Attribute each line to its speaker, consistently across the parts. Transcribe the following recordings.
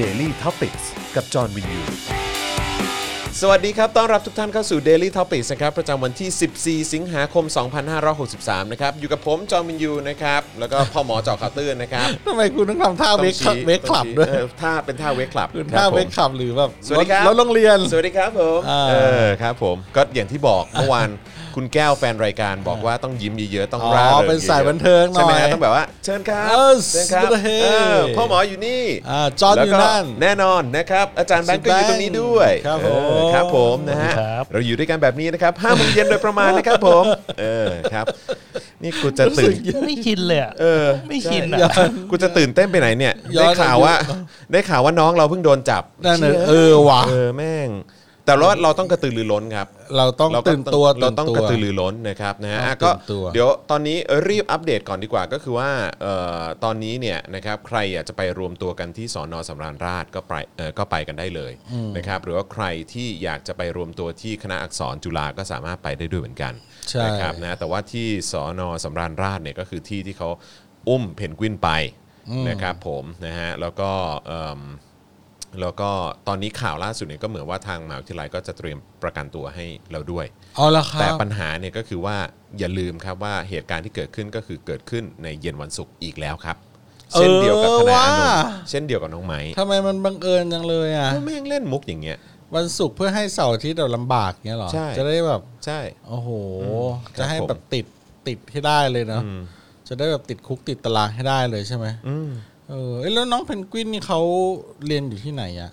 Speaker 1: Daily t o p i c กกับจอห์นวินยู สวัสดีครับ ต้อนรับทุกท่านเข้าสู่ Daily Topics นะครับ ประจำวันที่ 14 สิงหาคม 2563 นะครับ อยู่กับผม จอห์นวินยู นะครับ แล้วก็พ่อหมอเจอข่าวตื้นนะครับ
Speaker 2: ทำไมคุณต้องทำท่าเว
Speaker 1: ต้อกงชี้
Speaker 2: เวกคลับด้วย
Speaker 1: เออท่าเป็นท่าเวกคลับ
Speaker 2: คุณ
Speaker 1: ค
Speaker 2: ท่า
Speaker 1: รับผม
Speaker 2: เวกคลับหรือแบบ
Speaker 1: สวัสดีครับ
Speaker 2: แล้วโรงเรียน
Speaker 1: สวัสดีครับผม
Speaker 2: อ่า
Speaker 1: เออครับผมก็อย่างที่บอก เมื่อวาน คุณแก้วแฟนรายการบอกว่าต้องยิ้มเยอะๆต้อง
Speaker 2: อ๋อ
Speaker 1: ร่าเริง
Speaker 2: เป็นสาย
Speaker 1: ยอะๆ
Speaker 2: บันเทิงหน่อย
Speaker 1: ใช่ไหมฮะต้องแบบว่า เชิญครับ
Speaker 2: เออ
Speaker 1: เชิญครับ
Speaker 2: สุดเท่
Speaker 1: เออพ่อหมออยู่นี่
Speaker 2: อ่าจอห์น
Speaker 1: แล้วก็
Speaker 2: อยู่นั่น
Speaker 1: แน่นอนนะครับ อาจารย์แบงค์ก็อยู่ตรงนี้ด้วย
Speaker 2: ครับผม
Speaker 1: เออครับผมนะฮะ
Speaker 3: สวัสดีครับ
Speaker 1: เราอยู่ด้วยกันแบบนี้นะครับห้าโมงเย็นโดยประมาณนะครับ ผมเออครับ นี่กูจะตื่น
Speaker 3: ไม่ชินเลยอะ
Speaker 1: เออ
Speaker 3: ไม่ชิน
Speaker 1: ใช่
Speaker 3: อ่ะ
Speaker 1: กูจะตื่นเต้นไปไหนเนี่ย
Speaker 2: ย้
Speaker 1: ได้
Speaker 2: อน
Speaker 1: ข่าว
Speaker 2: อายุ
Speaker 1: ว่า ได้ข่าวว่าน้องเราเพิ่งโดนจับ
Speaker 2: นั่นน่ะเออว่ะ
Speaker 1: เออแม่ง แต่ว่าเราต้องกระตือรือร้นครับ
Speaker 2: เราต้อง
Speaker 1: เราก็
Speaker 2: ตื่นตัว
Speaker 1: เราต้อง
Speaker 2: ว
Speaker 1: กระตือรือร้นนะครับนะฮะอ่ะ
Speaker 2: ต้
Speaker 1: ก็
Speaker 2: องตื่นตัว
Speaker 1: เดี๋ยวตอนนี้รีบอัปเดตก่อนดีกว่าก็คือว่าเอ่อตอนนี้เนี่ยนะครับใครอยากจะไปรวมตัวกันที่สอนอสำราญราชก็ไปเอ่อก็ไปกันได้เลยนะครับหรือว่าใครที่อยากจะไปรวมตัวที่คณะอักษรจุฬาก็สามารถไปได้ด้วยเหมือนกัน
Speaker 2: ใช่
Speaker 1: นะครับนะแต่ว่าที่สอนอสำราญราชเนี่ยก็คือที่ที่เขาอุ้มเพนกวินไปนะครับผมนะฮะแล้วก็เอิ่ม แล้วก็ตอนนี้ข่าวล่าสุดเนี่ยก็เหมือนว่าทางมหาวิทยาลัยก็จะเตรียมประกันตัวให้เราด้วย
Speaker 2: เอาละค
Speaker 1: แต่
Speaker 2: รับ
Speaker 1: ปัญหาเนี่ยก็คือว่าอย่าลืมครับว่าเหตุการณ์ที่เกิดขึ้นก็คือเกิดขึ้นในเย็นวันศุกร์อีกแล้วครับ เช่นเดียวกับทนายอานนท์เช่นเดียวกับน้องไม้
Speaker 2: ทำไมมันบังเอิญจังเลยอ่ะ
Speaker 1: ก็แม่งเล่นมุกอย่างเงี้ย
Speaker 2: วันศุกร์เพื่อให้เสาร์อาทิตย์เราลำบากเงี้ยเหรอ
Speaker 1: ใช่
Speaker 2: จะได้แบบ
Speaker 1: ใช่
Speaker 2: โอ้โห
Speaker 1: ม
Speaker 2: จะให้
Speaker 1: ครับผม
Speaker 2: แบบติดติดให้ได้เลยเนาะจะได้แบบติดคุกติดตารางให้ได้เลยใช่ไหมเออเอ้ยแล้วน้องเพนกวินนี่เขาเรียนอยู่ที่ไหนอ่ะ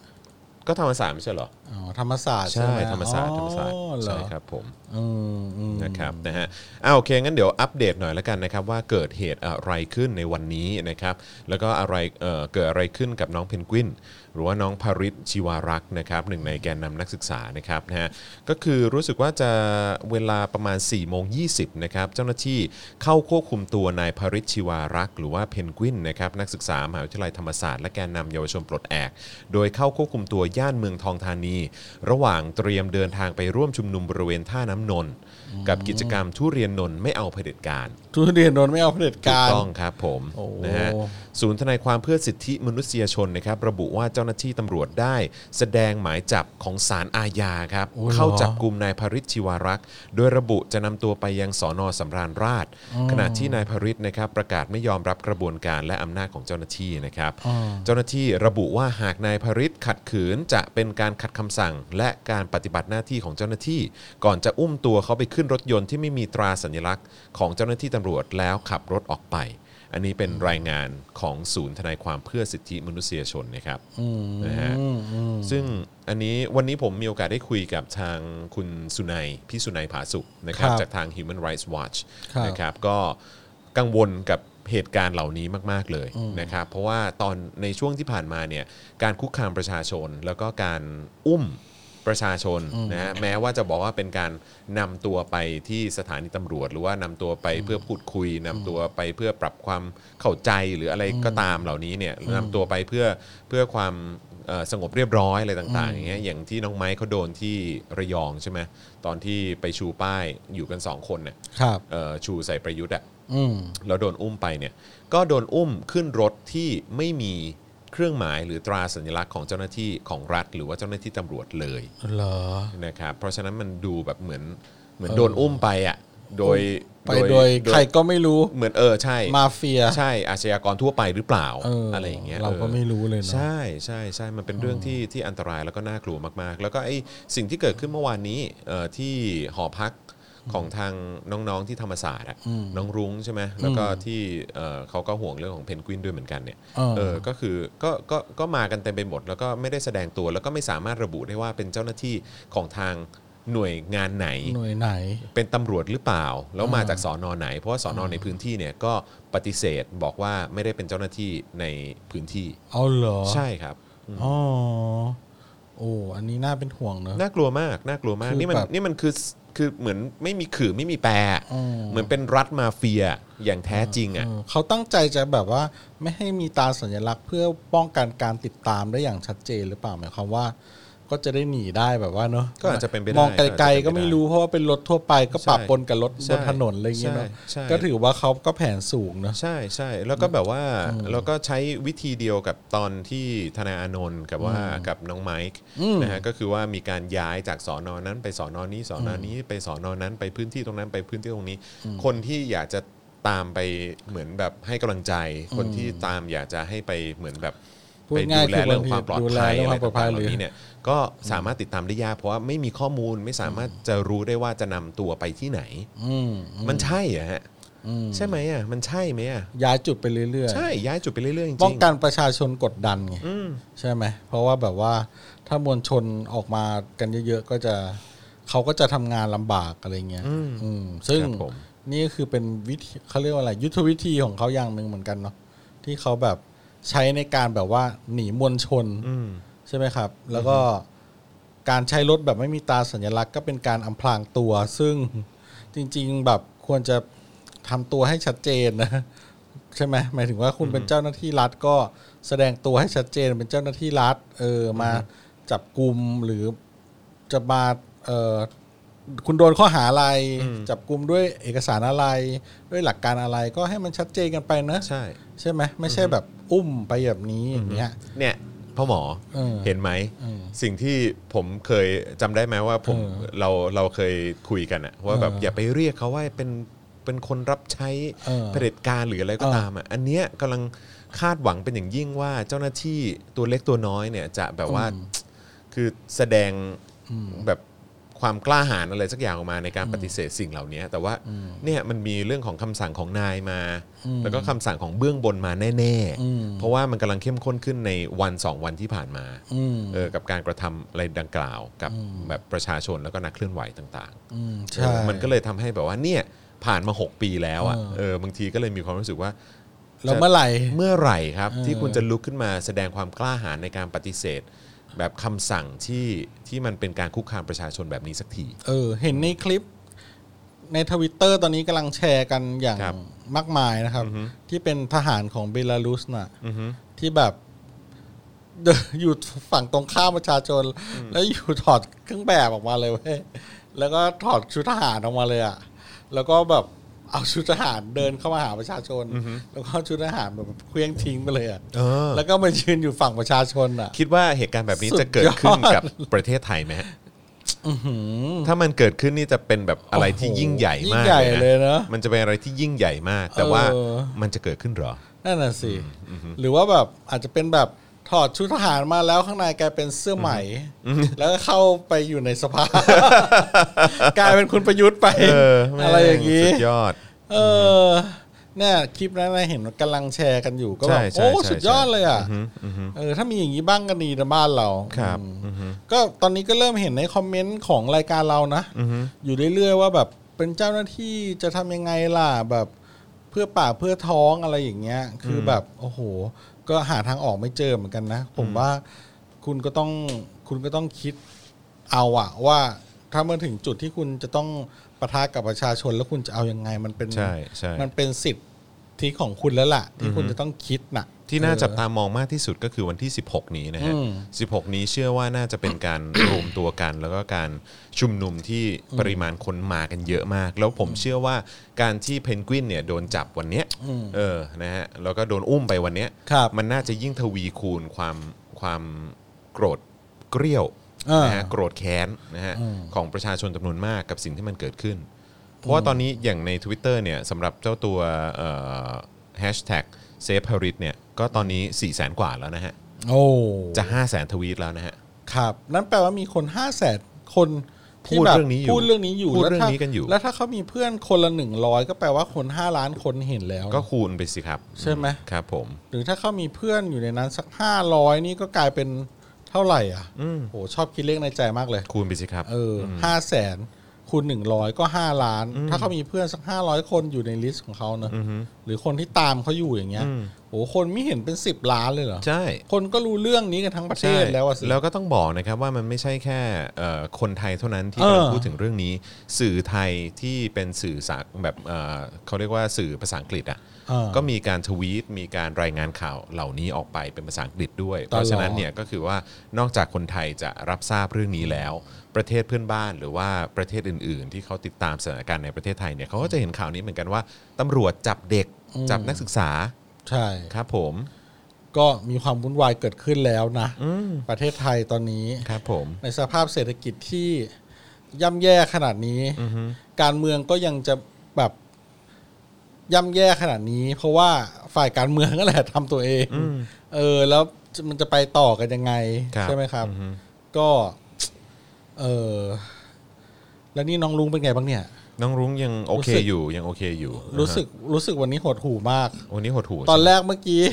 Speaker 1: ก็ธรรมศาสตร์ไม่ใช่เหรอ
Speaker 2: อ๋อธรรมศาสตร์
Speaker 1: ใช่
Speaker 2: ไห
Speaker 1: ธรรมศาสตร์ธรรมศาสตร์
Speaker 2: อ๋อเหอ
Speaker 1: ใช่ครับผม
Speaker 2: อืมอืม
Speaker 1: นะครับนะฮะอ้าโอเคงั้นเดี๋ยวอัปเดตหน่อยละกันนะครับว่าเกิดเหตุอะไรขึ้นในวันนี้นะครับแล้วก็อะไรเอ่อเกิดอะไรขึ้นกับน้องเพนกวิน หรือว่าน้องพริศชีวารักษ์นะครับหนึ่งในแกนนำนักศึกษานะครับนะฮะก็คือรู้สึกว่าจะเวลาประมาณ4ี่โมงยีนะครับเจ้าหน้าที่เข้าควบคุมตัวนายพริศชีวารักษ์หรือว่าเพนกวินนะครับนักศึกษามหาวิทยาลัยธรรมศาสตร์และแกนนำเยาวชนปลดแอก โดยเข้าควบคุมตัวย่านเมืองทองธานี ระหว่างเตรียมเดินทางไปร่วมชุมนุมบริเวณท่าน้ำนนท์กับกิจกรรมทุเรียนนนท์ไม่เอาเผด็จการ
Speaker 2: ทุเรียนโดนไม่เอาเผด็จ
Speaker 1: ถู
Speaker 2: กากร
Speaker 1: ต้องครับผม
Speaker 2: โอ้
Speaker 1: นะฮะศูนย์ทนายความเพื่อสิทธิมนุษยชนนะครับระบุว่าเจ้าหน้าที่ตำรวจได้ แสดงหมายจับของศาลอาญาครับเข้าจับกลุ่มนายพริชชิวารักษ์โดยระบุจะนำตัวไปยังสอนอสำราญราช ขณะที่นายพริชนะครับประกาศไม่ยอมรับกระบวนการและอำนาจของเจ้าหน้าที่นะครับ เจ้าหน้าที่ระบุว่าหากนายพริชขัดขืนจะเป็นการขัดคำสั่ง และการปฏิบัติหน้าที่ของเจ้าหน้าที่ ก่อนจะอุ้มตัวเขาไปขึ้นรถยนต์ที่ไม่มีตราสัญลักษณ์ของเจ้าหน้าที่ตำรวจแล้วขับรถออกไป อันนี้เป็นรายงานของศูนย์ทนายความเพื่อสิทธิมนุษยชนนะครับนะฮะซึ่งอันนี้วันนี้ผมมีโอกาสได้คุยกับทางคุณสุนัยพี่สุนัยผาสุกนะครับ
Speaker 2: ครับ
Speaker 1: จากทาง Human Rights Watch
Speaker 2: ครับ
Speaker 1: นะครับก็กังวลกับเหตุการณ์เหล่านี้มาก ๆ เลยนะครับเพราะว่าตอนในช่วงที่ผ่านมาเนี่ยการคุกคามประชาชน แล้วก็การอุ้มประชาชนนะฮะแม้ว่าจะบอกว่าเป็นการนำตัวไปที่สถานีตำรวจ หรือว่านำตัวไปเพื่อพูดคุยนำตัวไปเพื่อปรับความเข้าใจหรืออะไรก็ตามเหล่านี้เนี่ยนำตัวไปเพื่อเพื่อความเอ่อสงบเรียบร้อยอะไรต่างๆอย่างเงี้ยอย่างที่น้องไม้เขาโดนที่ระยองใช่ไหมตอนที่ไปชูป้ายอยู่กันสองคนเนี่ย
Speaker 2: ครับ
Speaker 1: เอ่อชูใส่ประยุทธ์อะ
Speaker 2: อืม
Speaker 1: แล้วโดนอุ้มไปเนี่ยก็โดนอุ้มขึ้นรถที่ไม่มีเครื่องหมายหรือตราสัญลักษณ์ของเจ้าหน้าที่ของรัฐ หรือว่าเจ้าหน้าที่ตำรวจเลย
Speaker 2: เหรอ
Speaker 1: นะครับเพราะฉะนั้นมันดูแบบเหมือนเหมือนโดนอุ้มไปอะโดย
Speaker 2: ไปโดยใครก็ไม่รู้
Speaker 1: เหมือนเออใช่
Speaker 2: มาเฟีย
Speaker 1: ใช่อาชญากรทั่วไปหรือเปล่า
Speaker 2: เอออ
Speaker 1: ไรอย่างเงี้ย
Speaker 2: เราก็
Speaker 1: ออ
Speaker 2: ไม่รู้เลยเนอะ
Speaker 1: ใช่ใช่ใช่มันเป็นเรื่องที่ที่อันตรายแล้วก็น่ากลัวมากๆ แล้วก็ไอ้สิ่งที่เกิดขึ้นเมื่อวานนี้เอ่อที่หอพักของทางน้องๆที่ธรรมศาสตร์อะ
Speaker 2: อืม
Speaker 1: น้องรุ้งใช่ไหมแล้วก็ที่เอ่อเขาก็ห่วงเรื่องของเพนกวินด้วยเหมือนกันเนี่ย
Speaker 2: เออ
Speaker 1: เออก็คือก็ก็ก็มากันเต็มไปหมด แล้วก็ไม่ได้แสดงตัวแล้วก็ไม่สามารถระบุได้ว่าเป็นเจ้าหน้าที่ของทางหน่วยงานไหน
Speaker 2: หน่วยไหน
Speaker 1: เป็นตำรวจหรือเปล่า แล้วมาจากสอนอไหน เพราะว่าสอนอในพื้นที่เนี่ยก็ปฏิเสธบอกว่าไม่ได้เป็นเจ้าหน้าที่ในพื้นที่
Speaker 2: เอาเหรอ
Speaker 1: ใช่ครับ
Speaker 2: อ๋อโอ้อันนี้น่าเป็นห่วงเนอะ
Speaker 1: น่ากลัวมากน่ากลัวมาก
Speaker 2: คือ
Speaker 1: นี่มัน
Speaker 2: แบบ
Speaker 1: นี่มันคือคือเหมือนไม่มีขื่อไม่มีแปร
Speaker 2: อืม
Speaker 1: เหมือนเป็นรัฐมาเฟียอย่างแท้จริงอ่ะ
Speaker 2: เออเขาตั้งใจจะแบบว่า ไม่ให้มีตราสัญลักษณ์เพื่อป้องกันการติดตามได้อย่างชัดเจนหรือเปล่าหมายความว่า ก็จะได้หนีได้แบบว่าเนอะ
Speaker 1: ก็อาจจะเป็นไปได้
Speaker 2: มองไกลๆ
Speaker 1: ก็อาจจะเป็นไปได้
Speaker 2: ก็ไม่รู้เพราะว่าเป็นรถทั่วไปก็
Speaker 1: ใช่
Speaker 2: ปะปนกับรถ
Speaker 1: ใช่
Speaker 2: บนถนนอะไรอย่างเงี้ยเนอะ
Speaker 1: ใช่ใช่
Speaker 2: ก็ถือว่าเขาก็แผนสูงเนอะ
Speaker 1: ใช่ใช่แล้วก็แบบว่าแล้วก็ใช้วิธีเดียวกับตอนที่ธนาอานนท์กับว่ากับน้องไมค์
Speaker 2: อืม
Speaker 1: นะฮะก็คือว่ามีการย้ายจากสอนอนนั้นไปสอนอนนี้สอนอนนี้ไปสอนอนนั้นไปพื้นที่ตรงนั้นไปพื้นที่ตรงนี้ คนที่อยากจะตามไปเหมือนแบบให้กำลังใจ คนที่ตามอยากจะให้ไปเหมือนแบบ
Speaker 2: พูด
Speaker 1: ไป
Speaker 2: ง่าย
Speaker 1: ดูแล
Speaker 2: คือ
Speaker 1: เรื่องความปลอด
Speaker 2: ดูแล
Speaker 1: ภัย
Speaker 2: เรื่อง
Speaker 1: อะไร
Speaker 2: ความปลอดภั
Speaker 1: ต่ายงๆ
Speaker 2: ห
Speaker 1: เห
Speaker 2: รือ
Speaker 1: ล่านี้เนี่ยก็สามารถติดตามได้ยากเพราะว่าไม่มีข้อมูลไม่สามารถจะรู้ได้ว่าจะนำตัวไปที่ไหน
Speaker 2: อืม
Speaker 1: มันใช่อะฮะ
Speaker 2: อืม
Speaker 1: ใช่ไหมอ่ะมันใช่ไหมอ่ะ
Speaker 2: ย้ายจุดไปเรื่อย
Speaker 1: ใช่ ย้ายจุดไปเรื่อยๆจริง
Speaker 2: ๆป้องกันประชาชนกดดันไง
Speaker 1: อืม
Speaker 2: ใช่ไหมเพราะว่าแบบว่าถ้ามวลชนออกมากันเยอะๆก็จะเขาก็จะทำงานลำบากอะไรเงี้ย
Speaker 1: อืม
Speaker 2: อืมซึ่ง
Speaker 1: ครับผม
Speaker 2: นี่ก็คือเป็นวิธีเขาเรียกว่าอะไร ยุทธวิธีของเขาอย่างหนึ่งเหมือนกันเนาะที่เขาแบบใช้ในการแบบว่าหนีมวลชน
Speaker 1: อืม
Speaker 2: ใช่ไหมครับ แล้วก็การใช้รถแบบไม่มีตราสัญลักษณ์ก็เป็นการอำพรางตัว ซึ่งจริง ๆ แบบควรจะทำตัวให้ชัดเจนนะ ใช่ไหมหมายถึงว่าคุณเป็นเจ้าหน้าที่รัฐก็แสดงตัวให้ชัดเจนเป็นเจ้าหน้าที่รัฐ เออมาจับกลุ่มหรือจะมาเออคุณโดนข้อหาอะไร
Speaker 1: อืม
Speaker 2: จับกลุ่มด้วยเอกสารอะไร ด้วยหลักการอะไรก็ให้มันชัดเจนกันไปนะ
Speaker 1: ใช่
Speaker 2: ใช่ไหมไม่ใช่แบบอุ้มไปแบบนี้อย่างเงี้ย
Speaker 1: เนี่ย พ่อหมอ
Speaker 2: เออ
Speaker 1: เห็นไหม
Speaker 2: เออ
Speaker 1: สิ่งที่ผมเคยจำได้ไหมว่าผม
Speaker 2: เออ
Speaker 1: เราเราเคยคุยกันอะว่าแบบ
Speaker 2: เอออย่
Speaker 1: อาไปเรียกเขาว่าเป็นเป็นคนรับใช้
Speaker 2: เออ
Speaker 1: เผด็จการหรืออะไรก็
Speaker 2: เออ
Speaker 1: ตามอะอันเนี้ยกำลังคาดหวังเป็นอย่างยิ่งว่าเจ้าหน้าที่ตัวเล็กตัวน้อยเนี่ยจะแบบว่า
Speaker 2: อืม
Speaker 1: คือแสดงแบบความกล้าหาญอะไรสักอย่างออกมาในการปฏิเสธสิ่งเหล่านี้ แต่ว่าเนี่ยมันมีเรื่องของคำสั่งของนายมา แล้วก็คำสั่งของเบื้องบนมาแน่
Speaker 2: อืม
Speaker 1: ๆ เพราะว่ามันกำลังเข้มข้นขึ้นในวันสองวันที่ผ่านมา
Speaker 2: อืม
Speaker 1: เออกับการกระทำอะไรดังกล่าว กับแบบประชาชนแล้วก็นักเคลื่อนไหวต่าง
Speaker 2: อืม
Speaker 1: ๆ
Speaker 2: ใช่
Speaker 1: เออมันก็เลยทำให้แบบว่าเนี่ยผ่านมา 6 ปีแล้วอ่ะ
Speaker 2: เออ
Speaker 1: เออบางทีก็เลยมีความรู้สึกว่า
Speaker 2: แล้วเมื่อไหร่
Speaker 1: เมื่อไหร่ครับ
Speaker 2: เออ
Speaker 1: ที่คุณจะลุกขึ้นมาแสดงความกล้าหาญในการปฏิเสธ แบบคำสั่งที่ที่มันเป็นการคุกคามประชาชนแบบนี้สักที
Speaker 2: เออ เห็นในคลิป ในทวิตเตอร์ตอนนี้กำลังแชร์กันอย่าง
Speaker 1: ครับ
Speaker 2: มากมายนะครับ
Speaker 1: อือฮึ
Speaker 2: ที่เป็นทหารของเบลารุสน่ะ
Speaker 1: อือฮึ
Speaker 2: ที่แบบ อยู่ฝั่งตรงข้ามประชาชน แล้วอยู่ถอดเครื่องแบบออกมาเลยเว้ยแล้วก็ถอดชุดทหารออกมาเลยอ่ะแล้วก็แบบเอาชุดทหารเดินเข้ามาหาประชาชน แล้วก็เอาชุดทหารแบบเคลี้ยงทิ้งไปเลยอ่ะ
Speaker 1: เออ
Speaker 2: แล้วก็มายืนอยู่ฝั่งประชาชนอ่ะ
Speaker 1: คิดว่าเหตุการณ์แบบนี้
Speaker 2: สุดยอด
Speaker 1: จะเกิดขึ้นกับประเทศไทยไหมฮะ
Speaker 2: อื้อหือ
Speaker 1: ถ้ามันเกิดขึ้นนี่จะเป็นแบบอะไรที่ยิ่งใหญ่มาก
Speaker 2: ยิ่งใหญ่เลย
Speaker 1: นะ
Speaker 2: นะ
Speaker 1: มันจะเป็นอะไรที่ยิ่งใหญ่มาก แต่ว่า
Speaker 2: เออ
Speaker 1: มันจะเกิดขึ้นเหรอ
Speaker 2: นั่นน่ะสิ หรือว่าแบบอาจจะเป็นแบบถอดชุดทหารมาแล้วข้างในกลายเป็นเสื้อไหม แล้วก็เข้าไปอยู่ในสภา กลายเป็นคุณประยุทธ์ไป
Speaker 1: เออแม่
Speaker 2: อะไรอย่าง
Speaker 1: สุ
Speaker 2: นี้
Speaker 1: ดยอด
Speaker 2: เออเนี่ยคลิปนั้นน่ะเห็นว่ากำลังแชร์กันอยู่ก็
Speaker 1: ใช่
Speaker 2: แบบ
Speaker 1: ใช่
Speaker 2: โอ้
Speaker 1: ใช่
Speaker 2: สุดยอดเลยอ่ะเออถ้ามีอย่างนี้บ้างก็ดีนะบ้านเรา
Speaker 1: ครับ
Speaker 2: อืมก็ตอนนี้ก็เริ่มเห็นในคอมเมนต์ของรายการเรานะอยู่เรื่อยๆว่าแบบเป็นเจ้าหน้าที่จะทำยังไงล่ะแบบเพื่อป่าเพื่อท้องอะไรอย่างเงี้ย คือแบบโอ้โห ก็หาทางออกไม่เจอเหมือนกันนะ ผมว่าคุณก็ต้องคุณก็ต้องคิด เอาอะว่าถ้าเมื่อถึงจุดที่คุณจะต้องปะทะกับประชาชนแล้วคุณจะเอายังไงมันเป็น
Speaker 1: ใช่ใช่
Speaker 2: มันเป็นสิทธิของคุณแล้วล่ะ ที่คุณจะต้องคิดน่ะ
Speaker 1: ที่น่าจับตามองมากที่สุดก็คือวันที่ 16 นี้นะฮะ
Speaker 2: อืม
Speaker 1: 16 นี้เชื่อว่าน่าจะเป็นการ รวมตัวกัน แล้วก็การชุมนุมที่ปริมาณคนมากันเยอะมาก แล้วผมเชื่อว่าการที่เพนกวินเนี่ยโดนจับวันเนี้ยเออนะฮะแล้วก็โดนอุ้มไปวันเนี้ย
Speaker 2: ครับ
Speaker 1: มันน่าจะยิ่งทวีคูณความความโกรธเกรี้ยว
Speaker 2: เออ
Speaker 1: นะฮะ โกรธแค้นนะฮะของประชาชนจำนวนมากกับสิ่งที่มันเกิดขึ้น เพราะว่าตอนนี้อย่างใน Twitter เนี่ยสำหรับเจ้าตัวแฮชแท็กเซฟพาริสเนี่ยก็ตอนนี้ 4 0 0แสนกว่าแล้วนะฮะ
Speaker 2: โอ้
Speaker 1: จะ 5 0 0แสนทวีตแล้วนะฮะ
Speaker 2: ครับ นั่นแปลว่ามีคนห้าแสนคนที่
Speaker 1: พูด
Speaker 2: แบบ
Speaker 1: เรื่องนี้อยู่
Speaker 2: พูดเรื่องนี้อยู่
Speaker 1: พูด
Speaker 2: แล้ว
Speaker 1: เรื่อง
Speaker 2: ถ้า
Speaker 1: นี้กันอยู่
Speaker 2: แล้วถ้าเขามีเพื่อนคนละหนึ่งร้อยก็แปลว่าคนห้าล้านคนเห็นแล้ว
Speaker 1: ก็คูณไปสิครับ
Speaker 2: ใช่ไหม
Speaker 1: ครับผม
Speaker 2: หรือถ้าเขามีเพื่อนอยู่ในนั้นสักห้าร้อยนี่ก็กลายเป็นเท่าไหร่อ่ะ
Speaker 1: อืม
Speaker 2: โหชอบคิดเลขในใจมากเลย
Speaker 1: คูณไปสิครับ
Speaker 2: เออห้าแสนคูณหนึ่งร้อยก็ห้าล้าน ถ้าเขามีเพื่อนสักห้าร้อยคนอยู่ในลิสต์ของเขาเนอะหรือคนที่ตามเขาอยู่อย่างเงี้ยโห อ้คนไม่เห็นเป็นสิบล้านเลยเหรอ
Speaker 1: ใช่
Speaker 2: คนก็รู้เรื่องนี้กันทั้งประเท
Speaker 1: ใช่
Speaker 2: ศแล้วอะสิ
Speaker 1: แล้วก็ต้องบอกนะครับว่ามันไม่ใช่แค่เอ่อคนไทยเท่านั้นที่
Speaker 2: เออ
Speaker 1: กำลังพูดถึงเรื่องนี้ สื่อไทยที่เป็นสื่อสากแบบเอ่อเขาเรียกว่าสื่อภาษาอังกฤษอ่ะ
Speaker 2: อ่า
Speaker 1: ก็มีการทวีตมีการรายงานข่าวเหล่านี้ออกไปเป็นภาษาอังกฤษด้วย เพ
Speaker 2: ตลอด
Speaker 1: ราะฉะนั้นเนี่ยก็คือว่านอกจากคนไทยจะรับทราบเรื่องนี้แล้ว ประเทศเพื่อนบ้านหรือว่าประเทศอื่น ๆ ที่เขาติดตามสถานการณ์ในประเทศไทยเนี่ยเขาก็จะเห็นข่าวนี้เหมือนกันว่าตำรวจจับเด็กจับนักศึกษา
Speaker 2: ใช่
Speaker 1: ครับผม
Speaker 2: ก็มีความวุ่นวายเกิดขึ้นแล้วนะ ประเทศไทยตอนนี้
Speaker 1: ครับผม
Speaker 2: ในสภาพเศรษฐกิจที่ย่ำแย่ขนาดนี้ การเมืองก็ยังจะแบบย่ำแย่ขนาดนี้ เพราะว่าฝ่ายการเมืองก็แหละทำตัวเองเออ แล้วมันจะไปต่อกันยังไง ใช่ไหมครับ
Speaker 1: อือฮึ
Speaker 2: ก็ เออแล้วนี่น้องลุงเป็นไงบ้างเนี่ย
Speaker 1: น้องรุ้งยังโอเค
Speaker 2: รู้สึก
Speaker 1: อยู่ยังโอเคอยู่
Speaker 2: รู้สึกรู้สึกวันนี้หดหู่มาก
Speaker 1: วันนี้หดหู
Speaker 2: ตอนแรกเมื่อกี้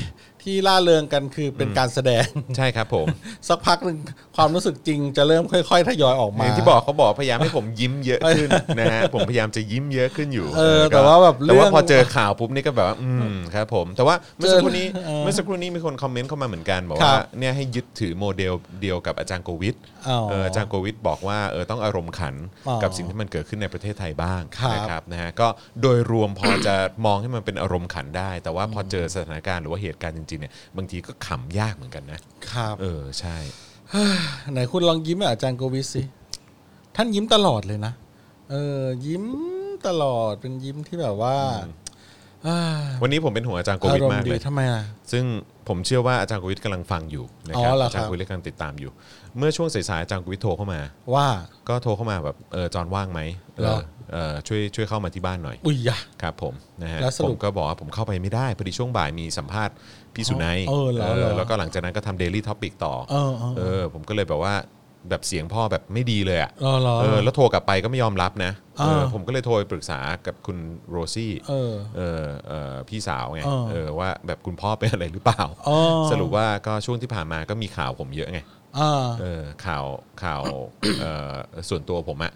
Speaker 2: ที่ล่าเริงกันคือเป็นการแสดง
Speaker 1: ใช่ครับผม
Speaker 2: สักพักหนึ่งความรู้สึกจริงจะเริ่มค่อย ๆ ทยอยออก
Speaker 1: อ
Speaker 2: มา
Speaker 1: ย่างที่บอกเขาบอกพยายามให้ผมยิ้มเยอะขึ้นนะ ฮะผมพยายามจะยิ้มเยอะขึ้นอยู่
Speaker 2: เออ
Speaker 1: ก็
Speaker 2: แต่ว่าแบบ
Speaker 1: แต่ว่า
Speaker 2: เรื่อง
Speaker 1: พอเจอข่าวปุ๊บนี่ก็แบบว่าอืมครับผม แต่ว่าเมื่อสักครู่นี้
Speaker 2: เจอเออ
Speaker 1: เมื่อสักครู่นี้มีคนคอมเมนต์เข้ามาเหมือนกันบอก
Speaker 2: ครั
Speaker 1: ว่า
Speaker 2: บ
Speaker 1: เนี่ยให้ยึดถือโมเดลเดียวกับอาจารย์โควิด
Speaker 2: อ๋อ
Speaker 1: เอออาจารย์โกวิทบอกว่าเออต้องอารมณ์ขัน
Speaker 2: อ๋อ
Speaker 1: กับสิ่งที่มันเกิดขึ้นในประเทศไทยบ้าง
Speaker 2: ครับ
Speaker 1: นะครับนะฮะก็โดยรวมพอ จะมองให้มันเป็นอารมณ์ขันได้ แต่ว่าพอเจอสถานการณ์หรือว่าเหตุการณ์จริงๆเนี่ยบางทีก็ขำยากเหมือนกันนะครับ เออใช่
Speaker 2: ไหนคุณลองยิ้มให้อาจารย์โกวิทสิ ท่านยิ้มตลอดเลยนะ เออ ยิ้มตลอดเป็นยิ้มที่แบบว่าอ่า
Speaker 1: วันนี้ผมเป็นห่วงอาจารย์โก
Speaker 2: อา
Speaker 1: วิท
Speaker 2: รม
Speaker 1: มา
Speaker 2: ณ์
Speaker 1: ก
Speaker 2: ดี
Speaker 1: เลย
Speaker 2: ทำไมอ่ะ
Speaker 1: ซึ่งผมเชื่อว่าอาจารย์โกวิทกำลังฟังอยู่นะครับ
Speaker 2: อ๋อเหรอ
Speaker 1: อาจารย์
Speaker 2: ครับ
Speaker 1: โกวิทกำลังติดตามอยู่ เมื่อช่วงสายๆอาจารย์โกวิทโทรเข้ามา
Speaker 2: ว่า
Speaker 1: ก็โทรเข้ามาแบบเออจอนว่างไหมเอ
Speaker 2: เหร
Speaker 1: อ
Speaker 2: อ
Speaker 1: เออช่วยช่วยเข้ามาที่บ้านหน่อย
Speaker 2: อุ้ยยะ
Speaker 1: ครับผมนะฮะ
Speaker 2: แล้วส
Speaker 1: ผ
Speaker 2: รุ
Speaker 1: ม
Speaker 2: ป
Speaker 1: ก็บอกว่าผมเข้าไปไม่ได้พอดีช่วงบ่ายมีสัมภาษณ์พี่สุนัย
Speaker 2: เออเหรอเหรอ
Speaker 1: แล้วก็หลังจากนั้นก็ทำเดลี่ท็อปิกต่อ
Speaker 2: เออเออ
Speaker 1: เออผมก็เลยแบบว่าแบบเสียงพ่อแบบไม่ดีเลยอ่ะ
Speaker 2: เออเหรอ
Speaker 1: เออแล้วโทรกลับไปก็ไม่ยอมรับนะ
Speaker 2: อ่า
Speaker 1: เออผมก็เลยโทรไปปรึกษากับคุณโรซี่
Speaker 2: เออ
Speaker 1: เออเออพี่สาวไง
Speaker 2: เออ
Speaker 1: เออว่าแบบคุณพ่อเป็นอะไรหรือเปล่า
Speaker 2: อ๋อ
Speaker 1: สรุปว่าก็ช่วงที่ผ่านมาก็มีข่าวผมเยอะไง
Speaker 2: อ่า
Speaker 1: เออข่าวข่าวเออส่วนตัวผมอะ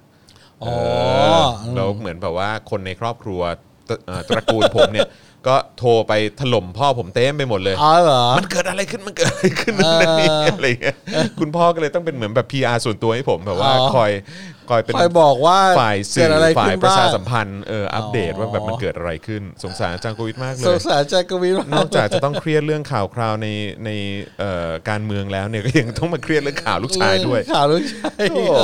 Speaker 2: อ๋อ
Speaker 1: เออแล้วเหมือนแบบว่าคนในครอบครัวตเอ่อตระกูลผมเนี่ย ก็โทรไปถล่มพ่อผมเต้มไปหมดเลย
Speaker 2: อ๋อเหรอ
Speaker 1: มันเกิดอะไรขึ้นมันเกิดอะไรขึ้น
Speaker 2: เออ
Speaker 1: นั่นนี่ อะไรเงี้ยคุณพ่อก็เลยต้องเป็นเหมือนแบบ PR ส่วนตัวให้ผมแบบว่า
Speaker 2: อ๋อ
Speaker 1: คอยคอยเป็น
Speaker 2: คอยบอกว่า
Speaker 1: ฝ่ายสื่
Speaker 2: เกิด
Speaker 1: อ
Speaker 2: อะไร
Speaker 1: ฝ่า
Speaker 2: ขึ้
Speaker 1: ย
Speaker 2: น
Speaker 1: ประ
Speaker 2: บ้า
Speaker 1: ชาง สัมพันธ์เอออัปเดต
Speaker 2: อ๋อ
Speaker 1: ว่าแบบมันเกิดอะไรขึ้นสงสารอาจารย์โควิดมากเล
Speaker 2: สง
Speaker 1: ย
Speaker 2: สารอาจารย์โกวิทมาก
Speaker 1: นอกจากจะต้องเครียดเรื่องข่าวคราวในในเอ่อการเมืองแล้วเนี่ยก็ยังต้องมาเครียดเรื่องข่าวลูกชายด้วย
Speaker 2: ข่าวลูกชาย
Speaker 1: โอ้โห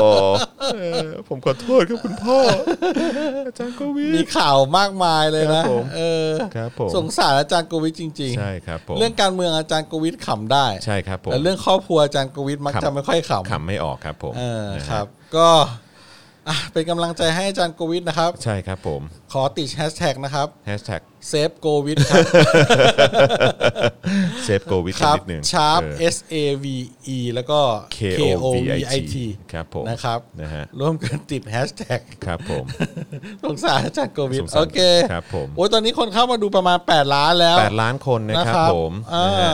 Speaker 1: เออผมขอโทษครับคุณพ่อ อาจารย์โกวิ
Speaker 2: มี
Speaker 1: ท
Speaker 2: ข่าวมากมายเลยนะครับ
Speaker 1: ผม
Speaker 2: เออ
Speaker 1: ครับผม
Speaker 2: สงสารอาจารย์โกวิทจริง
Speaker 1: ใช่ครับผม
Speaker 2: ๆ เรื่องการเมืองอาจารย์โกวิทขำได้
Speaker 1: ใช่ครับผม
Speaker 2: แต่เรื่องครอบครัวอาจารย์โกวิทมักจะไม่ค่อยขำ
Speaker 1: ขำไม่ออกครับผม
Speaker 2: เออ
Speaker 1: นะฮะ
Speaker 2: ครับ ก็อ่ะเป็นกำลังใจให้อาจารย์โกวิทนะครับ
Speaker 1: ใช่ครับผม
Speaker 2: ขอติดแฮชแท็กนะครับ
Speaker 1: แฮชแท็ก
Speaker 2: เซฟโกวิทครับ
Speaker 1: เซฟโกวิท
Speaker 2: ครั
Speaker 1: นิดนึง
Speaker 2: ชาร์ป
Speaker 1: เออ
Speaker 2: S A V E แล้วก็
Speaker 1: K
Speaker 2: K
Speaker 1: O
Speaker 2: O
Speaker 1: V
Speaker 2: V
Speaker 1: I
Speaker 2: I
Speaker 1: T
Speaker 2: T
Speaker 1: ครับผม
Speaker 2: นะครับ
Speaker 1: นะฮะ
Speaker 2: ร่วมกันติดแฮชแท็ก
Speaker 1: ครับผม
Speaker 2: สงสารอาจารย์โควิด
Speaker 1: สงสาร
Speaker 2: โอเค
Speaker 1: ครับผม
Speaker 2: โอ้ยตอนนี้คนเข้ามาดูประมาณ 8 ล้านแล้ว
Speaker 1: 8ล้านคนนะครับผม
Speaker 2: อ่า
Speaker 1: นะฮะ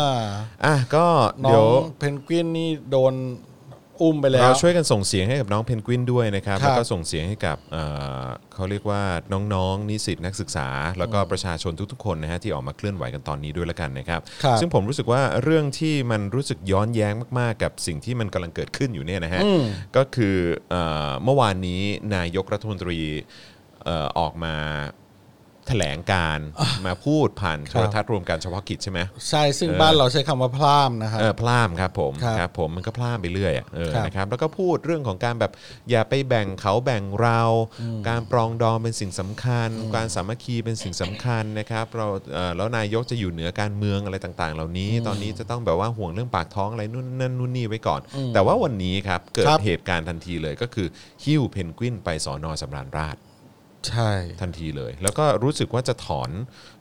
Speaker 1: อ่ะก็
Speaker 2: น้
Speaker 1: เดี๋
Speaker 2: อ
Speaker 1: ยว
Speaker 2: งเพนกวินนี่โดนอุ้มไปแล้ว
Speaker 1: เราช่วยกันส่งเสียงให้กับน้องเพนกวินด้วยนะครับ
Speaker 2: ครับ
Speaker 1: แล้วก็ส่งเสียงให้กับเอ่อเขาเรียกว่าน้องๆนิสิตนักศึกษา แล้วก็ประชาชนทุกๆคนนะฮะที่ออกมาเคลื่อนไหวกันตอนนี้ด้วยละกันนะครับ
Speaker 2: ครับ
Speaker 1: ซึ่งผมรู้สึกว่าเรื่องที่มันรู้สึกย้อนแย้งมากๆ กับสิ่งที่มันกำลังเกิดขึ้นอยู่เนี่ยนะฮะก็คือเอ่อเมื่อวานนี้นายกรัฐมนตรีเอ่อออกมาแถลงการมาพูดผ่านโท
Speaker 2: ค
Speaker 1: รทั
Speaker 2: รับ
Speaker 1: ศน์รวมการเฉพาะกิจใช่ไหม
Speaker 2: ใช่ซึ่งบ้านเราใช้คำว่าพร่ามนะครับ
Speaker 1: เออพลามครับผม
Speaker 2: ครับ
Speaker 1: ครับผมมันก็พลามไปเรื่อยอะเออ
Speaker 2: ครับ
Speaker 1: นะครับแล้วก็พูดเรื่องของการแบบอย่าไปแบ่งเขาแบ่งเรา การปรองดองเป็นสิ่งสำคัญ การสามัคคีเป็นสิ่งสำคัญนะครับเราเอ่อแล้วนายกจะอยู่เหนือการเมืองอะไรต่างๆ เหล่านี้ ตอนนี้จะต้องแบบว่าห่วงเรื่องปากท้องอะไรนู่นนั่นนู่นนี่ไว้ก่อน แต่ว่าวันนี้ครับเกิด
Speaker 2: ครับ
Speaker 1: เหตุการณ์ทันทีเลยก็คือฮิ้วเพนกวินไปสอนอสำราญราช
Speaker 2: ใช่
Speaker 1: ทันทีเลย แล้วก็รู้สึกว่าจะถอน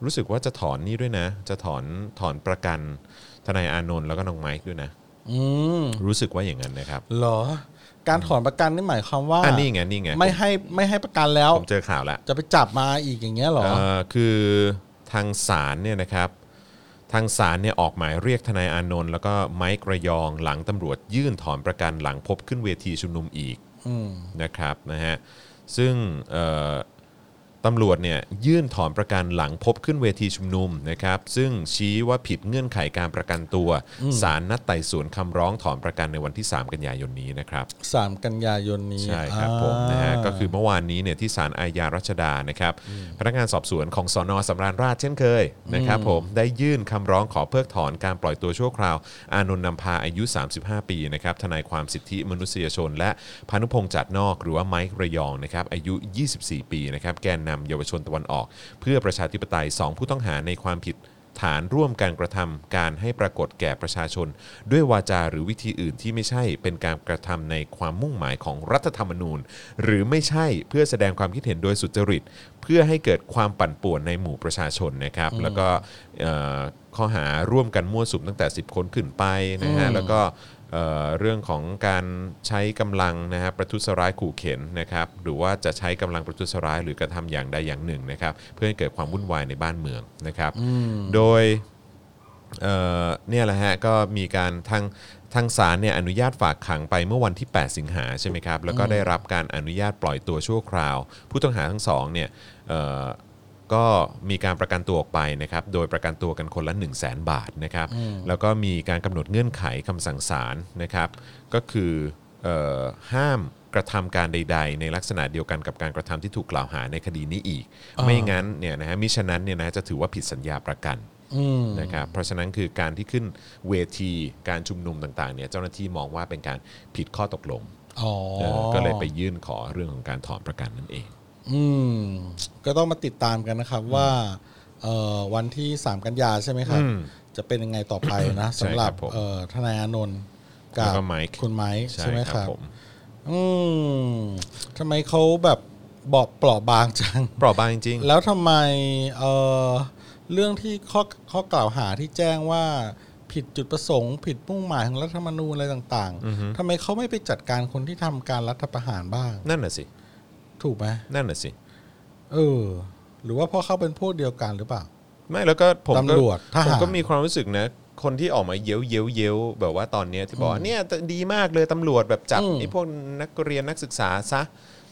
Speaker 1: รู้สึกว่าจะถอนนี่ด้วยนะ จะถอนถอนประกันทนายอานนท์แล้วก็น้องไมค์ด้วยนะ
Speaker 2: อืม
Speaker 1: รู้สึกว่าอย่างนั้นนะครับ
Speaker 2: เหรอ การถอนประกันนี่หมายความว่า
Speaker 1: อันนี้ไงนี่ไง
Speaker 2: ไม่ให้ไม่ให้ประกันแล้ว
Speaker 1: ผมเจอข่าวละ
Speaker 2: จะไปจับมาอีกอย่างเงี้ยเหรอ
Speaker 1: เอ่อคือทางศาลเนี่ยนะครับ ทางศาลเนี่ยออกหมายเรียกทนายอานนท์แล้วก็ไมค์ระยองหลังตำรวจยื่นถอนประกันหลังพบขึ้นเวทีชุมนุมอีก
Speaker 2: อืม
Speaker 1: นะครับนะฮะซึ่งเอ่อต ตำรวจเนี่ยยื่นถอนประกันหลังพบขึ้นเวทีชุมนุมนะครับซึ่งชี้ว่าผิดเงื่อนไขการประกันตัวศาลนัดไต่สวนคำร้องถอนประกันในวันที่ 3 กันยายนนี้นะครับ
Speaker 2: สามกันยายนนี้
Speaker 1: ใช่ครับผม
Speaker 2: อ่า
Speaker 1: นะฮะก็คือเมื่อวานนี้เนี่ยที่ศาลอาญารัชดานะครับพนักงานสอบสวนของสนสำราญราชเช่นเคยนะครับผมได้ยื่นคำร้องขอเพิกถอนการปล่อยตัวชั่วคราว อานนท์นำพาอายุ 35 ปีนะครับทนายความสิทธิมนุษยชน และพานุพงษ์จัดนอกหรือว่าไมค์ระยองนะครับอายุ 24 ปีนะครับแกนนำเยาวชนตะวันออก เพื่อประชาธิปไตย 2 ผู้ต้องหาในความผิด ฐานร่วมการกระทำการให้ปรากฏแก่ประชาชน ด้วยวาจาหรือวิธีอื่นที่ไม่ใช่เป็นการกระทำในความมุ่งหมายของรัฐธรรมนูญ หรือไม่ใช่เพื่อแสดงความคิดเห็นโดยสุจริต เพื่อให้เกิดความปั่นป่วนในหมู่ประชาชนนะครับ แล้วก็เอ่อข้อหาร่วมกันมั่วสุมตั้งแต่ 10 คนขึ้นไปนะฮะแล้วก็เอ่อเรื่องของการใช้กำลังนะฮะประทุษร้ายขู่เข็นนะครับหรือว่าจะใช้กำลังประทุษร้ายหรือกระทำอย่างใดอย่างหนึ่งนะครับเพื่อให้เกิดความวุ่นวายในบ้านเมืองนะครับ โดยเอ่อเนี่ยแหละฮะก็มีการทางทางศาลเนี่ยอนุญาตฝากขังไปเมื่อวันที่ 8 สิงหาใช่ไหมครับ แล้วก็ได้รับการอนุญาตปล่อยตัวชั่วคราว ผู้ต้องหาทั้งสองเนี่ยเอ่อก็มีการประกันตัวออกไปนะครับโดยประกันตัวกันคนละ 1 0 0 0 0แบาทนะครับแล้วก็มีการกำหนดเงื่อนไขคำสั่งศาลนะครับก็คือเออห้ามกระทำการใด ๆ ในลักษณะเดียวกันกับการกระทำที่ถูกกล่าวหาในคดีนี้อีก ไม่งั้นเนี่ยนะฮะมิฉะนั้นเนี่ยนะจะถือว่าผิดสัญญาประกัน
Speaker 2: อืม
Speaker 1: นะครับเพราะฉะนั้นคือการที่ขึ้นเวทีการชุมนุมต่างๆเนี่ยเจ้าหน้าที่มองว่าเป็นการผิดข้อตกลง
Speaker 2: อ๋อ
Speaker 1: เออก็เลยไปยื่นขอเรื่องของการถอนประกันนั่นเอง
Speaker 2: อืม ก็ต้องมาติดตามกันนะครับว่าเอ่อวันที่สามกันยาใช่ไหมครับ
Speaker 1: อืม
Speaker 2: จะเป็นยังไงต่อไป นะ
Speaker 1: ใช่
Speaker 2: สำหรับ
Speaker 1: ครับผม
Speaker 2: เอ่อทนายอานนท์
Speaker 1: แล้
Speaker 2: กับ
Speaker 1: วก็ไมค์
Speaker 2: คุณไม้ใช่ไหมครับ
Speaker 1: ผม
Speaker 2: อืมทำไมเขาแบบบอบเปลอบางจัง
Speaker 1: เปราะบางจริง
Speaker 2: แล้วทำไมเอ่อเรื่องที่ข้อข้อกล่าวหาที่แจ้งว่าผิดจุดประสงค์ ผิดมุ่งหมายของรัฐธรรมนูญอะไรต่าง
Speaker 1: อือฮึ
Speaker 2: ๆทำไมเขาไม่ไปจัดการคนที่ทำการรัฐประหารบ้าง
Speaker 1: ๆ นั่นน่ะสิ
Speaker 2: ถูกไหม
Speaker 1: นั่นน่ะสิ
Speaker 2: เออ หรือว่าเพราะเขาเป็นพวกเดียวกันหรือเปล่า
Speaker 1: ไม่แล้วก็ผมก็
Speaker 2: ตำรวจทหาร
Speaker 1: ผมก็มีความรู้สึกนะ คนที่ออกมาเย้ยวเย้ยวเย้ยวแบบว่าตอนเนี้ยที่บอกว่าเนี่ยดีมากเลยตำรวจแบบจับไอ้พวกนักเรียนนักศึกษาซะ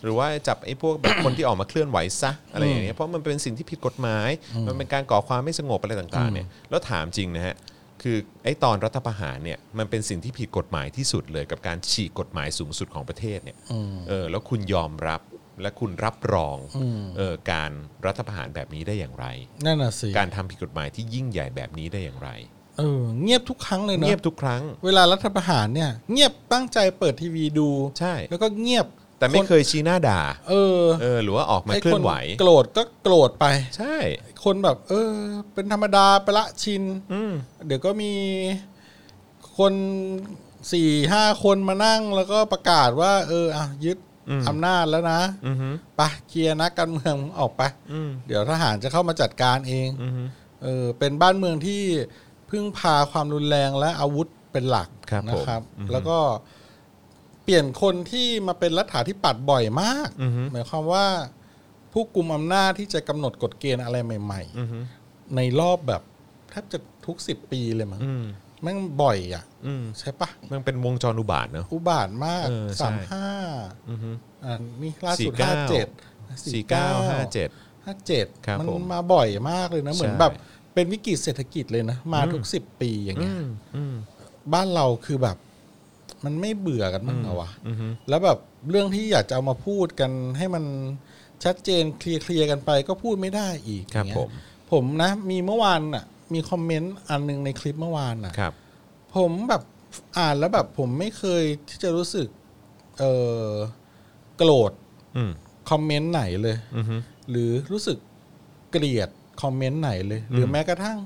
Speaker 1: หรือว่าจับไอ้พวกแบบ คนที่ออกมาเคลื่อนไหวซะอะไรอย่างเงี้ยเพราะมันเป็นสิ่งที่ผิดกฎหมาย มันเป็นการก่อความไม่สงบอะไรต่างๆเนี่ยแล้วถามจริงนะฮะคือไอ้ตอนรัฐประหารเนี่ยมันเป็นสิ่งที่ผิดกฎหมายที่สุดเลยกับการฉีกกฎหมายสูงสุดของประเทศเนี่ย
Speaker 2: อืม
Speaker 1: เออแล้วคุณยอมรับและคุณรับรอง
Speaker 2: อืม
Speaker 1: เออการรัฐประหารแบบนี้ได้อย่างไร
Speaker 2: นั่นน่ะสิ
Speaker 1: การทำผิดกฎหมายที่ยิ่งใหญ่แบบนี้ได้อย่างไร
Speaker 2: เออ เงียบทุกครั้งเลยเนาะ
Speaker 1: เงียบทุกครั้ง
Speaker 2: เวลารัฐประหารเนี่ย เงียบตั้งใจเปิดทีวีดู
Speaker 1: ใช่
Speaker 2: แล้วก็เงียบ
Speaker 1: แต่ไม่
Speaker 2: น
Speaker 1: เคยชี้หน้าด่า
Speaker 2: เออ
Speaker 1: เออหรือว่าออกมา
Speaker 2: ไอ้
Speaker 1: เคลื่
Speaker 2: ค
Speaker 1: อนนไหว
Speaker 2: โกรธก็โกรธไป
Speaker 1: ใช่
Speaker 2: คนแบบ เออ เป็นธรรมดาไปละชิน
Speaker 1: อืม
Speaker 2: เดี๋ยวก็มีคนสี่ห้าคนมานั่งแล้วก็ประกาศว่า เอออ่ะยึดอำนาจแล้วนะ
Speaker 1: อือหือ
Speaker 2: ไปเคลียร์นะการเมืองมึงออกไป
Speaker 1: อืม
Speaker 2: เดี๋ยวทหารจะเข้ามาจัดการเอง
Speaker 1: อือหือ
Speaker 2: เออเป็นบ้านเมืองที่พึ่งพาความรุนแรงและอาวุธเป็นหลัก
Speaker 1: ครับผม
Speaker 2: นะครับ
Speaker 1: อืม
Speaker 2: แล้วก็เปลี่ยนคนที่มาเป็นรัฐาธิปัตย์บ่อยมาก
Speaker 1: อือฮึ
Speaker 2: หมายความว่า ผู้กลุ่มอำนาจที่จะกำหนดกฎเกณฑ์อะไรใหม่
Speaker 1: อือหือ
Speaker 2: ๆ ในรอบแบบแทบจะทุกสิบปีเลยมั้ง
Speaker 1: อืม
Speaker 2: แม่งบ่อยอ่ะ
Speaker 1: อืม
Speaker 2: ใช่ปะ
Speaker 1: มันเป็นวงจรอุบาทเนอะ
Speaker 2: อุบาทมาก
Speaker 1: เออใช่
Speaker 2: สามห้า
Speaker 1: อือหือ
Speaker 2: อ่านี่ล่าสุด
Speaker 1: 49
Speaker 2: ห้าเจ็ด
Speaker 1: สี่เก้าห้าเจ็ด
Speaker 2: ห้าเจ็ด
Speaker 1: ครับ
Speaker 2: มัน
Speaker 1: ผม
Speaker 2: มาบ่อยมากเลยนะ
Speaker 1: ใช่
Speaker 2: เหมือนแบบเป็นวิกฤตเศรษฐกิจเลยนะ มา
Speaker 1: อืม
Speaker 2: ทุกสิบปีอย่าง
Speaker 1: อื
Speaker 2: เงี้ย
Speaker 1: มอืม
Speaker 2: บ้านเราคือแบบ มันไม่เบื่อกันมั้งเหรอวะ
Speaker 1: อือหือ
Speaker 2: แล้วแบบเรื่องที่อยากจะเอามาพูดกันให้มันชัดเจนเคลียร์เคลียร์กันไปก็พูดไม่ได้อีก
Speaker 1: ครับ
Speaker 2: อย่าง
Speaker 1: ผ
Speaker 2: เงี้ย
Speaker 1: ม
Speaker 2: ผมนะ มีเมื่อวานอ่ะ มีคอมเมนต์อันหนึงในคลิปเมื่อวานอ่ะ
Speaker 1: ครับ
Speaker 2: ผมแบบอ่านแล้วแบบ ผมไม่เคยที่จะรู้สึก เออโกรธ
Speaker 1: อืม
Speaker 2: คอมเมนต์ไหนเลย
Speaker 1: อือหือ
Speaker 2: หรือรู้สึกเกลียดคอมเมนต์ไหนเลย หรือแม้กระทั่ง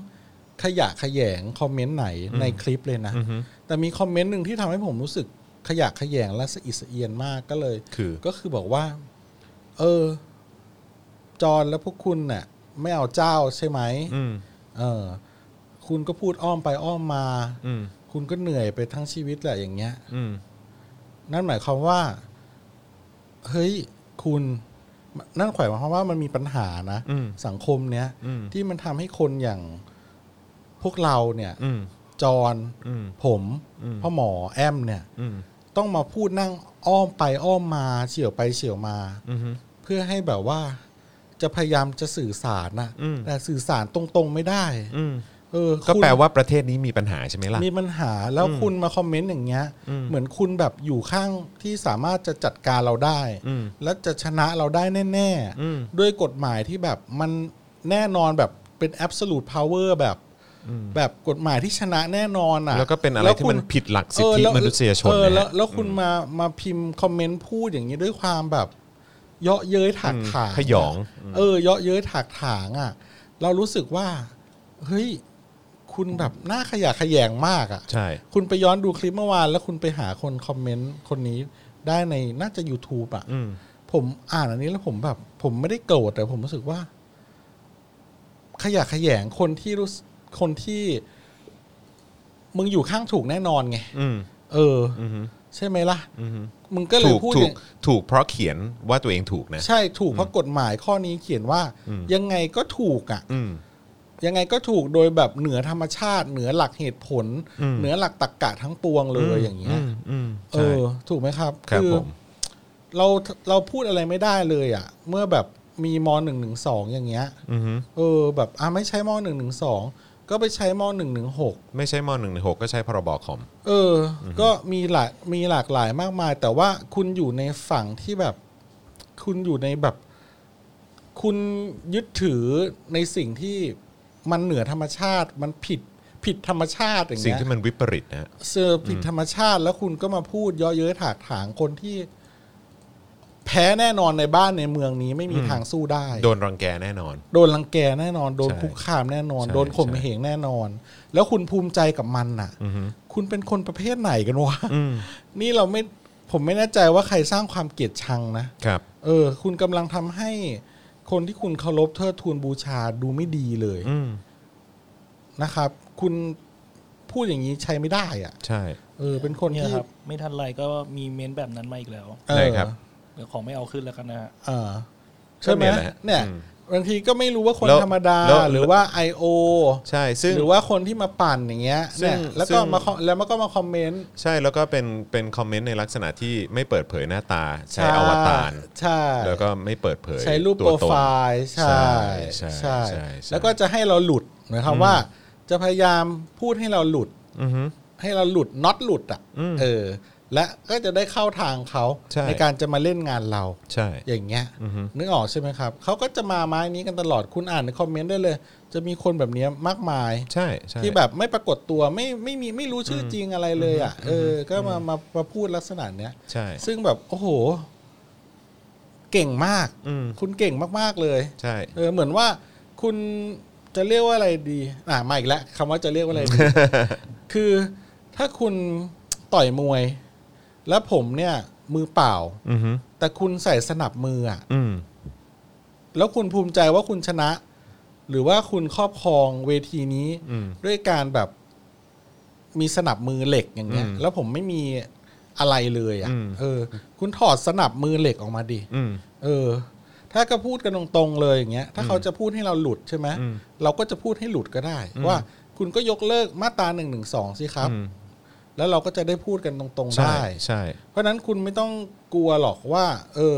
Speaker 2: ขยะขยงคอมเมนต์ไหน
Speaker 1: อืม
Speaker 2: ในคลิปเลยนะ
Speaker 1: อือหือ
Speaker 2: แต่มีคอมเมนต์หนึ่งที่ทำให้ผมรู้สึกขยะขยงและสะอิดสะเอียนมากก็เลย
Speaker 1: คือ
Speaker 2: ก็คือบอกว่า เออ จอนและพวกคุณน่ะ ไม่เอาเจ้าใช่ไหม
Speaker 1: อืม
Speaker 2: เออ คุณก็พูดอ้อมไปอ้อมมา
Speaker 1: อืม
Speaker 2: คุณก็เหนื่อยไปทั้งชีวิตแหละอย่างเงี้ย
Speaker 1: อืม
Speaker 2: นั่นหมายความว่า เฮ้ยคุณนั่นขวายหมายความว่ามันมีปัญหานะ
Speaker 1: อืม
Speaker 2: สังคมเนี้ย
Speaker 1: อืม
Speaker 2: ที่มันทำให้คนอย่างพวกเราเนี่ย
Speaker 1: อืม
Speaker 2: จอห์น
Speaker 1: อืม
Speaker 2: ผม
Speaker 1: อืม
Speaker 2: พ่อหมอแอมเนี่ย
Speaker 1: อืม
Speaker 2: ต้องมาพูดนั่งอ้อมไปอ้อมมาเฉียวไปเฉียวมา
Speaker 1: อือหือ
Speaker 2: เพื่อให้แบบว่า จะพยายามจะสื่อสารนะ
Speaker 1: อืม
Speaker 2: แต่สื่อสารตรงๆไม่ได้
Speaker 1: อืม
Speaker 2: เออ
Speaker 1: ก็
Speaker 2: คุณ
Speaker 1: แปลว่าประเทศนี้มีปัญหาใช่ไหมล่ะ
Speaker 2: มีปัญหาแล้ว
Speaker 1: อืม
Speaker 2: คุณมาคอมเมนต์อย่างเงี้ย
Speaker 1: อืม
Speaker 2: เหมือนคุณแบบอยู่ข้างที่สามารถจะจัดการเราได้
Speaker 1: อืม
Speaker 2: และจะชนะเราได้แน่
Speaker 1: อืม
Speaker 2: ๆ ด้วยกฎหมายที่แบบมันแน่นอนแบบเป็น absolute power แบบ
Speaker 1: อืม
Speaker 2: แบบกฎหมายที่ชนะแน่นอนอ่ะ
Speaker 1: แล้วก็เป็นอะไร
Speaker 2: แล้ว
Speaker 1: ที่
Speaker 2: คุ
Speaker 1: มั
Speaker 2: ณ
Speaker 1: นผิดหลักสิทธิ
Speaker 2: เออแล้ว
Speaker 1: มนุษยชน
Speaker 2: เออ
Speaker 1: นะ
Speaker 2: แล้ว
Speaker 1: ฮะ
Speaker 2: แล้วคุณมามาพิมพ์คอมเมนต์พูดอย่างนี้ด้วยความแบบ เยาะเย้ยถากถาง
Speaker 1: ขยอง
Speaker 2: เออเยาะเย้ยถากถางอ่ะ เรารู้สึกว่า เฮ้ย คุณแบบหน้าขยะแขยงมากอ่ะ
Speaker 1: ใช่
Speaker 2: คุณไปย้อนดูคลิปเมื่อวาน แล้วคุณไปหาคนคอมเมนต์คนนี้ได้ในน่าจะ YouTube อ่ะ
Speaker 1: อืม
Speaker 2: ผมอ่านอันนี้แล้วผมแบบ ผมไม่ได้โกรธแต่ผมรู้สึกว่า ขยะแขยงคนที่รู้สึกคนที่ มึงอยู่ข้างถูกแน่นอนไง
Speaker 1: อืม
Speaker 2: เออ
Speaker 1: อืม
Speaker 2: ใช่ไหมล่ะ
Speaker 1: อืม
Speaker 2: มึงก็เล
Speaker 1: ถู
Speaker 2: ย
Speaker 1: ก
Speaker 2: พูด
Speaker 1: ถู
Speaker 2: อก ย่าง
Speaker 1: ถูกเพราะเขียนว่าตัวเองถูกนะ
Speaker 2: ใช่ถูกเพราะกฎหมายข้อนี้เขียนว่า
Speaker 1: อืม
Speaker 2: ยังไงก็ถูกอ่ะ
Speaker 1: อืม
Speaker 2: ยังไงก็ถูกโดยแบบเหนือธรรมชาติ เหนือหลักเหตุผล
Speaker 1: อืม
Speaker 2: เหนือหลักตรรกะทั้งปวงเลยอย่างเงี้ย
Speaker 1: มอืม
Speaker 2: เอ
Speaker 1: ใช่
Speaker 2: อ ถูกไหมครับ
Speaker 1: ครับผม
Speaker 2: เราเราพูดอะไรไม่ได้เลยอ่ะ เมื่อแบบมีมหนึ่งหนึ่งสองอย่างเงี้ย
Speaker 1: อือฮึ
Speaker 2: เออ แบบอ่ะไม่ใช้มหนึ่งหนึ่งสองก็ไปใช้มหนึ่งหนึ่งหก
Speaker 1: ไม่ใช่มหนึ่งหกก็ใช้พรบคอม
Speaker 2: เอออ ก็มีหลายมีหลากหลายมากมาย แต่ว่าคุณอยู่ในฝั่งที่แบบ คุณอยู่ในแบบ คุณยึดถือในสิ่งที่มันเหนือธรรมชาติ มันผิดผิดธรรมชาติอย่าง
Speaker 1: สิ่ง
Speaker 2: เงี้ย
Speaker 1: ที่มันวิปริตนะฮะ
Speaker 2: เซอร์ผิดธรรมชาติ แล้วคุณก็มาพูดเย่อเย้ยถากถางคนที่ แพ้แน่นอนในบ้านในเมืองนี้ไม่มีทางสู้ได้
Speaker 1: โดนรังแกแน่นอน
Speaker 2: โดนรังแกแน่นอน โดน
Speaker 1: ใช่
Speaker 2: คุกคามแน่นอน
Speaker 1: ใช่
Speaker 2: โดนข่ม
Speaker 1: ใช่
Speaker 2: เหงแน่นอน แล้วคุณภูมิใจกับมันน่ะ
Speaker 1: อือฮึ
Speaker 2: คุณเป็นคนประเภทไหนกันวะ
Speaker 1: อืม
Speaker 2: นี่เราไม่ผมไม่แน่ใจว่าใครสร้างความเกลียดชังนะครับ เออ คุณกำลังทำให้คนที่คุณเคารพเทิดทูนบูชาดูไม่ดีเลย
Speaker 1: อืม
Speaker 2: นะครับ คุณพูดอย่างนี้ใช้ไม่ได้อะ
Speaker 1: ใช่
Speaker 2: เออ เป็นคน
Speaker 3: เนี่ย
Speaker 2: ที่
Speaker 3: ครับ ไม่ทันไรก็มีเม้นต์แบบนั้นมาอีกแล้ว
Speaker 2: เอ
Speaker 1: ได้
Speaker 2: อ
Speaker 1: ครับ
Speaker 3: เดี๋ยวของไม่เอาขึ้นแล้วกันนะฮะ
Speaker 2: เออใช่ไหม
Speaker 1: ก็แหละฮะ
Speaker 2: เนี่ย
Speaker 1: อืม
Speaker 2: บางทีก็ไม่รู้ว่าคน
Speaker 1: แล้ว
Speaker 2: ธรรมดา
Speaker 1: แล้ว
Speaker 2: หรือว่า I.O.
Speaker 1: ใช่ซึ่ง
Speaker 2: หรือว่าคนที่มาปั่นอย่างเงี้ย
Speaker 1: ซึ่ง
Speaker 2: เนี่ยแล้ว
Speaker 1: ซึ่
Speaker 2: ก็
Speaker 1: ง
Speaker 2: มาคอมแล้วมันก็มาคอมเมนต์
Speaker 1: ใช่แล้วก็เป็นเป็นคอมเมนต์ในลักษณะที่ไม่เปิดเผยหน้าตา ใช้อวตาร
Speaker 2: ใช่
Speaker 1: แล้วก็ไม่เปิดเผย
Speaker 2: ใช้รูป
Speaker 1: ตั
Speaker 2: โป
Speaker 1: ว
Speaker 2: ร
Speaker 1: ตน
Speaker 2: ไฟล์ใช่
Speaker 1: ใช่ใช่
Speaker 2: ใช่
Speaker 1: ใช่ใช่
Speaker 2: แล้วก็จะให้เราหลุดหมายความว่า จะพยายามพูดให้เราหลุด
Speaker 1: อือฮึ
Speaker 2: ให้เราหลุดน็อตหลุดอ่ะ
Speaker 1: อืม
Speaker 2: เออ และก็จะได้เข้าทางเขา
Speaker 1: ใช่
Speaker 2: การจะมาเล่นงานเรา
Speaker 1: ใช่
Speaker 2: อย่างเงี้ย
Speaker 1: อือฮึ
Speaker 2: นึกออกใช่ไหมครับเขาก็จะมาไม้นี้กันตลอดคุณอ่านในคอมเมนต์ได้เลย จะมีคนแบบเนี้ยมากมาย
Speaker 1: ใช่ใช่
Speaker 2: ที่แบบไม่ปรากฏตัวไม่ไม่มีไม่รู้ชื่อจริงอะไรเลยอ่ะเออ ก็มามามาพูดลักษณะเนี้ย
Speaker 1: ใช่
Speaker 2: ซึ่งแบบ โอ้โห เก่งมาก
Speaker 1: อืม
Speaker 2: คุณเก่งมากๆเลย
Speaker 1: ใช่
Speaker 2: เออเหมือนว่าคุณจะเรียกว่าอะไรดี อ่ามาอีกแล้วคำว่าจะเรียกว่า อะไรดี คือถ้าคุณต่อยมวย แล้วผมเนี่ย มือเปล่า
Speaker 1: อือฮึ
Speaker 2: แต่คุณใส่สนับมืออ่ะ
Speaker 1: อืม
Speaker 2: แล้วคุณภูมิใจว่าคุณชนะ หรือว่าคุณครอบครองเวทีนี้
Speaker 1: อืม
Speaker 2: ด้วยการแบบมีสนับมือเหล็กอย่างเงี้ย
Speaker 1: อืม
Speaker 2: แล้วผมไม่มีอะไรเลย
Speaker 1: อื
Speaker 2: อะ่ะ
Speaker 1: ม
Speaker 2: เออ คุณถอดสนับมือเหล็กออกมาดิ
Speaker 1: อืม
Speaker 2: เออ ถ้าก็พูดกันตรงๆเลยอย่างเงี้ย ถ้าเขาจะพูดให้เราหลุดใช่ไหม
Speaker 1: อืม
Speaker 2: เราก็จะพูดให้หลุดก็ได้ ว่าคุณก็ยกเลิกมาตราหนึ่งหนึ่งสองสิครับ
Speaker 1: อืม
Speaker 2: แล้วเราก็จะได้พูดกันตรงๆ
Speaker 1: ใช่
Speaker 2: ได้
Speaker 1: ใช่
Speaker 2: เพราะฉะนั้นคุณไม่ต้องกลัวหรอกว่า เออ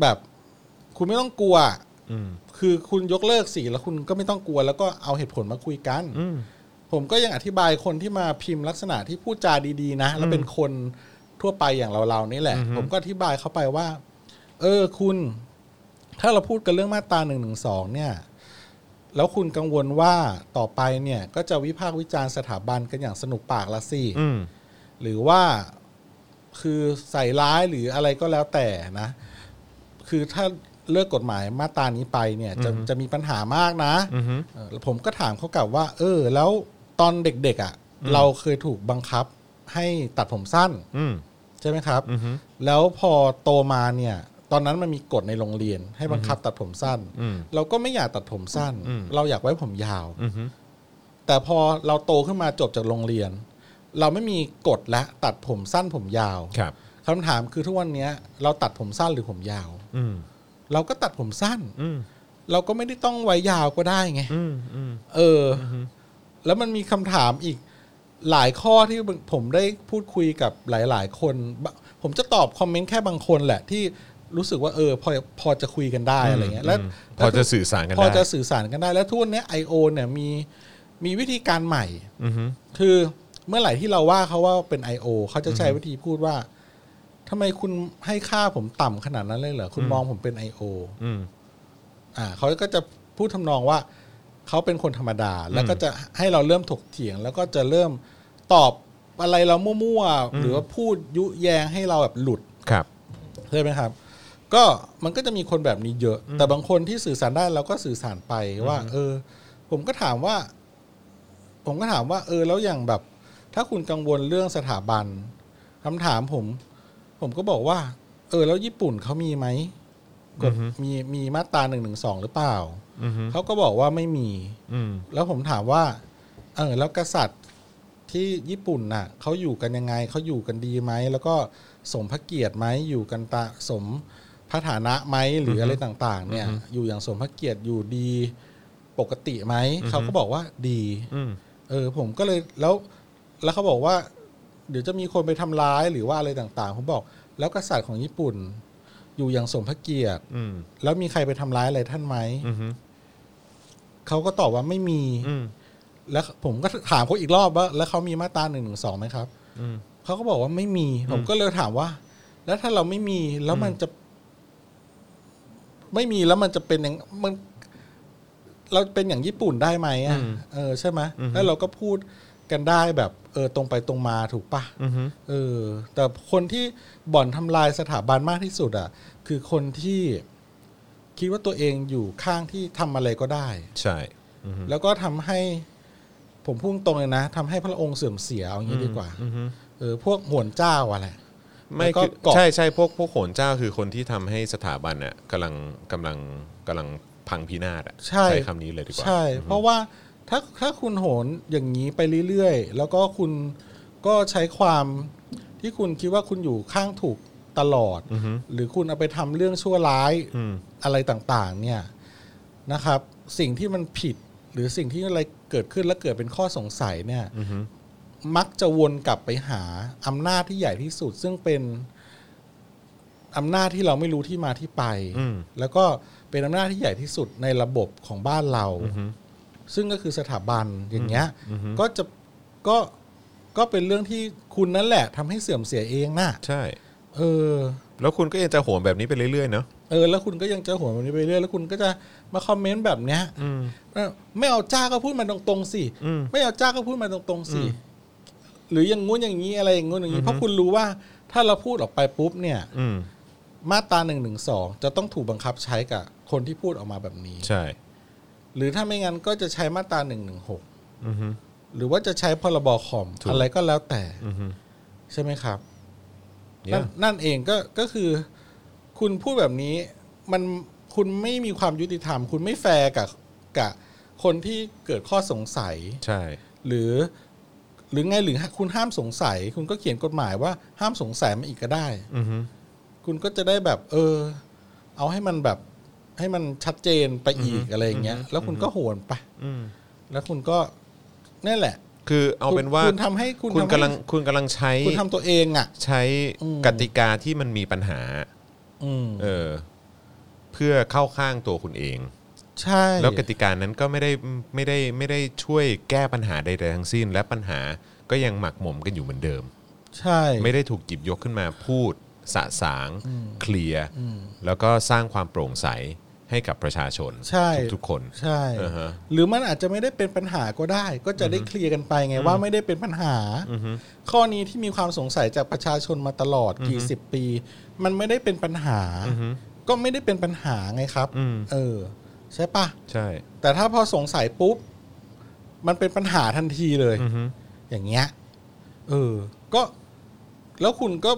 Speaker 2: แบบ คุณไม่ต้องกลัว
Speaker 1: อืม
Speaker 2: คือคุณยกเลิกสิแล้วคุณก็ไม่ต้องกลัว แล้วก็เอาเหตุผลมาคุยกัน
Speaker 1: อืม
Speaker 2: ผมก็ยังอธิบายคนที่มาพิมพ์ลักษณะที่พูดจาดีๆนะ แล้วเป็นคนทั่วไปอย่างเราๆนี่แหละ
Speaker 1: อือฮึ
Speaker 2: ผมก็อธิบายเขาไปว่า เออคุณ ถ้าเราพูดกันเรื่องมาตราหนึ่งหนึ่งสองเนี่ย แล้วคุณกังวลว่าต่อไปเนี่ย ก็จะวิพากษ์วิจารณ์สถาบันกันอย่างสนุกปากละสิ
Speaker 1: อืม
Speaker 2: หรือว่าคือใส่ร้ายหรืออะไรก็แล้วแต่นะ คือถ้าเลิกกฎหมายมาตรานี้ไปเนี่ย จะจะมีปัญหามากนะ
Speaker 1: อือฮึ
Speaker 2: เอ่อผมก็ถามเขากลับว่า เออ แล้วตอนเด็กๆอ่ะ เราเคยถูกบังคับให้ตัดผมสั้น
Speaker 1: อืม
Speaker 2: ใช่ไหมครับ
Speaker 1: อือฮึ
Speaker 2: แล้วพอโตมาเนี่ย ตอนนั้นมันมีกฎในโรงเรียน ให้บังคับตัดผมสั้น
Speaker 1: อืม
Speaker 2: เราก็ไม่อยากตัดผมสั้น
Speaker 1: อืม
Speaker 2: เราอยากไว้ผมยาว
Speaker 1: อือฮึ
Speaker 2: แต่พอเราโตขึ้นมาจบจากโรงเรียน เราไม่มีกฎและตัดผมสั้นผมยาว
Speaker 1: ครับ
Speaker 2: คำถามคือทุกวันเนี้ย เราตัดผมสั้นหรือผมยาว
Speaker 1: อืม
Speaker 2: เราก็ตัดผมสั้น
Speaker 1: อืม
Speaker 2: เราก็ไม่ได้ต้องไว้ยาวก็ได้ไง
Speaker 1: อืมอืม
Speaker 2: เอออแล้วมันมีคำถามอีกหลายข้อที่ผมได้พูดคุยกับหลาย ๆ คนบะผมจะตอบคอมเมนต์แค่บางคนแหละที่ รู้สึกว่าเออพอพอจะคุยกันได้อะไรเงี้ยแล้ว
Speaker 1: พอจะสื่อสารกัน
Speaker 2: พอ
Speaker 1: ได้
Speaker 2: จะสื่อสารกันได้แล้วทุกวันเนี้ยไอโอเนี่ยมีมีวิธีการใหม่
Speaker 1: อือฮึ
Speaker 2: คือเมื่อไหร่ที่เราว่าเขาว่าเป็น I.O. เขาจะใช้วิธีพูดว่าทำไมคุณให้ค่าผมต่ำขนาดนั้นเลยเหรอ คุณมองผมเป็น I.O.
Speaker 1: อืม
Speaker 2: อ่าเขาก็จะพูดทำนองว่าเขาเป็นคนธรรมดา แล้วก็จะให้เราเริ่มถกเถียง แล้วก็จะเริ่มตอบอะไรเรามั่วๆ หรือว่าพูดยุแยงให้เราแบบหลุด
Speaker 1: ครับ
Speaker 2: ใช่ไหมครับ ก็มันก็จะมีคนแบบนี้เยอะ แต่บางคนที่สื่อสารได้เราก็สื่อสารไปว่า เออ ผมก็ถามว่า ผมก็ถามว่า เออ แล้วอย่างแบบ ถ้าคุณกังวลเรื่องสถาบันคำถามผม ผมก็บอกว่า เออ แล้วญี่ปุ่นเขามีไหมก
Speaker 1: อื
Speaker 2: ฎ
Speaker 1: อฮึ
Speaker 2: มีมีมาตราหนึ่งหนึ่งสองหรือเปล่า
Speaker 1: อือฮึ
Speaker 2: เขาก็บอกว่าไม่มี
Speaker 1: อืม
Speaker 2: แล้วผมถามว่า เออ แล้วกษัตริย์ที่ญี่ปุ่นน่ะเขาอยู่กันยังไงเขาอยู่กันดีไหมแล้วก็สมพระเกียรติไหมอยู่กันตาสมพระฐานะไหมหรืออะไรต่าง ๆ เนี่ย อยู่อย่างสมพระเกียรติอยู่ดีปกติไหมเขาก็บอกว่าดี
Speaker 1: อืม
Speaker 2: เออ ผมก็เลยแล้ว แล้วเขาบอกว่า เดี๋ยวจะมีคนไปทำร้ายหรือว่าอะไรต่างๆผมบอก แล้วกษัตริย์ของญี่ปุ่น อยู่อย่างสมพระเกียรติ
Speaker 1: อืม
Speaker 2: แล้วมีใครไปทำร้ายอะไรท่านไหม
Speaker 1: อือฮึ
Speaker 2: เขาก็ตอบว่าไม่มี
Speaker 1: อืม
Speaker 2: แล้วผมก็ถามเขาอีกรอบว่า แล้วเขามีมาตราหนึ่งหนึ่งสองไหมครับ
Speaker 1: อืม
Speaker 2: เขาก็บอกว่าไม่มี ผมก็เลยถามว่า แล้วถ้าเราไม่มีแล้วมันจะ ไม่มีแล้วมันจะเป็นอย่างมัน เราเป็นอย่างญี่ปุ่นได้ไหมอ่ะ
Speaker 1: อืม
Speaker 2: เออใช่ไหม
Speaker 1: อือฮึ
Speaker 2: แล้วเราก็พูดกันได้แบบ เออ ตรงไปตรงมาถูกปะ
Speaker 1: อือฮึ
Speaker 2: เออ แต่คนที่บ่อนทำลายสถาบันมากที่สุด อ่ะ คือคนที่คิดว่าตัวเองอยู่ข้างที่ทำอะไรก็ได้
Speaker 1: ใช่อือฮึ
Speaker 2: แล้วก็ทำให้ผมพูดตรงเลยนะทำให้พระองค์เสื่อมเสียเอาอย่างนี้ดีกว่า
Speaker 1: อือฮึ
Speaker 2: เออพวกโหวนเจ้าอะไร
Speaker 1: ไม่
Speaker 2: แล้วก็
Speaker 1: คือ
Speaker 2: เกาะ
Speaker 1: ใช่ใช่พวกพวกโหนเจ้าคือคนที่ทำให้สถาบันน่ะกำลังกำลังกำลังพังพินาศอะ
Speaker 2: ใช่
Speaker 1: ใช้คำนี้เลยดีกว่า
Speaker 2: ใช่ เพราะว่าถ้าถ้าคุณโหนอย่างนี้ไปเรื่อยๆ แล้วก็คุณก็ใช้ความที่คุณคิดว่าคุณอยู่ข้างถูกตลอด
Speaker 1: อือฮึ
Speaker 2: หรือคุณเอาไปทำเรื่องชั่วร้าย
Speaker 1: อืม
Speaker 2: อะไรต่างๆ เนี่ยนะครับ สิ่งที่มันผิดหรือสิ่งที่อะไรเกิดขึ้นและเกิดเป็นข้อสงสัยเนี่ย
Speaker 1: อือฮึ
Speaker 2: มักจะวนกลับไปหาอำนาจที่ใหญ่ที่สุด ซึ่งเป็นอำนาจที่เราไม่รู้ที่มาที่ไป
Speaker 1: อืม
Speaker 2: แล้วก็เป็นอำนาจที่ใหญ่ที่สุดในระบบของบ้านเรา
Speaker 1: อือฮึ
Speaker 2: ซึ่งก็คือสถาบันอย่างเงี้ย
Speaker 1: อือฮึ
Speaker 2: ก็จะก็ก็เป็นเรื่องที่คุณนั่นแหละทำให้เสื่อมเสียเองน่ะ
Speaker 1: ใช่
Speaker 2: เออ
Speaker 1: แล้วคุณก็ยังจะโหนแบบนี้ไปเรื่อยๆเนาะ
Speaker 2: เออ แล้วคุณก็ยังจะหัวมันนี้ไปเรื่อยแล้วคุณก็จะมาคอมเมนต์แบบเนี้ย
Speaker 1: อืม
Speaker 2: เออไม่เอาจ้าก็พูดมาตรงๆสิ
Speaker 1: อืม
Speaker 2: ไม่เอาจ้าก็พูดมาตรงๆสิ
Speaker 1: อืม
Speaker 2: หรืออย่างงู้นอย่างนี้อะไรอย่างงู้นอย่าง
Speaker 1: อื
Speaker 2: นี้
Speaker 1: อฮึ
Speaker 2: เพราะคุณรู้ว่าถ้าเราพูดออกไปปุ๊บเนี่ย
Speaker 1: อืม
Speaker 2: มาตราหนึ่งหนึ่งสองจะต้องถูกบังคับใช้กับคนที่พูดออกมาแบบนี้
Speaker 1: ใช่
Speaker 2: หรือถ้าไม่งั้นก็จะใช้มาตราหนึ่งหนึ่งหก
Speaker 1: อือฮึ
Speaker 2: หรือว่าจะใช้พรบคอม
Speaker 1: ถูก
Speaker 2: อะไรก็แล้วแต่
Speaker 1: อือฮึ
Speaker 2: ใช่ไหมครับ
Speaker 1: เนี่
Speaker 2: นั่
Speaker 1: ย
Speaker 2: นนั่นเองก็ก็คือ คุณพูดแบบนี้ มันคุณไม่มีความยุติธรรม คุณไม่แฟร์กับกับคนที่เกิดข้อสงสัย
Speaker 1: ใช่
Speaker 2: หรือหรือไงหรือคุณห้ามสงสัย คุณก็เขียนกฎหมายว่าห้ามสงสัยมาอีกก็ได้
Speaker 1: อือฮึ
Speaker 2: คุณก็จะได้แบบ เออ เอาให้มันแบบให้มันชัดเจนไปอีกอะไรอย่างเงี้ย แล้วคุณก็โหนไป
Speaker 1: อืม
Speaker 2: แล้วคุณก็นั่นแหละ
Speaker 1: คือเอาเป็นว่า
Speaker 2: คุณทำให้คุณ
Speaker 1: คุณ
Speaker 2: ทำให้
Speaker 1: กำลังคุณกำลังใช้
Speaker 2: คุณทำตัวเองอ่ะ
Speaker 1: ใช้
Speaker 2: อืม
Speaker 1: กติกาที่มันมีปัญหา
Speaker 2: อืม
Speaker 1: เออ เพื่อเข้าข้างตัวคุณเอง
Speaker 2: ใช่
Speaker 1: แล้วกติกานั้นก็ไม่ได้ไม่ได้ไม่ได้ช่วยแก้ปัญหาใดๆทั้งสิ้น และปัญหาก็ยังหมักหมมกันอยู่เหมือนเดิม
Speaker 2: ใช่
Speaker 1: ไม่ได้ถูกหยิบยกขึ้นมาพูดสะสาง เคลียร์
Speaker 2: อืม
Speaker 1: แล้วก็สร้างความโปร่งใสให้กับประชาชน
Speaker 2: ใช่
Speaker 1: ทุกๆคน
Speaker 2: ใช่
Speaker 1: อ่าฮะ
Speaker 2: หรือมันอาจจะไม่ได้เป็นปัญหาก็ได้ ก็จะได้เคลียร์กันไปไงว่าไม่ได้เป็นปัญหา
Speaker 1: อือฮึ
Speaker 2: ข้อนี้ที่มีความสงสัยจากประชาชนมาตลอดกี่สิบปี มันไม่ได้เป็นปัญหา
Speaker 1: อือฮึ
Speaker 2: ก็ไม่ได้เป็นปัญหาไงครับ
Speaker 1: อืม
Speaker 2: เออ ใช่ปะ
Speaker 1: ใช่
Speaker 2: แต่ถ้าพอสงสัยปุ๊บ มันเป็นปัญหาทันทีเลย
Speaker 1: อือฮึ
Speaker 2: อย่างเงี้ยเออ ก็แล้วคุณก็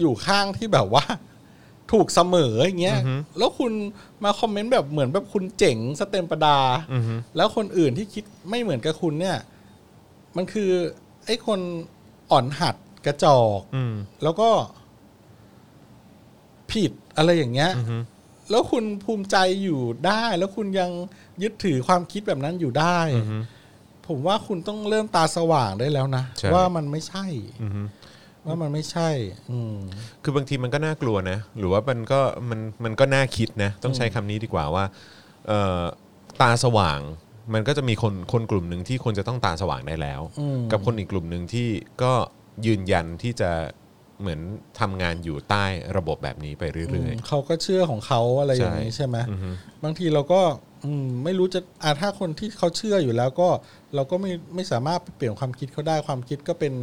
Speaker 2: อยู่ข้างที่แบบว่า ถูกเสมออย่างเงี้ยแล้วคุณมาคอมเมนต์แบบเหมือนแบบคุณเจ๋งสเต็มประดา
Speaker 1: อือฮึ
Speaker 2: แล้วคนอื่นที่คิดไม่เหมือนกับคุณเนี่ย มันคือไอ้คนอ่อนหัดกระจอก
Speaker 1: อืม
Speaker 2: แล้วก็ผิดอะไรอย่างเงี้ย
Speaker 1: อือฮึ
Speaker 2: แล้วคุณภูมิใจอยู่ได้ แล้วคุณยังยึดถือความคิดแบบนั้นอยู่ได้
Speaker 1: อือฮึ
Speaker 2: ผมว่าคุณต้องเริ่มตาสว่างได้แล้วนะ
Speaker 1: ใช่
Speaker 2: ว่ามันไม่ใช่
Speaker 1: อือฮึ
Speaker 2: ว่ามันไม่ใช่ อืม
Speaker 1: คือบางทีมันก็น่ากลัวนะ หรือว่ามันก็มันมันก็น่าคิดนะ ต้องใช้คำนี้ดีกว่าว่าเอ่อตาสว่าง มันก็จะมีคนคนกลุ่มหนึ่งที่คนจะต้องตาสว่างได้แล้ว
Speaker 2: อืม
Speaker 1: กับคนอีกกลุ่มหนึ่งที่ก็ยืนยันที่จะเหมือนทำงานอยู่ใต้ระบบแบบนี้ไปเรื่อย
Speaker 2: อืมเขาก็เชื่อของเขาอะไรอย่างนี้
Speaker 1: ใช่
Speaker 2: ใช่ไหม
Speaker 1: ๆอือฮึ
Speaker 2: บางทีเราก็อืมไม่รู้จะอ่าถ้าคนที่เขาเชื่ออยู่แล้วก็เราก็ไม่ไม่สามารถเปลี่ยนความคิดเขาได้ความคิดก็เป็น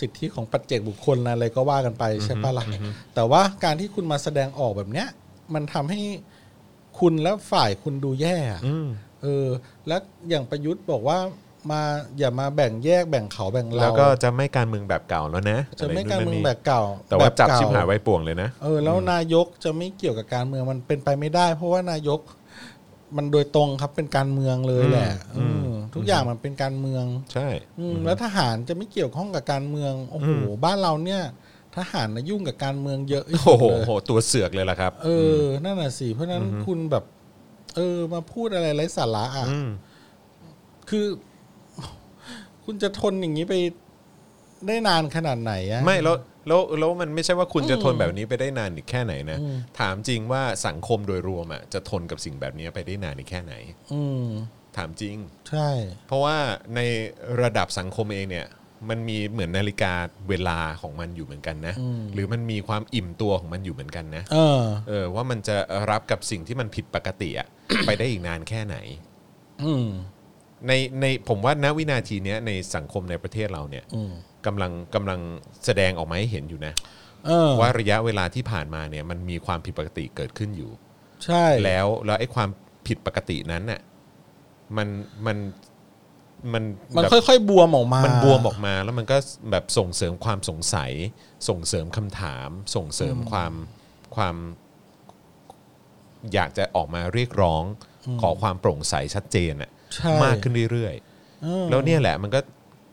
Speaker 2: สิทธิของปัจเจกบุคคลอะไรก็ว่ากันไปใช่ปะล่ะแต่ว่าการที่คุณมาแสดงออกแบบเนี้ย มันทำให้คุณและฝ่ายคุณดูแย่อะ
Speaker 1: อืม
Speaker 2: เออแล้วอย่างประยุทธ์บอกว่ามาอย่ามาแบ่งแยกแบ่งเขาแบ่งเรา
Speaker 1: แล้วก็จะไม่การเมืองแบบเก่าแล้วนะ
Speaker 2: จะไม่
Speaker 1: อ
Speaker 2: การ
Speaker 1: นู่น
Speaker 2: เมือง
Speaker 1: นี่
Speaker 2: แบบเก่า
Speaker 1: แต่ว่าจับ
Speaker 2: เก่
Speaker 1: ชิบหายไว้ป่วงเลยนะ
Speaker 2: เออแล้วนายกจะไม่เกี่ยวกับการเมืองมันเป็นไปไม่ได้ เพราะว่านายกมันโดยตรงครับเป็นการเมืองเลยแหละ
Speaker 1: อืม
Speaker 2: เออทุกอย่างมันเป็นการเมือง
Speaker 1: ใช่
Speaker 2: อืมแล้วทหารจะไม่เกี่ยวข้องกับการเมืองโอ้โห
Speaker 1: อืม
Speaker 2: บ้านเราเนี่ย ทหารนะยุ่งกับการเมืองเยอะที่สุ
Speaker 1: โอ้
Speaker 2: ด
Speaker 1: โห
Speaker 2: เลย
Speaker 1: ตัวเสือกเลยล่ะครับ
Speaker 2: เอออนั่นน่ะสิเพราะฉะนั้น
Speaker 1: อือฮึ
Speaker 2: คุณแบบ เออ มาพูดอะไรไร้สาระอ่ะ
Speaker 1: ม
Speaker 2: คือ คุณจะทนอย่างนี้ไปได้นานขนาดไหนอะ
Speaker 1: ไม่แล้วแล้วแล้วมันไม่ใช่ว่าคุณจะ
Speaker 2: อืม
Speaker 1: ทนแบบนี้ไปได้นานอีกแค่ไหนนะ
Speaker 2: อืม
Speaker 1: ถามจริงว่าสังคมโดยรวมอ่ะจะทนกับสิ่งแบบนี้ไปได้นานอีกแค่ไหน
Speaker 2: อืม
Speaker 1: ถามจริง
Speaker 2: ใช่
Speaker 1: เพราะว่าในระดับสังคมเองเนี่ย มันมีเหมือนนาฬิกาเวลาของมันอยู่เหมือนกันนะ
Speaker 2: อืม
Speaker 1: หรือมันมีความอิ่มตัวของมันอยู่เหมือนกันนะ
Speaker 2: เออ
Speaker 1: เออว่ามันจะรับกับสิ่งที่มันผิดปกติอะ ไปได้อีกนานแค่ไหน
Speaker 2: อืม
Speaker 1: ในในผมว่าณวินาทีเนี้ยในสังคมในประเทศเราเนี่ย
Speaker 2: อืม
Speaker 1: กำลังกำลังแสดงออกมาให้เห็นอยู่นะ
Speaker 2: เออ
Speaker 1: ว่าระยะเวลาที่ผ่านมาเนี่ยมันมีความผิดปกติเกิดขึ้นอยู่
Speaker 2: ใช่
Speaker 1: แล้วแล้วไอ้ความผิดปกตินั้นน่ะมันมันมัน
Speaker 2: มัน
Speaker 1: แบบ
Speaker 2: ค่อยๆบวมออกมามั
Speaker 1: มันบวมออกมาแล้วมันก็แบบส่งเสริมความสงสัย ส่งเสริมคำถาม ส่งเสริมความความอยากจะออกมาเรียกร้อง ขอความโปร่งใสชัดเจนน่ะ
Speaker 2: ใช่
Speaker 1: มากขึ้นเรื่อยๆ
Speaker 2: เออ
Speaker 1: แล้วเนี่ยแหละมันก็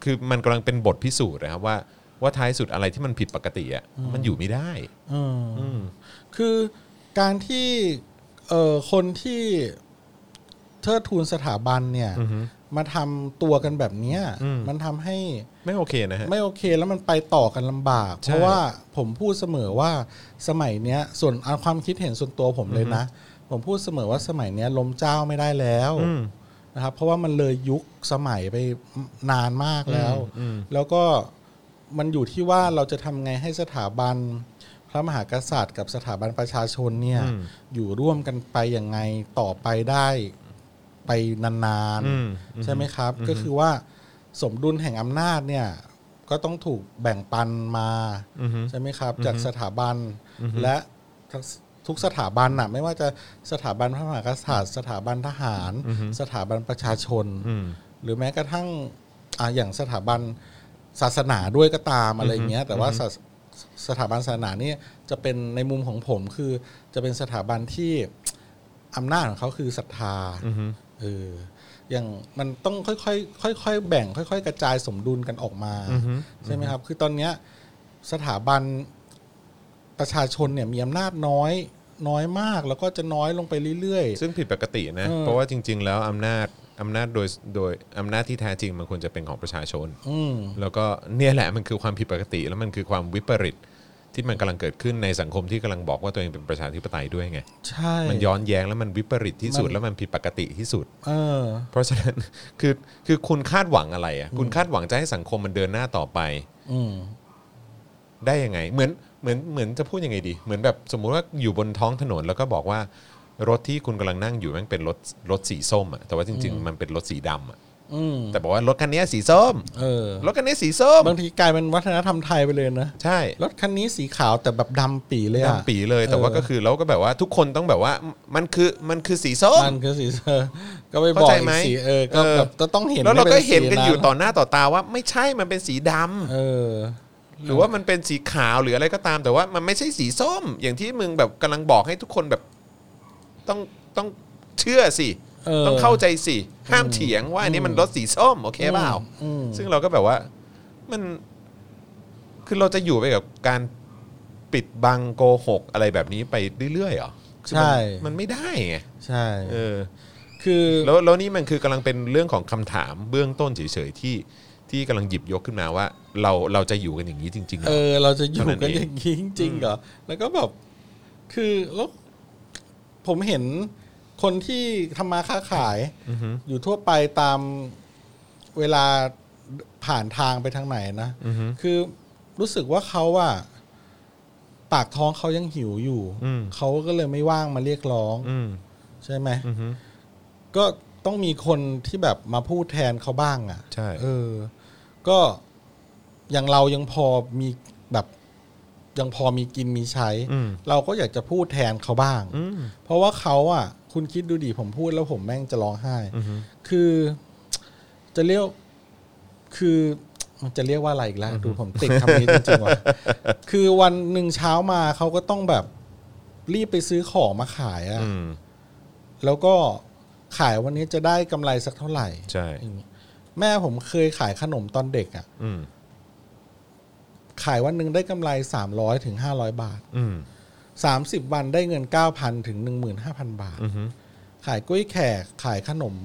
Speaker 1: คือมันกำลังเป็นบทพิสูจน์นะครับว่าว่าท้ายสุดอะไรที่มันผิดปกติอ่ะมันอยู่ไม่ได้
Speaker 2: เออ
Speaker 1: อืม
Speaker 2: คือการที่ เอ่อคนที่เทิดทูนสถาบันเนี่ย
Speaker 1: อือฮึ
Speaker 2: มาทำตัวกันแบบเนี้ย
Speaker 1: อืม
Speaker 2: มันทำให้
Speaker 1: ไม่โอเคนะฮะ
Speaker 2: ไม่โอเคแล้วมันไปต่อกันลำบาก
Speaker 1: ใช่
Speaker 2: เพราะว่าผมพูดเสมอว่าสมัยเนี้ย ส่วนเอาความคิดเห็นส่วนตัวผมเลยนะ ผมพูดเสมอว่าสมัยเนี้ยล้มเจ้าไม่ได้แล้ว
Speaker 1: อืม
Speaker 2: นะครับ เพราะว่ามันเลยยุคสมัยไปนานมากแล้ว
Speaker 1: อืมอืม
Speaker 2: แล้วก็มันอยู่ที่ว่าเราจะทำไงให้สถาบัน พระมหากษัตริย์ กับสถาบันประชาชนเนี่ย
Speaker 1: อืม
Speaker 2: อยู่ร่วมกันไปยังไงต่อไปได้ไปนาน
Speaker 1: อืม
Speaker 2: ๆ ใช่ไหมครับ ก็คือว่าสมดุลแห่งอำนาจเนี่ย ก็ต้องถูกแบ่งปันมา
Speaker 1: อือฮึ
Speaker 2: ใช่ไหมครับ จากสถาบันและทั้งทุกสถาบันน่ะไม่ว่าจะสถาบันพระมหากษัตริย์ สถาบันทหาร
Speaker 1: อือฮึ
Speaker 2: สถาบันประชาชน
Speaker 1: อืม
Speaker 2: หรือแม้กระทั่งอ่ะอย่างสถาบันศาสนาด้วยก็ตามอะไรอย่างเงี้ย แต่ว่าศาสสถาบันศาสนาเนี่ยจะเป็นในมุมของผมคือจะเป็นสถาบันที่อำนาจของเขาคือศรัทธา
Speaker 1: อือฮึ
Speaker 2: เอออย่างมันต้องค่อยๆค่อยๆแบ่ง ค่อย ๆ กระจายสมดุลกันออกมา
Speaker 1: อือฮึ
Speaker 2: ใช่ไหมครับ คือตอนเนี้ยสถาบันประชาชนเนี่ยมีอำนาจน้อยน้อยมาก แล้วก็จะน้อยลงไปเรื่อย
Speaker 1: ซึ่งผิดปกตินะ
Speaker 2: เออ
Speaker 1: เพราะว่าจริง ๆ แล้วอำนาจอำนาจโดยโดยอำนาจที่แท้จริงมันควรจะเป็นของประชาชน
Speaker 2: ๆ อืม
Speaker 1: แล้วก็เนี่ยแหละมันคือความผิดปกติ แล้วมันคือความวิปริตที่มันกำลังเกิดขึ้นในสังคมที่กำลังบอกว่าตัวเองเป็นประชาธิปไตยด้วยไง
Speaker 2: ใช่
Speaker 1: มันย้อนแย้งแล้วมันวิปริตที่สุดแล้วมันผิดปกติที่สุด
Speaker 2: เออ
Speaker 1: เพราะฉะนั้น คือคือคุณคาดหวังอะไรอ่ะคุณคาดหวังจะให้สังคมมันเดินหน้าต่อไป
Speaker 2: อืม
Speaker 1: ได้ยังไง เหมือนเหมือนเหมือนจะพูดยังไงดี เหมือนแบบสมมุติว่าอยู่บนท้องถนนแล้วก็บอกว่า รถที่คุณกำลังนั่งอยู่แมันเป็นรถรถสีส้มอ่ะแต่ว่าจริง ๆ มันเป็นรถสีดำอ่ะ
Speaker 2: อืม
Speaker 1: แต่บอกว่ารถคันนี้สีส้ม
Speaker 2: เออ
Speaker 1: รถคันนี้สีส้ม
Speaker 2: บางทีกลายเป็นวัฒนธรรมไทยไปเลยนะ
Speaker 1: ใช่
Speaker 2: รถคันนี้สีขาวแต่แบบดำปีเลยอะ
Speaker 1: ดำปีเลยแต่ว่าก็คือเราก็แบบว่าทุกคนต้องแบบว่ามันคือมันคือสีส้ม
Speaker 2: มันคือสีเออก็ไปบ
Speaker 1: เข้า
Speaker 2: อก
Speaker 1: ใจ
Speaker 2: อี
Speaker 1: ไหม
Speaker 2: กสีเออก็
Speaker 1: เออ
Speaker 2: แบบจะต้องเห็น
Speaker 1: แล้วเราก็
Speaker 2: ไม่ป็
Speaker 1: เห็นกัน
Speaker 2: สี
Speaker 1: อยู่ต่อหน้าต่อตาว่าไม่ใช่มันเป็นสีดำ
Speaker 2: เออ
Speaker 1: หรือว่ามันเป็นสีขาวหรืออะไรก็ตาม แต่ว่ามันไม่ใช่สีส้ม อย่างที่มึงแบบกำลังบอกให้ทุกคนแบบต้องต้องเชื่อสิ
Speaker 2: เออ
Speaker 1: ต้องเข้าใจสิห้ามเถียงว่าอันนี้มันรถสีส้มโอเคเปล่า
Speaker 2: อืม
Speaker 1: ซึ่งเราก็แบบว่ามันคือเราจะอยู่ไปกับการปิดบังโกหกอะไรแบบนี้ไปเรื่อยๆเหรอคือมัน
Speaker 2: ใช่
Speaker 1: มันไม่ได้ไง
Speaker 2: ใช่
Speaker 1: เออ
Speaker 2: คือ
Speaker 1: แล้วแล้วนี่มันคือกำลังเป็นเรื่องของคำถามเบื้องต้นเฉยๆที่ ที่กำลังหยิบยกขึ้นมาว่า เราเราจะอยู่กันอย่างนี้จริงๆหร
Speaker 2: เอ
Speaker 1: อ
Speaker 2: อ เราจะอ
Speaker 1: เท่า
Speaker 2: ยู่
Speaker 1: นั้น
Speaker 2: กัน
Speaker 1: เอง
Speaker 2: อย่างนี้จริงๆเหรอแล้วก็แบบคือแล้วผมเห็นคนที่ทำมาค้าขาย
Speaker 1: อฮึ
Speaker 2: อยู่ทั่วไปตามเวลาผ่านทางไปทางไหนนะ
Speaker 1: อือฮึ
Speaker 2: คือรู้สึกว่าเขาอะปากท้องเขายังหิวอยู่
Speaker 1: อืม
Speaker 2: เขาก็เลยไม่ว่างมาเรียกร้อง
Speaker 1: อืม
Speaker 2: ใช่ไหม
Speaker 1: อือฮึ
Speaker 2: ก็ต้องมีคนที่แบบมาพูดแทนเขาบ้างอะ่ะ
Speaker 1: ใช่
Speaker 2: เออ ก็อย่างเรายังพอมีแบบยังพอมีกินมีใช้
Speaker 1: อืม
Speaker 2: เราก็อยากจะพูดแทนเขาบ้าง
Speaker 1: อืม
Speaker 2: เพราะว่าเขาอะ่ะ คุณคิดดูดิผมพูดแล้วผมแม่งจะร้องไห้
Speaker 1: อือฮึ
Speaker 2: คือ จะเรียกคือมันจะเรียกว่าอะไรอีกแล้วดูผมติดคำนี้จริ งๆว่ะ คือวันหนึ่งเช้ามาเขาก็ต้องแบบรีบไปซื้อของมาขายอะ
Speaker 1: อืม
Speaker 2: แล้วก็ขายวันนี้จะได้กำไรสักเท่าไหร่
Speaker 1: ใช่
Speaker 2: อย่างงี้แม่ผมเคยขายขนมตอนเด็กอะ
Speaker 1: อืม
Speaker 2: ขายวันหนึ่งได้กำไรสามร้อยถึงห้าร้อยบาท
Speaker 1: อืม
Speaker 2: สามสิบวันได้เงินเก้าพันถึงหนึ่งหมื่นห้าพันบาท
Speaker 1: อือฮึ
Speaker 2: ขายกล้วยแขก ขายขนม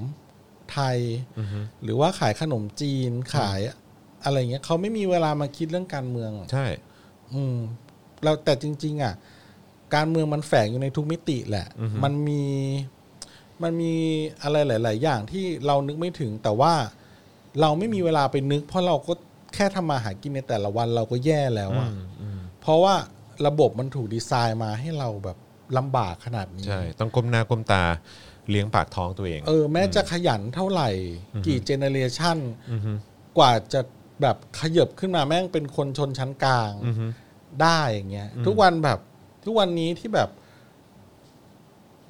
Speaker 2: ไทย
Speaker 1: อือฮึ
Speaker 2: หรือว่าขายขนมจีนขายอะไรเงี้ยเขาไม่มีเวลามาคิดเรื่องการเมืองหรอก
Speaker 1: ใช่
Speaker 2: อืมเราแต่จริง ๆ อ่ะ การเมืองมันแฝงอยู่ในทุกมิติแหละ
Speaker 1: อือฮึ
Speaker 2: มันมีมันมีอะไรหลาย ๆ อย่างที่เรานึกไม่ถึง แต่ว่าเราไม่มีเวลาไปนึก เพราะเราก็แค่ทำมาหากินในแต่ละวันเราก็แย่แล้ว
Speaker 1: อื
Speaker 2: อ่ะ
Speaker 1: มอืม
Speaker 2: เพราะว่าระบบมันถูกดีไซน์มาให้เราแบบลำบากขนาดนี้
Speaker 1: ใช่ ต้องก้มหน้าก้มตาเลี้ยงปากท้องตัวเอง
Speaker 2: เออ แม้จะขยันเท่าไหร่ กี่เจเนเรชัน
Speaker 1: อฮึ
Speaker 2: กว่าจะแบบขยบขึ้นมาแม่งเป็นคนชนชั้นกลาง
Speaker 1: อือฮึ
Speaker 2: ได้อย่างเงี้ย
Speaker 1: อืม
Speaker 2: ทุกวันแบบ ทุกวันนี้ที่แบบ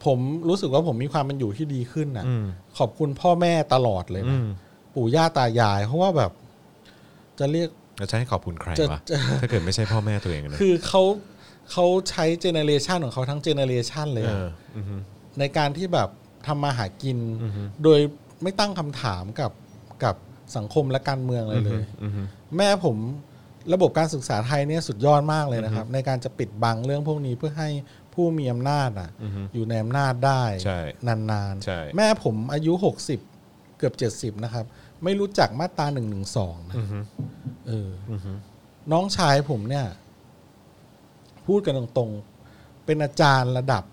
Speaker 2: ผมรู้สึกว่าผมมีความเป็นอยู่ที่ดีขึ้นนะ
Speaker 1: อืม
Speaker 2: ขอบคุณพ่อแม่ตลอดเลย
Speaker 1: อื
Speaker 2: นะ
Speaker 1: ม
Speaker 2: ปู่ย่าตายาย เพราะว่าแบบ จะเรียก
Speaker 1: แล้วจะให้ขอบคุณใคร
Speaker 2: จะ
Speaker 1: วะ
Speaker 2: จะ
Speaker 1: ถ้าเกิดไม่ใช่พ่อแม่ตัวเองนะ
Speaker 2: คือเขาเขาใช้เจเนเรชันของเขาทั้งเจเนเรชันเลย
Speaker 1: เอ
Speaker 2: อะ
Speaker 1: ออือฮึ
Speaker 2: ในการที่แบบทำมาหากิน
Speaker 1: อือฮึ
Speaker 2: โดยไม่ตั้งคำถามกับกับสังคมและการเมืองอะไรเลย
Speaker 1: อือฮึ
Speaker 2: แม่ผมระบบการศึกษาไทยเนี่ยสุดยอดมากเลยนะครับ ในการจะปิดบังเรื่องพวกนี้เพื่อให้ผู้มีอำนาจอ่ะ
Speaker 1: อือฮึ
Speaker 2: อยู่ในอำนาจได้
Speaker 1: ใช่
Speaker 2: นาน
Speaker 1: ใช่
Speaker 2: ๆ แม่ผมอายุ 60 เกือบ 70 นะครับ ไม่รู้จักมาตราหนึ่งหนึ่งสองนะ
Speaker 1: อือฮึ
Speaker 2: เออ
Speaker 1: อือฮึ
Speaker 2: น้องชายผมเนี่ย พูดกันตรงๆ เป็นอาจารย์ระดับ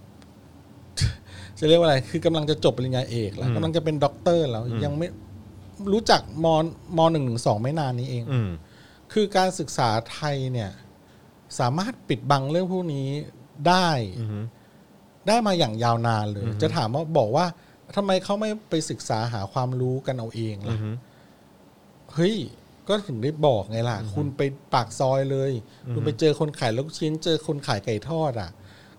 Speaker 2: จะเรียกว่าอะไร คือกำลังจะจบปริญญาเอกแล้วกำลังจะเป็นด็อกเตอร์แล้ว ยังไม่รู้จักมมหนึ่งหนึ่งสองไม่นานนี้เอง
Speaker 1: อืม
Speaker 2: คือการศึกษาไทยเนี่ย สามารถปิดบังเรื่องพวกนี้ได้
Speaker 1: อือฮึ
Speaker 2: ได้มาอย่างยาวนานเลย จะถามว่าบอกว่าทำไมเขาไม่ไปศึกษาหาความรู้กันเอาเองล่ะเฮ้ย ก็ถึงได้บอกไงล่ะ คุณไปปากซอยเลย คุณไปเจอคนขายลูกชิ้น เจอคนขายไก่ทอดอ่ะ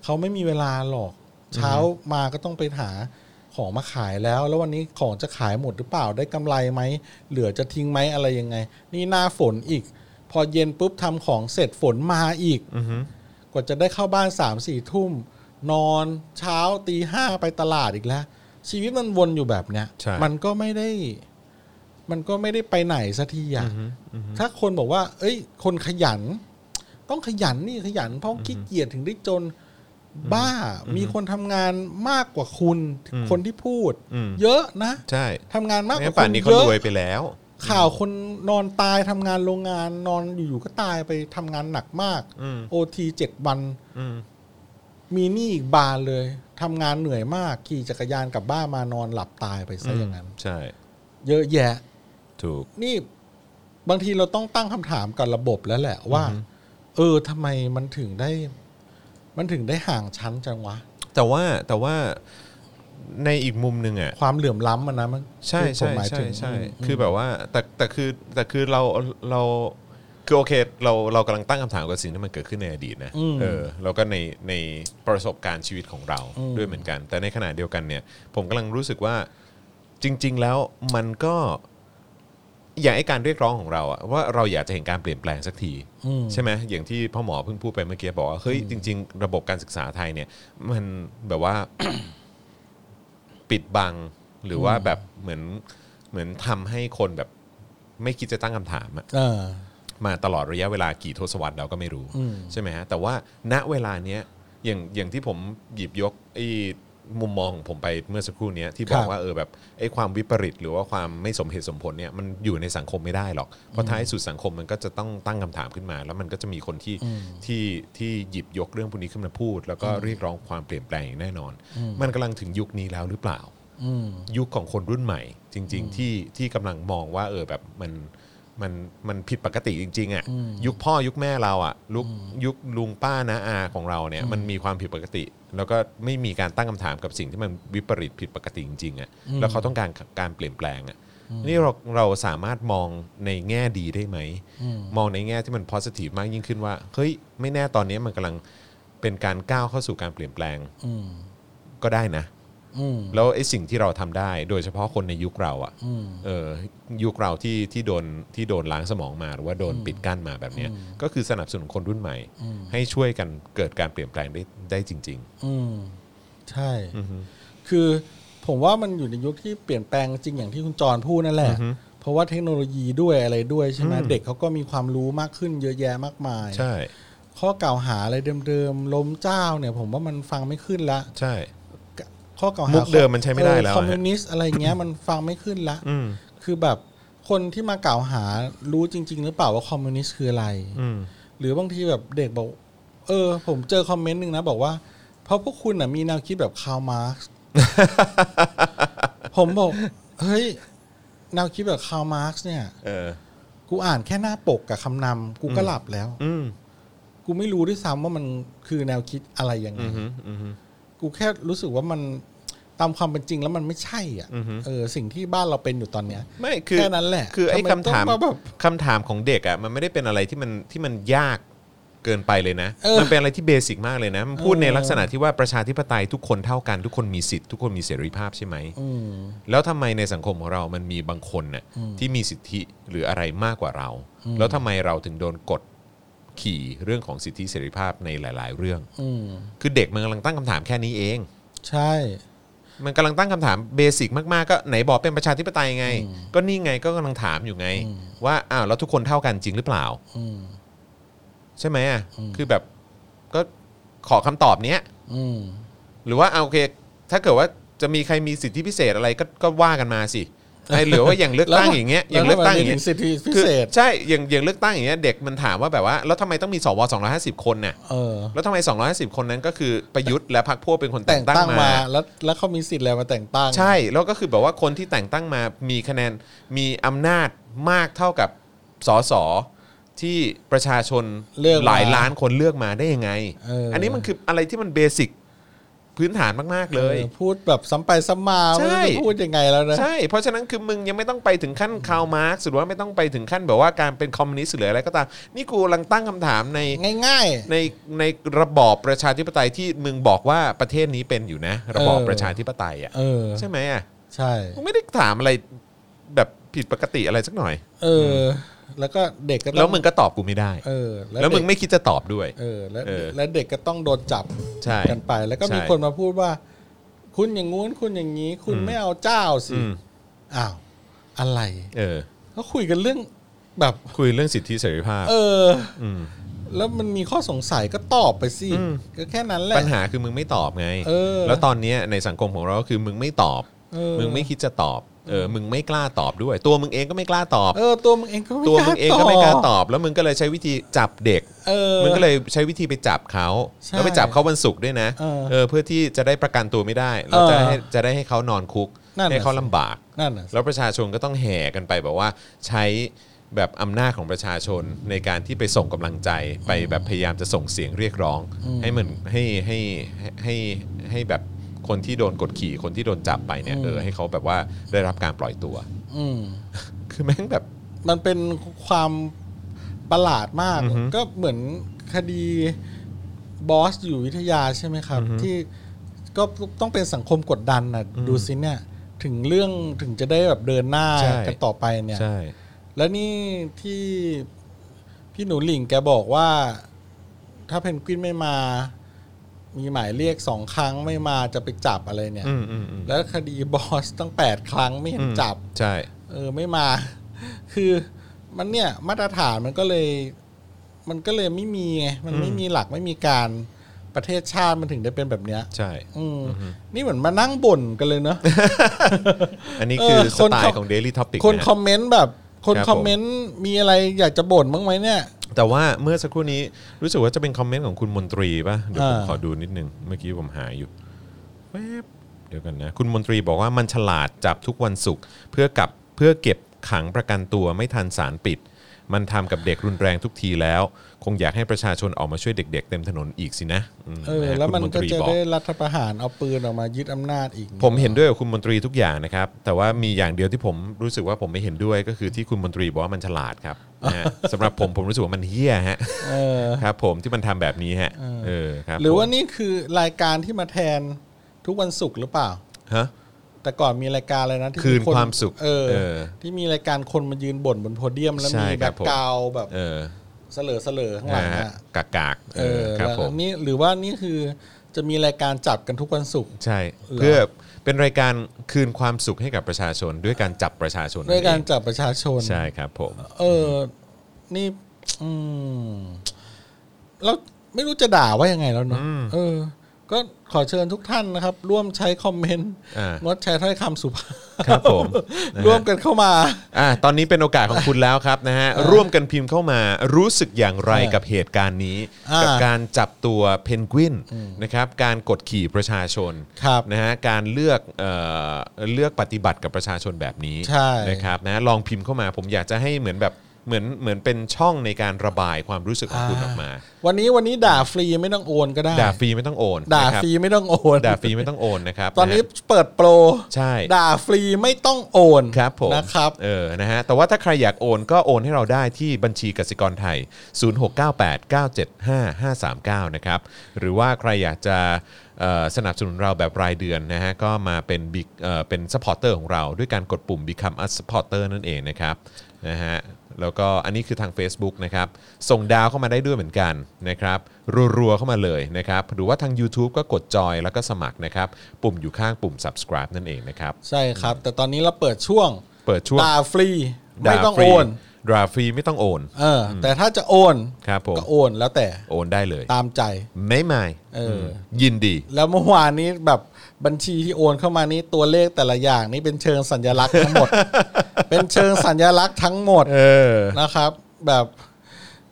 Speaker 2: เขาไม่มีเวลาหรอก เช้ามาก็ต้องไปหาของมาขายแล้ว แล้ววันนี้ของจะขายหมดหรือเปล่าได้กำไรไหมเหลือจะทิ้งไหมอะไรยังไง นี่หน้าฝนอีก พอเย็นปุ๊บทำของเสร็จฝนมาอีก
Speaker 1: อือฮึ
Speaker 2: กว่าจะได้เข้าบ้านสามสี่ทุ่ม นอนเช้าตีห้าไปตลาดอีกแล้ว ชีวิตมันวนอยู่แบบเนี้ย
Speaker 1: ใช่
Speaker 2: มันก็ไม่ได้ มันก็ไม่ได้ไปไหนสักที
Speaker 1: อื
Speaker 2: อ่ะ
Speaker 1: อฮึอือฮึ
Speaker 2: ถ้าคนบอกว่า เอ้ย คนขยัน ต้องขยันนี่ขยัน เพราะขี้เกียจถึงได้จนบ้า มีคนทำงานมากกว่าคุณ
Speaker 1: อืม
Speaker 2: คนที่พูด
Speaker 1: อืม
Speaker 2: เยอะนะ
Speaker 1: ใช่
Speaker 2: ทำงานมากก
Speaker 1: งั้น
Speaker 2: ว่า
Speaker 1: ป่าน
Speaker 2: คุณ
Speaker 1: นี้เขา
Speaker 2: เย
Speaker 1: ร
Speaker 2: อะ
Speaker 1: วยไปแล้ว
Speaker 2: ข่าวคนนอนตายทำงานโรงงานนอนอยู่ๆก็ตายไปทำงานหนักมาก
Speaker 1: อืม
Speaker 2: โอทีเจ็ดวัน
Speaker 1: อืม
Speaker 2: มีหนี้อีกบานเลยทำงานเหนื่อยมากขี่จักรยานกลับบ้านมานอนหลับตายไปซะอย่างนั้น
Speaker 1: ใช่
Speaker 2: เยอะแยะ
Speaker 1: ถูก
Speaker 2: นี่บางทีเราต้องตั้งคำถามกับระบบแล้วแหละว่า
Speaker 1: อือฮึ
Speaker 2: เออทำไมมันถึงได้ มันถึงได้ห่างชั้นจังวะ
Speaker 1: แต่ว่าแต่ว่าในอีกมุมหนึ่งอ่ะ
Speaker 2: ความเหลื่อมล้ำมันนะมัน
Speaker 1: ใช่
Speaker 2: ที่ผม
Speaker 1: ใช่
Speaker 2: หมาย
Speaker 1: ใช่
Speaker 2: ถึง
Speaker 1: ใช่
Speaker 2: อืมม
Speaker 1: คือแบบว่าแต่แต่คือแต่คือเราเราคือโอเคเราเรากำลังตั้งคำถามกับสิ่งที่มันเกิดขึ้นในอดีตนะ
Speaker 2: อืม
Speaker 1: เออแล้วก็ในในประสบการณ์ชีวิตของเรา
Speaker 2: อืม
Speaker 1: ด้วยเหมือนกัน แต่ในขณะเดียวกันเนี่ย ผมกำลังรู้สึกว่าจริง ๆ แล้วมันก็อย่างไอการเรียกร้องของเราอะว่าเราอยากจะเห็นการเปลี่ยนแปลงสักที
Speaker 2: อืม
Speaker 1: ใช่ไหมอย่างที่พ่อหมอเพิ่งพูดไปเมื่อกี้บอกว่าเฮ้ยจริง ๆ ระบบการศึกษาไทยเนี่ย มันแบบว่า ปิดบัง หรือว่าแบบเหมือนเหมือนทำให้คนแบบ ไม่คิดจะตั้งคำถามอะ
Speaker 2: เออ
Speaker 1: มาตลอดระยะเวลากี่ทศวรรษเราก็ไม่รู้
Speaker 2: อืม
Speaker 1: ใช่ไหมฮะแต่ว่าณเวลาเนี้ยอย่างอย่างที่ผมหยิบยกไอ้ มุมมองของผมไปเมื่อสักครู่เนี้ยที่บอก
Speaker 2: ครับ
Speaker 1: ว่าเออแบบไอ้ความวิปริต หรือว่าความไม่สมเหตุสมผลเนี่ยมันอยู่ในสังคมไม่ได้หรอก เพราะท้ายสุดสังคมมันก็จะต้องตั้งคำถามขึ้นมา แล้วมันก็จะมีคนที่ที่ที่หยิบยกเรื่องพวกนี้ขึ้นมาพูด แล้วก็เรียกร้องความเปลี่ยนแปลงอย่างแน่นอน มันกำลังถึงยุคนี้แล้วหรือเปล่า
Speaker 2: อืม
Speaker 1: ยุคของคนรุ่นใหม่ จริง ๆ ที่ที่กำลังมองว่าเออแบบมันมันมันผิดปกติจริง ๆ อ่ะ
Speaker 2: อืม
Speaker 1: ยุคพ่อยุคแม่เราอ่ะลุคยุคลุงป้านาอาของเราเนี่ยมันมีความผิดปกติ แล้วก็ไม่มีการตั้งคำถามกับสิ่งที่มันวิปริตผิดปกติจริงๆอ่ะแล้วเขาต้องการการเปลี่ยนแปลงอ่ะนี่เราเราสามารถมองในแง่ดีได้ไหม มองในแง่ที่มัน positive มากยิ่งขึ้นว่าเฮ้ยไม่แน่ตอนนี้มันกำลังเป็นการก้าวเข้าสู่การเปลี่ยนแปลง
Speaker 2: อืม
Speaker 1: ก็ได้นะ
Speaker 2: อืม
Speaker 1: แล้วไอ้สิ่งที่เราทำได้โดยเฉพาะคนในยุคเราอะ
Speaker 2: อืม
Speaker 1: เออยุคเราที่ที่โดนที่โดนล้างสมองมาหรือว่าโดนปิดกั้นมาแบบเนี้ยก็คือสนับสนุนคนรุ่นใหม่
Speaker 2: อืม
Speaker 1: ให้ช่วยกันเกิดการเปลี่ยนแปลงได้ได้จริง
Speaker 2: อืมใช่
Speaker 1: ๆ อือฮึ
Speaker 2: คือผมว่ามันอยู่ในยุคที่เปลี่ยนแปลงจริงอย่างที่คุณจรพูดนั่นแหละ
Speaker 1: อือฮึ
Speaker 2: เพราะว่าเทคโนโลยีด้วยอะไรด้วยใช่ไหม
Speaker 1: อืม
Speaker 2: เด็กเขาก็มีความรู้มากขึ้นเยอะแยะมากมาย
Speaker 1: ใช่
Speaker 2: ข้อกล่าวหาอะไรเดิมๆล้มเจ้าเนี่ย ผมว่ามันฟังไม่ขึ้นละ
Speaker 1: ใช่
Speaker 2: ข้อกล่าวหา
Speaker 1: มุกเดิมมันใช้ไม่ได้แล้ว
Speaker 2: คอมมิวนิสต์อะไรเงี้ยมันฟังไม่ขึ้นละ
Speaker 1: อืม
Speaker 2: คือแบบคนที่มากล่าวหารู้จริง ๆ หรือเปล่าว่าคอมมิวนิสต์คืออะไร
Speaker 1: อืม
Speaker 2: หรือบางทีแบบเด็กบอก เออ ผมเจอคอมเมนต์หนึ่งนะ บอกว่า เพราะพวกคุณน่ะมีแนวคิดแบบคาร์มา ร์ก ผมบอก เฮ้ย แนวคิดแบบคาร์มาร์กเนี่ย
Speaker 1: เออ
Speaker 2: กูอ่านแค่หน้าปกกับคำนำกูก็หลับแล้ว
Speaker 1: อืม
Speaker 2: กูไม่รู้ด้วยซ้ำว่ามันคือแนวคิดอะไรยังไง
Speaker 1: อือฮึอือฮึ
Speaker 2: กูแค่รู้สึกว่ามันตามความเป็นจริงแล้วมันไม่ใช่อ่ะ
Speaker 1: อือฮึ
Speaker 2: เออ สิ่งที่บ้านเราเป็นอยู่ตอนเนี้ย
Speaker 1: ไม่คือ
Speaker 2: แค่นั้นแหละ
Speaker 1: คือไอ้
Speaker 2: ทำม
Speaker 1: คำถาม
Speaker 2: ต้องแบบ
Speaker 1: คำถามของเด็กอะมันไม่ได้เป็นอะไรที่มันที่มันยากเกินไปเลยนะ
Speaker 2: เออ
Speaker 1: มันเป็นอะไรที่เบสิกมากเลยนะมันพูดในลักษณะที่ว่าประชาธิปไตยทุกคนเท่ากันทุกคนมีสิทธิ์ทุกคนมีเสรีภาพใช่ไหม
Speaker 2: อืม
Speaker 1: แล้วทำไมในสังคมของเรามันมีบางคนน่ะที่มีสิทธิหรืออะไรมากกว่าเรา แล้วทำไมเราถึงโดนกดขี่เรื่องของสิทธิเสรีภาพในหลาย ๆ เรื่อง
Speaker 2: อืม
Speaker 1: คือเด็กมันกำลังตั้งคำถามแค่นี้เอง
Speaker 2: ใช่
Speaker 1: มันกำลังตั้งคำถามเบสิกมาก ๆ ก็ไหนบอกเป็นประชาธิปไตยไง ก็นี่ไงก็กำลังถามอยู่ไง ว่าอ้าวแล้วทุกคนเท่ากันจริงหรือเปล่า
Speaker 2: อืม
Speaker 1: ใช่ไหมอ่ะคือแบบก็ขอคำตอบเนี้ย
Speaker 2: อืม
Speaker 1: หรือว่าเอาโอเค ถ้าเกิดว่าจะมีใครมีสิทธิพิเศษอะไรก็ก็ว่ากันมาสิไอ้เหลือว่าอย่างเลือกตั้งอย่างเงี้ยอย่างเลือกตั้งอย่างเงี้ย
Speaker 2: สิทธิพิ
Speaker 1: คือ
Speaker 2: เศษ
Speaker 1: ใช่ อย่างอย่างเลือกตั้งอย่างเงี้ยเด็กมันถามว่าแบบว่า แล้วทำไมต้องมีสว250 คนน่ะ
Speaker 2: เออ
Speaker 1: แล้วทำไม 250 คนนั้นก็คือประยุทธ์และพรรคพวกเป็นคนแต่
Speaker 2: แต่
Speaker 1: ง
Speaker 2: ง
Speaker 1: ตั้
Speaker 2: ตั้
Speaker 1: ง
Speaker 2: งมา
Speaker 1: มา
Speaker 2: แล้วแล้วเขามีสิทธิ์อะไรมาแต่งตั้ง
Speaker 1: ใช่ แล้วก็คือแบบว่าคนที่แต่งตั้งมามีคะแนนมีอำนาจมากเท่ากับสสที่ประชาชน
Speaker 2: เลือกม
Speaker 1: หลายล้านคนเลือกมาได้ยังไง
Speaker 2: เอออั
Speaker 1: นนี้มันคืออะไรที่มันเบสิกพื้นฐานมาก ๆ เลย
Speaker 2: ออพูดแบบซ้ำไปซ้ำมา
Speaker 1: ใช่
Speaker 2: ไม่รู้จะพูดยังไงแล้วนะ
Speaker 1: ใช่ เพราะฉะนั้นคือมึงยังไม่ต้องไปถึงขั้นคาร์ลมาร์กหรือว่าไม่ต้องไปถึงขั้นแบบว่าการเป็นคอมมิวนิสต์หรืออะไรก็ตาม นี่กูกำลังตั้งคำถามใน
Speaker 2: ง่าย
Speaker 1: ในในระบอบประชาธิปไตยที่มึงบอกว่าประเทศนี้เป็นอยู่นะ ระบอบ
Speaker 2: เออ
Speaker 1: ประชาธิปไตยอ่ะ
Speaker 2: ๆ เออ
Speaker 1: ใช่ไหมอ่ะ
Speaker 2: ใช่
Speaker 1: กูไม่ได้ถามอะไรแบบผิดปกติอะไรสักหน่อย
Speaker 2: เออ แล้วก็เด็กก็ต้อง
Speaker 1: แล้วมึงก็ตอบกูไม่ได้
Speaker 2: เออ
Speaker 1: แล้วมึง
Speaker 2: เด็ก
Speaker 1: ไม่คิดจะตอบด้วย
Speaker 2: เออแล้ว
Speaker 1: เออ
Speaker 2: แล้วเด็กก็ต้องโดนจับ
Speaker 1: ใช่
Speaker 2: กันไป แล้วก็มี
Speaker 1: ใช่
Speaker 2: คนมาพูดว่า คุณอย่างงู้นคุณอย่างนี้ คุณ
Speaker 1: อืม
Speaker 2: ไม่เอาเจ้าสิ
Speaker 1: อืม
Speaker 2: อ้าวอะไร
Speaker 1: เออ
Speaker 2: ก็คุยกันเรื่องแบบ
Speaker 1: คุยเรื่องสิทธิเสรีภาพ
Speaker 2: เออ
Speaker 1: ม
Speaker 2: แล้วมันมีข้อสงสัยก็ตอบไปสิ
Speaker 1: อืม
Speaker 2: ก็แค่นั้นแหละ
Speaker 1: ปัญหาคือมึงไม่ตอบไง
Speaker 2: เออ
Speaker 1: แล้วตอนเนี้ยในสังคมของเราก็คือมึงไม่ตอบ
Speaker 2: เออ
Speaker 1: มึงไม่คิดจะตอบเออมึงไม่กล้าตอบด้วย ตัวมึงเองก็ไม่กล้าตอบ
Speaker 2: เออตัวมึงเองก็ไม่
Speaker 1: ตัวมึงเองก็ไม่กล้าต
Speaker 2: อบ
Speaker 1: อบ แล้วมึงก็เลยใช้วิธีจับเด็ก
Speaker 2: เออ
Speaker 1: มันก็เลยใช้วิธีไปจับเขา
Speaker 2: ใช่
Speaker 1: แล้วไปจับเขาวันศุกร์ด้วยนะ
Speaker 2: เออ
Speaker 1: เพื่อที่จะได้ประกันตัวไม่ได้แล้ว
Speaker 2: เออ
Speaker 1: จะให้จะได้ให้เขานอนคุก
Speaker 2: นั่นน่ะ
Speaker 1: ให้เขา
Speaker 2: สิ
Speaker 1: ลำบาก
Speaker 2: นั่นน่ะ
Speaker 1: แล้วประชาชนก็ต้องแห่กันไปแบบว่าใช้แบบอำนาจของประชาชนในการที่ไปส่งกำลังใจไปแบบพยายามจะส่งเสียงเรียกร้อง ให้มันให้ให้ให้ให้ให้แบบคนที่โดนกดขี่คนที่โดนจับไปเนี่ยเออให้เขาแบบว่าได้รับการปล่อยตัว
Speaker 2: อืม
Speaker 1: คือแม่งแบบ
Speaker 2: มันเป็นความประหลาดมาก
Speaker 1: อือฮึ
Speaker 2: ก็เหมือนคดีบอสอยู่วิทยาใช่ไหมครับ ที่ก็ต้องเป็นสังคมกดดันนะดูสิเนี่ย ถึงเรื่องถึงจะได้แบบเดินหน้า
Speaker 1: ใช่
Speaker 2: กันต่อไปเนี่ย
Speaker 1: ใช่
Speaker 2: แล้วนี่ที่พี่หนูหลิงแกบอกว่า ถ้าเพนกวินไม่มา มีหมายเรียกสองครั้งไม่มาจะไปจับอะไรเนี่ย
Speaker 1: อืมอืมอืม
Speaker 2: แล้วคดีบอสตั้งแปดครั้งไม่เห็นจับ
Speaker 1: ใช่
Speaker 2: เออไม่มา คือมันเนี่ยมาตรฐานมันก็เลย มันก็เลยไม่มีไงมันไม่มีหลักไม่มีการ ประเทศชาติมันถึงได้เป็นแบบเนี้ย
Speaker 1: ใช่
Speaker 2: อืมนี่เหมือนมานั่งบ่นกันเลยเนอะ
Speaker 1: อันนี้คือ
Speaker 2: เออ
Speaker 1: ส
Speaker 2: คน
Speaker 1: ไต
Speaker 2: เขา
Speaker 1: ล์ของ Daily Topic
Speaker 2: คน
Speaker 1: นะ
Speaker 2: ค
Speaker 1: ฮะ
Speaker 2: อมเมนต์แบบคน
Speaker 1: ครับผม
Speaker 2: คอมเมนต์มีอะไรอยากจะบ่นบ้างไหมเนี่ย
Speaker 1: แต่ว่าเมื่อสักครู่นี้รู้สึกว่าจะเป็นคอมเมนต์ของคุณมนตรีป่ะ เดี๋ยวผม
Speaker 2: อ่า
Speaker 1: ขอดูนิดนึง เมื่อกี้ผมหาอยู่แวบเดี๋ยวกันนะ คุณมนตรีบอกว่ามันฉลาดจับทุกวันศุกร์เพื่อกับเพื่อเก็บขังประกันตัวไม่ทันสารปิด มันทำกับเด็กรุนแรงทุกทีแล้ว คงอยากให้ประชาชนออกมาช่วยเด็ก ๆ เต็มถนนอีกสินะม
Speaker 2: เออ
Speaker 1: ะฮะ
Speaker 2: แล้ว
Speaker 1: คุณ
Speaker 2: มัน
Speaker 1: มนต
Speaker 2: ก็
Speaker 1: รี
Speaker 2: จะ
Speaker 1: บอก
Speaker 2: ได้รัฐประหารเอาปืนออกมายึดอำนาจอีก
Speaker 1: ผมเห็นด้วยกับคุณมนตรีทุกอย่างนะครับ แต่ว่ามีอย่างเดียวที่ผมรู้สึกว่าผมไม่เห็นด้วยก็คือที่คุณมนตรีบอกว่ามันฉลาดครับนะฮะ สำหรับผมผมรู้สึกว่ามันเฮี้ยฮะ
Speaker 2: เออ
Speaker 1: ครับผมที่มันทำแบบนี้ฮะ
Speaker 2: เออ
Speaker 1: เออครับ
Speaker 2: หรือว่า
Speaker 1: ผม
Speaker 2: นี่คือรายการที่มาแทนทุกวันศุกร์หรือเปล่า
Speaker 1: ฮะ
Speaker 2: แต่ก่อนมีรายการอะไรนะที่
Speaker 1: คืนความสุข
Speaker 2: เออ
Speaker 1: เออ
Speaker 2: ที่มีรายการคนมายืนบ่นบนโพเดียมแล้ว
Speaker 1: ใช่
Speaker 2: มี
Speaker 1: ค
Speaker 2: แบ
Speaker 1: รับบ ผม
Speaker 2: กราวด์แบบ
Speaker 1: เออ
Speaker 2: เสลอเสลอๆข้างหลั
Speaker 1: นะ
Speaker 2: ง
Speaker 1: ฮะ
Speaker 2: อะ
Speaker 1: กากากๆ
Speaker 2: เอ
Speaker 1: เอ
Speaker 2: อ
Speaker 1: อครับ
Speaker 2: แล้ว
Speaker 1: ผม
Speaker 2: นี่หรือว่านี่คือจะมีรายการจับกันทุกวันศุกร์
Speaker 1: ใช่ เพื่อเป็นรายการคืนความสุขให้กับประชาชน ด้วยการจับประชาชน
Speaker 2: ด้วยการ
Speaker 1: นั่นเอ
Speaker 2: จับประชาชน
Speaker 1: งใช่ครับผม
Speaker 2: เออ นี่ อืมแล้วไม่รู้จะด่าว่ายังไงแล้วเนาะ เออ ก็ขอเชิญทุกท่านนะครับ ร่วมใช้คอมเมนต์
Speaker 1: อ่าง ง
Speaker 2: ดใช้ถ้อยคำสุภาพ
Speaker 1: ครับผมนะฮะ
Speaker 2: ร่วมกันเข้ามา
Speaker 1: อ่ะตอนนี้เป็นโอกาสของคุณแล้วครับนะฮะร่วมกันพิมพ์เข้ามารู้สึกอย่างไร
Speaker 2: เออ
Speaker 1: กับเหตุการณ์นี้
Speaker 2: อ่ากั
Speaker 1: กับการจับตัวเพนกวินนะครับการกดขี่ประชาชน
Speaker 2: ครับ
Speaker 1: นะฮะการเลือกเอ่อเลือกปฏิบัติกับประชาชนแบบนี้
Speaker 2: ใช่
Speaker 1: นะครับนะลองพิมพ์เข้ามาผมอยากจะให้เหมือนแบบเหมือนเหมือนเป็นช่องในการระบายความรู้สึกของคุณออกมา
Speaker 2: วันนี้วันนี้ด่าฟรีไม่ต้องโอนก็ได้
Speaker 1: ด่าฟรีไม่ต้องโอน
Speaker 2: ด่า
Speaker 1: นะครับ
Speaker 2: ฟรีไม่ต้องโอน
Speaker 1: ด่าฟรีไม่ต้องโอนนะครับ
Speaker 2: ตอนนี้
Speaker 1: ะฮะ
Speaker 2: เปิดโปร
Speaker 1: ใช่
Speaker 2: ด่าฟรีไม่ต้องโอน
Speaker 1: ครับผม
Speaker 2: นะครับ
Speaker 1: เออนะฮะแต่ว่าถ้าใครอยากโอนก็โอนให้เราได้ที่บัญชีกสิกรไทย 0698975539 นะครับหรือว่าใครอยากจะเอ่อสนับสนุนเราแบบรายเดือนนะฮะก็มาเป็น big เอ่อเป็นสปอร์เตอร์ของเราด้วยการกดปุ่ม become a supporter นั่นเองนะครับนะฮะแล้วก็อันนี้คือทาง Facebook นะครับส่งดาวเข้ามาได้ด้วยเหมือนกันนะครับรัวๆเข้ามาเลยนะครับหรือว่าทาง YouTube ก็กดจอยแล้วก็สมัครนะครับปุ่มอยู่ข้างปุ่ม subscribe นั่นเองนะครับ
Speaker 2: ใช่ครับ แต่ตอนนี้เราเปิดช่วง
Speaker 1: เปิดช่วง
Speaker 2: ด่าฟรีไม่ต้อง
Speaker 1: ด่าฟรี
Speaker 2: โอน
Speaker 1: ดราฟรีไม่ต้องโอน
Speaker 2: เออ แต่ถ้าจะโอน
Speaker 1: ครับผม
Speaker 2: ก็โอนแล้วแต่
Speaker 1: โอนได้เลย
Speaker 2: ตามใจ
Speaker 1: ไม่ไม่
Speaker 2: เอออื
Speaker 1: มยินดี
Speaker 2: แล้ว เมื่อวานนี้แบบบัญชีที่โอนเข้ามานี้ตัวเลขแต่ละอย่างนี่เป็นเชิงสัญลักษณ์ ทั้งหมด เป็นเชิงสัญลักษณ์ทั้งหมด
Speaker 1: เออ
Speaker 2: นะครับ แบบ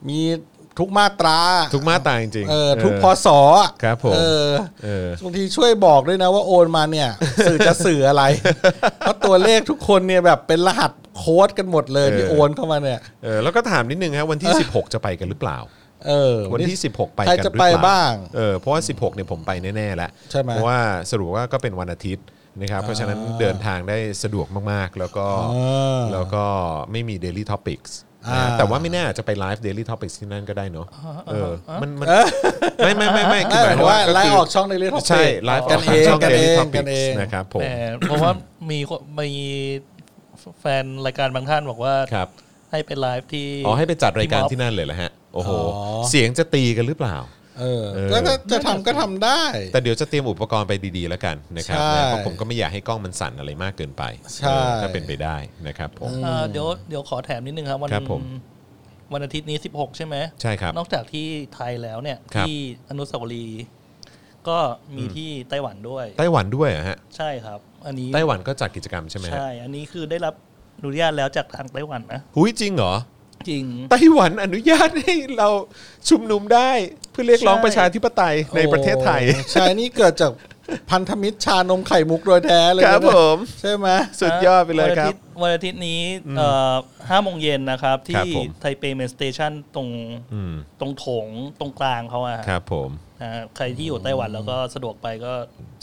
Speaker 2: มีทุกมาตรา
Speaker 1: ทุกมาตราจริงๆ
Speaker 2: เออทุก
Speaker 1: เ
Speaker 2: พศอะ
Speaker 1: ครับผม
Speaker 2: เออ
Speaker 1: เออบ
Speaker 2: างทีช่วยบอกด้วยนะว่าโอนมาเนี่ย สื่อจะสื่อ อะไร เพราะตัวเลขทุกคนเนี่ยแบบเป็นรหัสโค้ดกันหมดเลยที่โอนเข้ามาเนี่ย
Speaker 1: เออแล้วก็ถามนิดนึงฮะวันที่ 16 จะไปกันหรือเปล่า
Speaker 2: เออ
Speaker 1: วันที่ 16 ไป
Speaker 2: ใคร
Speaker 1: กันหรือ
Speaker 2: จะ
Speaker 1: เปล่า
Speaker 2: ไปบ้าง
Speaker 1: เออเพราะว่า 16เนี่ยผมไปแน่ๆแล้ว
Speaker 2: ใช่ไหม
Speaker 1: เพราะว่าสรุปว่าก็เป็นวันอาทิตย์นะครับเพราะฉะนั้นเดินทางได้สะดวกมากๆ แล้วก็
Speaker 2: อ่า
Speaker 1: แล้วก็ไม่มี Daily Topics
Speaker 2: อ่า
Speaker 1: แต่ว่าไม่แน่อาจจะไปไลฟ์ Daily Topics ที่นั่นก็ได้เนาะเออมันมันไม่ไม่ไม่ไม่
Speaker 2: เอ
Speaker 1: คือ
Speaker 2: อ
Speaker 1: หมาย
Speaker 2: ห
Speaker 1: ถึง
Speaker 2: รือว่า
Speaker 1: ว่าก็
Speaker 2: ไล่
Speaker 1: คือ
Speaker 2: ออกช่องในเรื่อง Topic
Speaker 1: ใช่ไลฟ์
Speaker 2: กันเอง
Speaker 1: ช่
Speaker 2: กันเอง
Speaker 1: ทอปิ
Speaker 2: กันเอง
Speaker 1: นะครับผม
Speaker 3: แต่เพราะว่ามีคนมีแฟนรายการบางท่านบอกว่า
Speaker 1: ครับ
Speaker 3: ให้ไปไลฟ์ที่
Speaker 1: อ๋อ ให้ไปจัดรายการที่
Speaker 3: ม็อบ
Speaker 1: นั่นเลยเหรอฮะ โอ้โห
Speaker 2: อ๋อ
Speaker 1: เสียงจะตีกันหรือเปล่า
Speaker 2: เออ
Speaker 1: เออ
Speaker 2: ก็ถ้าจะทำก็ทำได้
Speaker 1: แต่เดี๋ยวจะเตรียมอุปกรณ์ไปดีๆแล้วกันนะครับ
Speaker 2: ใช่
Speaker 1: นะเพราะผมก็ไม่อยากให้กล้องมันสั่นอะไรมากเกินไป
Speaker 2: ใช่
Speaker 1: เออถ้าเป็นไปได้นะครับผม
Speaker 3: เอ่อเดี๋ยวเดี๋ยวขอแถมนิดนึงครับวัน
Speaker 1: ครับผม
Speaker 3: วันอาทิตย์นี้ 16 ใช่ไหม
Speaker 1: ใช่ครับ
Speaker 3: นอกจากที่ไทยแล้วเนี่ย
Speaker 1: ครับ
Speaker 3: ที่อนุสาวรีย์ก็มีที่ไต้หวันด้วย
Speaker 1: ไต้หวันด้วยเหรอฮะ
Speaker 3: ใช่ครับ อันนี้
Speaker 1: ไต้หวันก็จัดกิจกรรมใช่ไหมฮะ
Speaker 3: ใช่ อันนี้คือได้รับอนุญาตแล้วจากทางไต้หวันนะ
Speaker 1: หุยจริงเหรอ
Speaker 3: จริง
Speaker 1: ไต้หวันอนุญาตให้เราชุมนุมได้เพื่อเรียกร้อง
Speaker 3: ใช่
Speaker 1: ประชาธิปไตยในประเทศไทย
Speaker 2: โอ้ใช่นี่เกิดจากพันธมิตรชานมไข่มุกโดยแท้เลย
Speaker 1: ครับ
Speaker 2: นะ
Speaker 1: ผม
Speaker 2: ใช่ไหม
Speaker 1: สุดยอดไปเลยครับ
Speaker 3: วันอาทิตย์วันอาทิตย์นี้เอ่อห้าโมงเย็นนะครับ
Speaker 1: ครั
Speaker 3: ที่
Speaker 1: บผม
Speaker 3: ไทเปเมนสเตชันตรง
Speaker 1: อืม
Speaker 3: ตรงโถงตรงกลางเขาอะฮะ
Speaker 1: ครับผม
Speaker 3: อ่าใครที่อยู่ไต้หวันแล้วก็สะดวกไปก็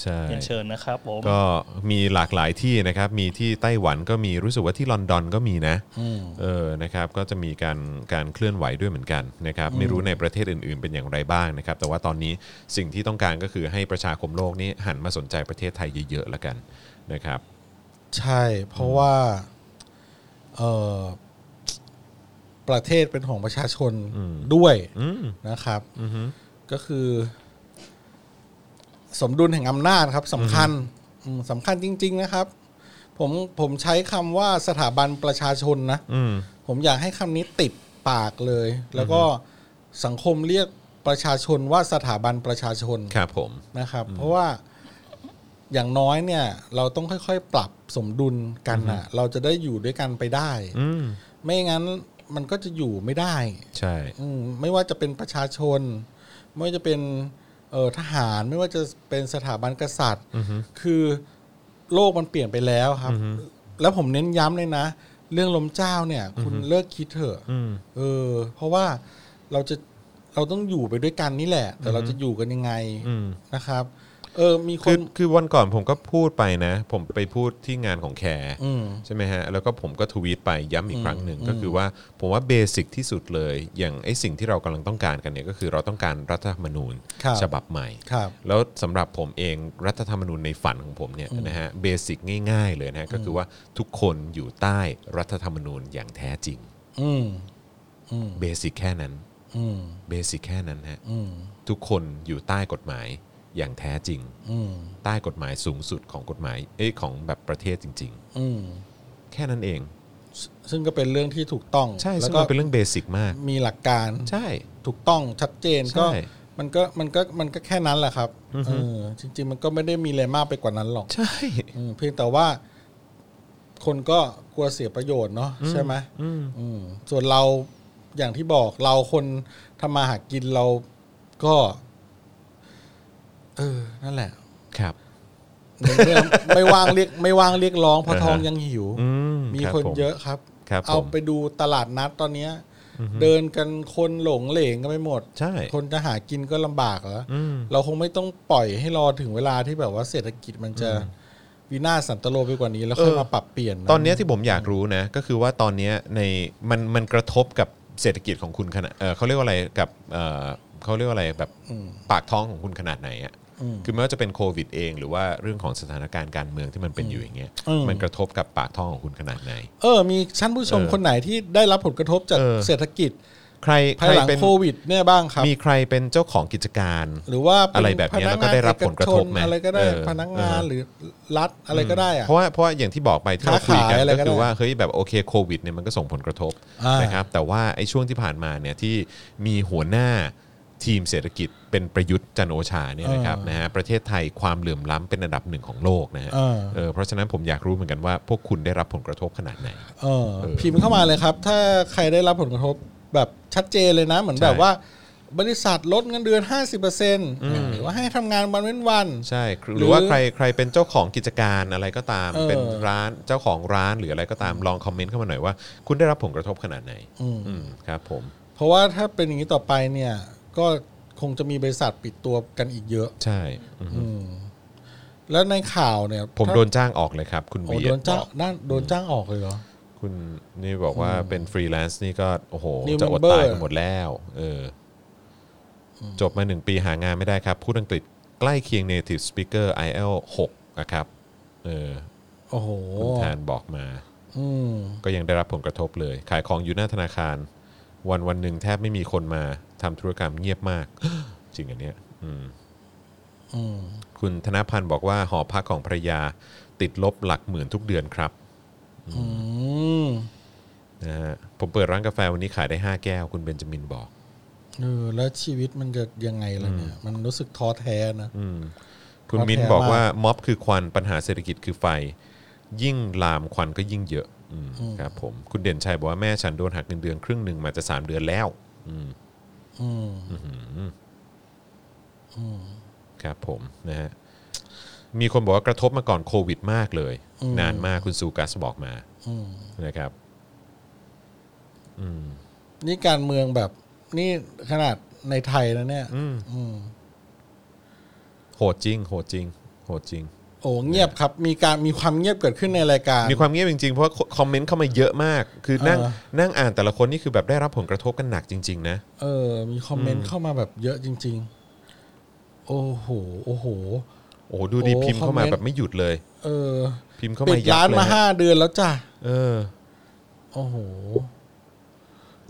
Speaker 1: ใช่
Speaker 3: เรียนเชิญนะครับผม
Speaker 1: ก็มีหลากหลายที่นะครับ มีที่ไต้หวันก็มีรู้สึกว่าที่ลอนดอนก็มีนะเออนะครับก็จะมีการการเคลื่อนไหวด้วยเหมือนกันนะครับไม่รู้ในประเทศอื่น ๆ เป็นอย่างไรบ้างนะครับ แต่ว่าตอนนี้สิ่งที่ต้องการก็คือให้ประชาคมโลกนี้หันมาสนใจประเทศไทยเยอะๆแล้วกันนะครับ
Speaker 2: ใช่ เพราะว่าเออประเทศเป็นของประชาชนด้วย
Speaker 1: อืม
Speaker 2: นะครับ
Speaker 1: อือฮึ
Speaker 2: ก็คือ สมดุลแห่งอำนาจครับสำคัญอืมสำคัญจริง ๆ นะครับ ผมผมใช้คำว่าสถาบันประชาชนนะ
Speaker 1: อืม
Speaker 2: ผมอยากให้คำนี้ติดปากเลย แล้วก็สังคมเรียก ประชาชนว่าสถาบันประชาชน
Speaker 1: ครับผม
Speaker 2: นะครับเพราะว่าอย่างน้อยเนี่ย เราต้องค่อยๆ ปรับสมดุลกันอ่ะ เราจะได้อยู่ด้วยกันไปได้
Speaker 1: อืม
Speaker 2: ไม่งั้นมันก็จะอยู่ไม่ได้
Speaker 1: ใช่
Speaker 2: อืมไม่ว่าจะเป็นประชาชน ไม่ว่าจะเป็นเอ่อทหารไม่ว่าจะเป็นสถาบันกษัตริย์
Speaker 1: อือฮึ
Speaker 2: คือโลกมันเปลี่ยนไปแล้วครับ แล้วผมเน้นย้ำเลยนะ เรื่องล้มเจ้าเนี่ย คุณเลิกคิดเถอะ
Speaker 1: อืม
Speaker 2: เออเพราะว่าเราจะเราต้องอยู่ไปด้วยกันนี่แหละ แต่เราจะอยู่กันยังไง
Speaker 1: อืม
Speaker 2: นะครับ เออมีค
Speaker 1: คือน คือวันก่อนผมก็พูดไปนะ ผมไปพูดที่งานของแคร์
Speaker 2: อืม
Speaker 1: ใช่ไหมฮะ แล้วก็ผมก็ทวีตไปย้ำอีกครั้งหนึ่ง
Speaker 2: อืม
Speaker 1: ก็คือว่าผมว่าเบสิกที่สุดเลย อย่างไอ้สิ่งที่เรากำลังต้องการกันเนี่ยก็คือเราต้องการรัฐธรรมนูญ
Speaker 2: ครับ
Speaker 1: ฉบับใหม่
Speaker 2: ครับ
Speaker 1: แล้วสำหรับผมเองรัฐธรรมนูญในฝันของผมเนี่ยนะฮะเบสิกง่ายๆเลยนะฮะก็คือว่าทุกคนอยู่ใต้รัฐธรรมนูญอย่างแท้จริง
Speaker 2: อืมอืม
Speaker 1: เบสิกแค่นั้น
Speaker 2: อืม
Speaker 1: เบสิกแค่นั้นฮะ
Speaker 2: อืม
Speaker 1: ทุกคนอยู่ใต้กฎหมายอย่างแท้จริง
Speaker 2: อืม
Speaker 1: ใต้กฎหมายสูงสุดของกฎหมายเอ้ยของแบบประเทศจริง
Speaker 2: อืม
Speaker 1: ๆ แค่นั้นเอง
Speaker 2: ซึ่งซึ่งก็เป็นเรื่องที่ถูกต้อง
Speaker 1: ใช่
Speaker 2: แล้
Speaker 1: ซึ่ง
Speaker 2: วก็
Speaker 1: มันเป็นเรื่องเบสิกมาก
Speaker 2: มีหลักการ
Speaker 1: ใช่
Speaker 2: ถูกต้องชัดเจน
Speaker 1: ใช่
Speaker 2: ก็มันก็มันก็มันก็แค่นั้นแหละครับเออจริง ๆ มันก็ไม่ได้มีอะไรมากไปกว่านั้นหรอก
Speaker 1: ใช่
Speaker 2: อืมเพียงแต่ว่า คนก็กลัวเสียประโยชน์เนาะใช่ไหม
Speaker 1: อืม
Speaker 2: อืมส่วนเราอย่างที่บอกเราคนทำมาหากินเราก็ เออ นั่นแหละ
Speaker 1: ครับ
Speaker 2: ในเมื่อ ไม่ว่างเรียกไม่ว่างเรียกร้องเพราะ
Speaker 1: อ่าฮะ
Speaker 2: ทองยังหิว
Speaker 1: อืม
Speaker 2: มี
Speaker 1: รับ
Speaker 2: คน
Speaker 1: ผม
Speaker 2: เยอะครับ
Speaker 1: ครับ
Speaker 2: เอา
Speaker 1: ผม
Speaker 2: ไปดูตลาดนัดตอนเนี้ย เดินกันคนหลงเหลงกันไปหมด
Speaker 1: ใช่
Speaker 2: คนจะหากินก็ลำบากแล้ว
Speaker 1: อืม
Speaker 2: เราคงไม่ต้องปล่อยให้รอถึงเวลาที่แบบว่าเศรษฐกิจมันจะวินาศสันตโลไปกว่านี้แล้วค่อยมาปรับเปลี่ยน
Speaker 1: ตอนเนี้ยที่ผมอยากรู้นะ ก็คือว่าตอนเนี้ยในมันมันกระทบกับเศรษฐกิจของคุณขนาดเออเขาเรียกว่าอะไรกับเออเขาเรียกว่าอะไรแบบ
Speaker 2: อืม
Speaker 1: ปากท้องของคุณขนาดไหนอะ
Speaker 2: อืม
Speaker 1: คือไม่ว่าจะเป็นโควิดเอง หรือว่าเรื่องของสถานการณ์การเมืองที่มันเป็นอยู่อย่างเงี้ย
Speaker 2: อืม
Speaker 1: มันกระทบกับปากท้องของคุณขนาดไหน
Speaker 2: เออ มีท่านผู้ชม
Speaker 1: เออ
Speaker 2: คนไหนที่ได้รับผลกระทบจาก
Speaker 1: เออ
Speaker 2: เศรษฐกิจ
Speaker 1: ใครใค
Speaker 2: ภาย
Speaker 1: ร
Speaker 2: หลัง
Speaker 1: เป็น
Speaker 2: โควิดเนี่ยบ้างครับ
Speaker 1: มีใครเป็นเจ้าของกิจการ
Speaker 2: หรือว่าเป็
Speaker 1: อะไรแบบเนี้ย
Speaker 2: พ
Speaker 1: แล้วก็ได้รับผลกระทบ
Speaker 2: เอกชน
Speaker 1: ไหม
Speaker 2: อะไรก็ได้
Speaker 1: เออ
Speaker 2: พนั
Speaker 1: เอง
Speaker 2: กา
Speaker 1: อ
Speaker 2: นหรือรัฐอะไรก็ได้อะ
Speaker 1: เพราะว่าเพราะว่าอย่างที่บอกไปที่เราคุยกัน
Speaker 2: ค้าขายอะไร
Speaker 1: ก็
Speaker 2: ก็
Speaker 1: คือ
Speaker 2: ได้
Speaker 1: ว่าเฮ้ยแบบโอเคโควิดเนี่ยมันก็ส่งผลกระทบ
Speaker 2: อ่าน
Speaker 1: นะครับแต่ว่าไอ้ช่วงที่ผ่านมาเนี่ยที่มีหัวหน้าทีมเศรษฐกิจเป็นประยุทธ์จันทร์โอชาเนี่ยนะครับ
Speaker 2: เออ
Speaker 1: นะฮะประเทศไทยความเหลื่อมล้ำเป็นอันดับหนึ่งของโลกนะฮะ
Speaker 2: เออ
Speaker 1: เออเพราะฉะนั้นผมอยากรู้เหมือนกันว่าพวกคุณได้รับผลกระทบขนาดไหน
Speaker 2: เออพิมพ์เข้ามาเลยครับ ถ้าใครได้รับผลกระทบแบบชัดเจนเลยนะ เหมือนแบบ
Speaker 1: ใช่
Speaker 2: ว่า บริษัทลดเงินเดือน 50%หรือว่าให้ทำงานวันเว้นวัน
Speaker 1: ใช่คือห
Speaker 2: หรื
Speaker 1: รือ
Speaker 2: อ
Speaker 1: ว่าใครใครเป็นเจ้าของกิจการอะไรก็ตาม
Speaker 2: เออ
Speaker 1: เป็นร้านเจ้าของร้านหรืออะไรก็ตามลองคอมเมนต์เข้ามาหน่อยว่า คุณได้รับผลกระทบขนาดไหน
Speaker 2: อืม
Speaker 1: อืมครับผม
Speaker 2: เพราะว่าถ้าเป็นอย่างนี้ต่อไปเนี่ย ก็คงจะมีบริษัทปิดตัวกันอีกเยอะ
Speaker 1: ใช่อืม
Speaker 2: อืม แล้วในข่าวเนี่ย
Speaker 1: ผม
Speaker 2: ถ้า
Speaker 1: โดนจ้างออกเลยครับ คุณ
Speaker 2: โอ้
Speaker 1: เวีย
Speaker 2: โดนจ้าง
Speaker 1: บอก
Speaker 2: ด้านโดนจ้างออกเลยเหรอ
Speaker 1: คุณนี่บอกว่าเป็นฟรีแลนซ์นี่ก็ โอ้โห
Speaker 2: New
Speaker 1: จะอด
Speaker 2: member
Speaker 1: ตายกันหมดแล้วเอออจบมาหนึ่งปีหางานไม่ได้ครับ พูดอังกฤษใกล้เคียง native speaker IL 6นะครับเออ
Speaker 2: โอ้โห
Speaker 1: คุณแทนบอกมา
Speaker 2: อืม
Speaker 1: ก็ยังได้รับผลกระทบเลย ขายของอยู่หน้าธนาคาร วันวันหนึ่งแทบไม่มีคนมาทำธุรกรรมเงียบมาก จริงอันเนี้ยอืม
Speaker 2: อืม
Speaker 1: คุณธนพันธ์บอกว่าหอพักของภรรยาติดลบหลักหมื่นทุกเดือนครับ
Speaker 2: อืม
Speaker 1: นะฮะผมเปิดร้านกาแฟวันนี้ขายได้ 5 แก้ว คุณเบนจามินบอก
Speaker 2: เออแล้วชีวิตมันจะยังไงล่ะเนี่ย มันรู้สึกท้อแท้นะ
Speaker 1: อืมคุณ
Speaker 2: ขอ
Speaker 1: มิ้น
Speaker 2: แถม
Speaker 1: บอก
Speaker 2: มาก
Speaker 1: ว่าม็อบคือควันปัญหาเศรษฐกิจคือไฟ ยิ่งลามควันก็ยิ่งเยอะอืมครับผมคุณเด่นชัยบอกว่าแม่ฉันโดนหักเงินเดือนครึ่งหนึ่งมาจะสามเดือนแล้ว อืม
Speaker 2: อืม
Speaker 1: ครับผมนะฮะมีคนบอกว่ากระทบมาก่อนโควิดมากเลย
Speaker 2: อืม
Speaker 1: นานมากคุณซูกัสบอกมา
Speaker 2: อืม
Speaker 1: นะครับอืม
Speaker 2: นี่การเมืองแบบ นี่ขนาดในไทยนะเนี่ย
Speaker 1: อืม
Speaker 2: อืม
Speaker 1: โหดจริง โหดจริง โหดจริง
Speaker 2: โอ้เงียบครับ มีการมีความเงียบเกิดขึ้นในรายการ
Speaker 1: มีความเงียบจริงๆ เพราะว่าคอมเมนต์เข้ามาเยอะมาก คือนั่ง
Speaker 2: เออ
Speaker 1: นั่งอ่านแต่ละคนนี่คือแบบได้รับผลกระทบกันหนักจริง ๆ นะ
Speaker 2: เออ มีคอมเมนต์เข้ามาแบบเยอะจริง ๆ โอ้โห โอ้โห
Speaker 1: โอ้โหดูดิ
Speaker 2: โอ้
Speaker 1: พิมพ์เข้ามา
Speaker 2: คอมเมนต์
Speaker 1: แบบไม่หยุดเลย
Speaker 2: เออ
Speaker 1: พิมพ์เข้า
Speaker 2: ปิ
Speaker 1: มา
Speaker 2: ด
Speaker 1: ยับ
Speaker 2: ร้าน
Speaker 1: เลย
Speaker 2: มา
Speaker 1: ฮะ
Speaker 2: ห้าเดือนแล้วจ้ะ
Speaker 1: เออ
Speaker 2: โอ้โห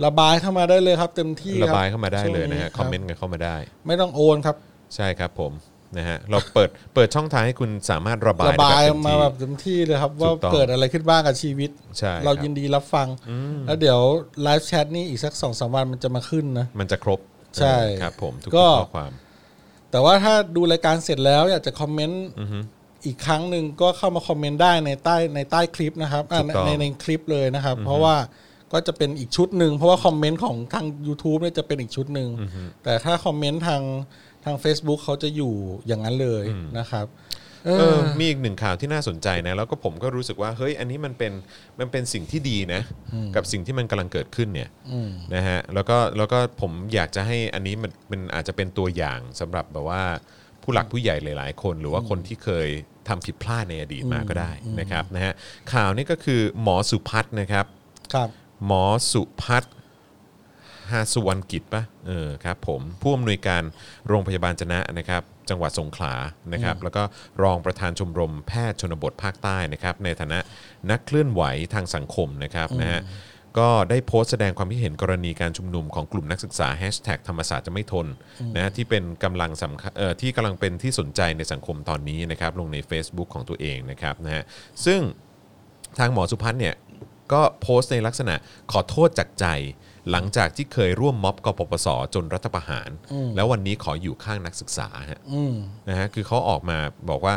Speaker 2: ระบายเข้ามาได้เลยครับ เต็มที่ค
Speaker 1: ระบายเข้ามาได้เลยนะฮะ
Speaker 2: ช่วง
Speaker 1: คอมเมนต์กันเข้ามาได้
Speaker 2: รับไม่ต้องโอนครับ
Speaker 1: ใช่ครับผมนะฮะเราเปิดเปิดช่องทางให้คุณสามารถระบาย
Speaker 2: ระบาย
Speaker 1: ได้เต็
Speaker 2: มา
Speaker 1: ที่
Speaker 2: แบบเต็มที่เลยครับ ว่า
Speaker 1: ถูกต้อง
Speaker 2: เกิดอะไรขึ้นบ้างกับชีวิต
Speaker 1: ใช่
Speaker 2: เรา
Speaker 1: คบ
Speaker 2: ยินดีรับฟัง แล้วเดี๋ยวไลฟ์แชทนี่อีกสักสองสามวันมันจะมาขึ้นนะ
Speaker 1: มันจะครบ
Speaker 2: ใช่
Speaker 1: ครับผมทุก
Speaker 2: ก็
Speaker 1: ข้อความ
Speaker 2: แต่ว่าถ้าดูรายการเสร็จแล้วอยากจะคอมเมนต์อีกครั้งหนึ่งก็เข้ามาคอมเมนต์ได้ในใต้ในใต้คลิปนะครับอ่ะ
Speaker 1: ถูกต้อง
Speaker 2: ในในคลิปเลยนะครับ เพราะว่าก็จะเป็นอีกชุดหนึ่งเพราะว่าคอมเมนต์ของทาง YouTube เนี่ยจะเป็นอีกชุดหนึ่งแต่ถ้าคอมเมนต์ทางทาง Facebook เขาจะอยู่อย่างนั้นเลยนะครับ เอ
Speaker 1: เออ
Speaker 2: อ
Speaker 1: มีอีกหนึ่งข่าวที่น่าสนใจนะ แล้วก็ผมก็รู้สึกว่าเฮ้ยอันนี้มันเป็นมันเป็นสิ่งที่ดีนะ กับสิ่งที่มันกำลังเกิดขึ้นเนี่ย
Speaker 2: อืม
Speaker 1: นะฮะแล้วก็แล้วก็ผมอยากจะให้อันนี้มันมันอาจจะเป็นตัวอย่างสำหรับแบบว่าผู้หลักผู้ใหญ่หลาย ๆ คน หรือว่าคนที่เคยทำผิดพลาดในอดีตมาก็ได้นะครับนะฮะข่าวนี้ก็คือหมอสุพัฒน์นะครับ
Speaker 2: ครับ
Speaker 1: หมอสุพัฒน์ฮาสุวรรณกิจปะเออครับผมผู้อำนวยการโรงพยาบาลจนะนะครับ จังหวัดสงขลานะครับ แล้วก็รองประธานชมรมแพทย์ชนบทภาคใต้นะครับ ในฐานะนักเคลื่อนไหวทางสังคมนะครับนะฮะก็ได้โพสต์แสดงความคิดเห็นกรณีการชุมนุมของกลุ่มนักศึกษา hashtag ธรรมศาสตร์จะไม่ทนนะฮะที่เป็นกำลังสำคัญเอ่อที่กำลังเป็นที่สนใจในสังคมตอนนี้นะครับ ลงใน Facebook ของตัวเองนะครับนะฮะซึ่ง ทางหมอสุพัฒน์เนี่ยก็โพสต์ในลักษณะขอโทษจากใจ หลังจากที่เคยร่วมม็อบกปปส จนรัฐประหาร แล้ววันนี้ขออยู่ข้างนักศึกษาฮะ
Speaker 2: อืม
Speaker 1: นะฮะคือเขาออกมาบอกว่า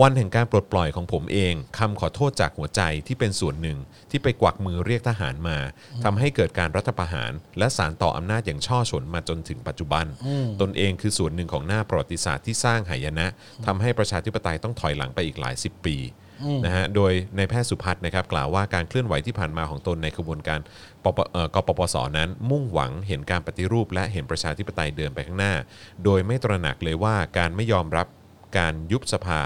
Speaker 1: วันแห่งการปลดปล่อยของผมเองคำขอโทษจากหัวใจที่เป็นส่วนหนึ่งที่ไปกวักมือเรียกทหารมาทำให้เกิดการรัฐประหาร และสารต่ออำนาจอย่างช่อฉนมาจนถึงปัจจุบัน ตนเองคือส่วนหนึ่งของหน้าประวัติศาสตร์ที่สร้างหายนะทำให้ประชาธิปไตยต้องถอยหลังไปอีกหลายสิบปี นะฮะ โดยนายแพทย์สุพัฒน์นะครับกล่าวว่าการเคลื่อนไหวที่ผ่านมาของตนในขบวนการปปเอ่อกปปสนั้น มุ่งหวังเห็นการปฏิรูป และเห็นประชาธิปไตยเดินไปข้างหน้า โดยไม่ตระหนักเลยว่าการไม่ยอมรับการยุบสภา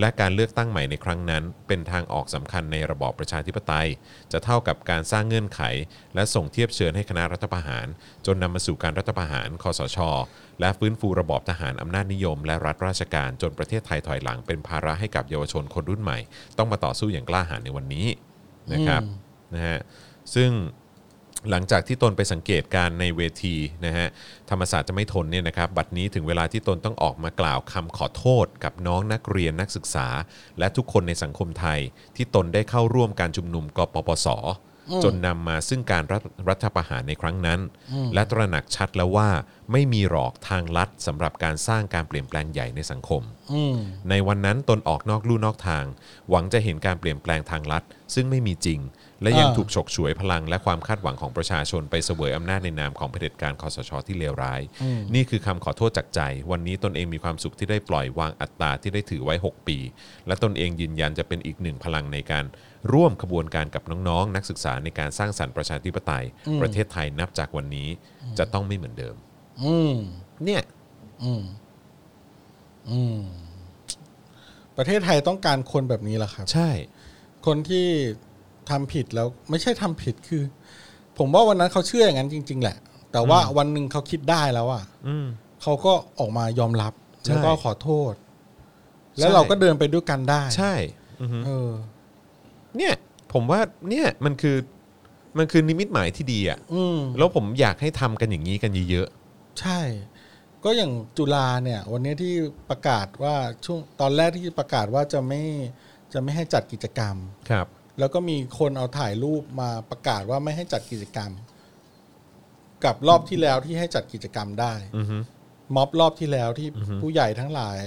Speaker 1: และการเลือกตั้งใหม่ในครั้งนั้น เป็นทางออกสำคัญในระบอบประชาธิปไตย จะเท่ากับการสร้างเงื่อนไข และส่งเทียบเชิญให้คณะรัฐประหาร จนนำมาสู่การรัฐประหารคอสช และฟื้นฟูระบอบทหารอำนาจนิยม และรัฐราชการจนประเทศไทยถอยหลังเป็นภาระให้กับเยาวชนคนรุ่นใหม่ ต้องมาต่อสู้อย่างกล้าหาญในวันนี้นะครับนะฮะซึ่ง หลังจากที่ตนไปสังเกตการณ์ในเวทีนะฮะธรรมศาสตร์จะไม่ทนเนี่ยนะครับบัดนี้ถึงเวลาที่ตนต้องออกมากล่าวคำขอโทษกับน้องนักเรียนนักศึกษา และทุกคนในสังคมไทย ที่ตนได้เข้าร่วมการชุมนุมกปปส จนนำมาซึ่งการรัฐรัฐประหารในครั้งนั้น และตระหนักชัดแล้วว่าไม่มีหรอกทางลัดสำหรับการสร้างการเปลี่ยนแปลงใหญ่ในสังคม
Speaker 2: อืม
Speaker 1: ในวันนั้นตนออกนอกลู่นอกทาง หวังจะเห็นการเปลี่ยนแปลงทางลัด ซึ่งไม่มีจริง และยัง
Speaker 2: อ่า
Speaker 1: ถูกฉกฉวยพลังและความคาดหวังของประชาชนไปเสวยอำนาจในนามของเผด็จการคอสชที่เลวร้าย นี่คือคำขอโทษจากใจ วันนี้ตนเองมีความสุขที่ได้ปล่อยวางอัตตาที่ได้ถือไว้ 6 ปี และตนเองยืนยันจะเป็นอีกหนึ่งพลังในการร่วมขบวนการกับน้องๆ นักศึกษาในการสร้างสรรค์ประชาธิปไตย ประเทศไทยนับจากวันนี้จะต้องไม่เหมือนเดิม
Speaker 2: อืม
Speaker 1: เนี่ย
Speaker 2: อืม อืม ประเทศไทยต้องการคนแบบนี้แหละครับ
Speaker 1: ใช่
Speaker 2: คนที่ทำผิดแล้วไม่ใช่ทำผิดคือ ผมว่าวันนั้นเขาเชื่ออย่างนั้นจริง ๆ แหละ แต่ว่าวันหนึ่งเขาคิดได้แล้วอ่ะ
Speaker 1: อืม
Speaker 2: เขาก็ออกมายอมรับ
Speaker 1: ใช่
Speaker 2: แล้วก็ขอโทษ แล้
Speaker 1: ใช่
Speaker 2: วเราก็เดินไปด้วยกันได้
Speaker 1: ใช่ อือฮึ
Speaker 2: เออ
Speaker 1: เนี่ยผมว่าเนี่ยมันคือมันคือนิมิตหมายที่ดีอะ่ะ
Speaker 2: อืม
Speaker 1: แล้วผมอยากให้ทำกันอย่างนี้กันเยอะ
Speaker 2: ใช่ ก็อย่างจุฬาเนี่ย วันนี้ที่ประกาศว่าช่วงตอนแรกที่ประกาศว่าจะไม่จะไม่ให้จัดกิจกรรม
Speaker 1: ๆครับ
Speaker 2: แล้วก็มีคนเอาถ่ายรูปมาประกาศว่าไม่ให้จัดกิจกรรม กับรอบที่แล้วที่ให้จัดกิจกรรมได้
Speaker 1: อือฮึ
Speaker 2: ม็อบรอบที่แล้วที่
Speaker 1: อือฮึ
Speaker 2: ผู้ใหญ่ทั้งหลาย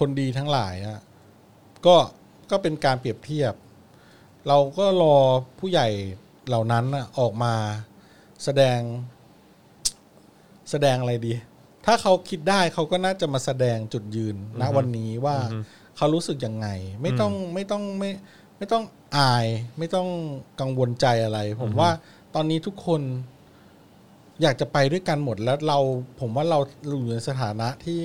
Speaker 2: คนดีทั้งหลายอะก็ก็เป็นการเปรียบเทียบ เราก็รอผู้ใหญ่เหล่านั้นน่ะออกมาแสดง แสดงอะไรดี ถ้าเขาคิดได้เขาก็น่าจะมาแสดงจุดยืนณวันนี้ว่าเขารู้สึกยังไง ไม่ต้องไม่ต้องไม่ไม่ต้องอาย ไม่ต้องกังวลใจอะไร ผมว่าตอนนี้ทุกคน อยากจะไปด้วยกันหมดแล้วเราผมว่าเราอยู่ในสถานะที่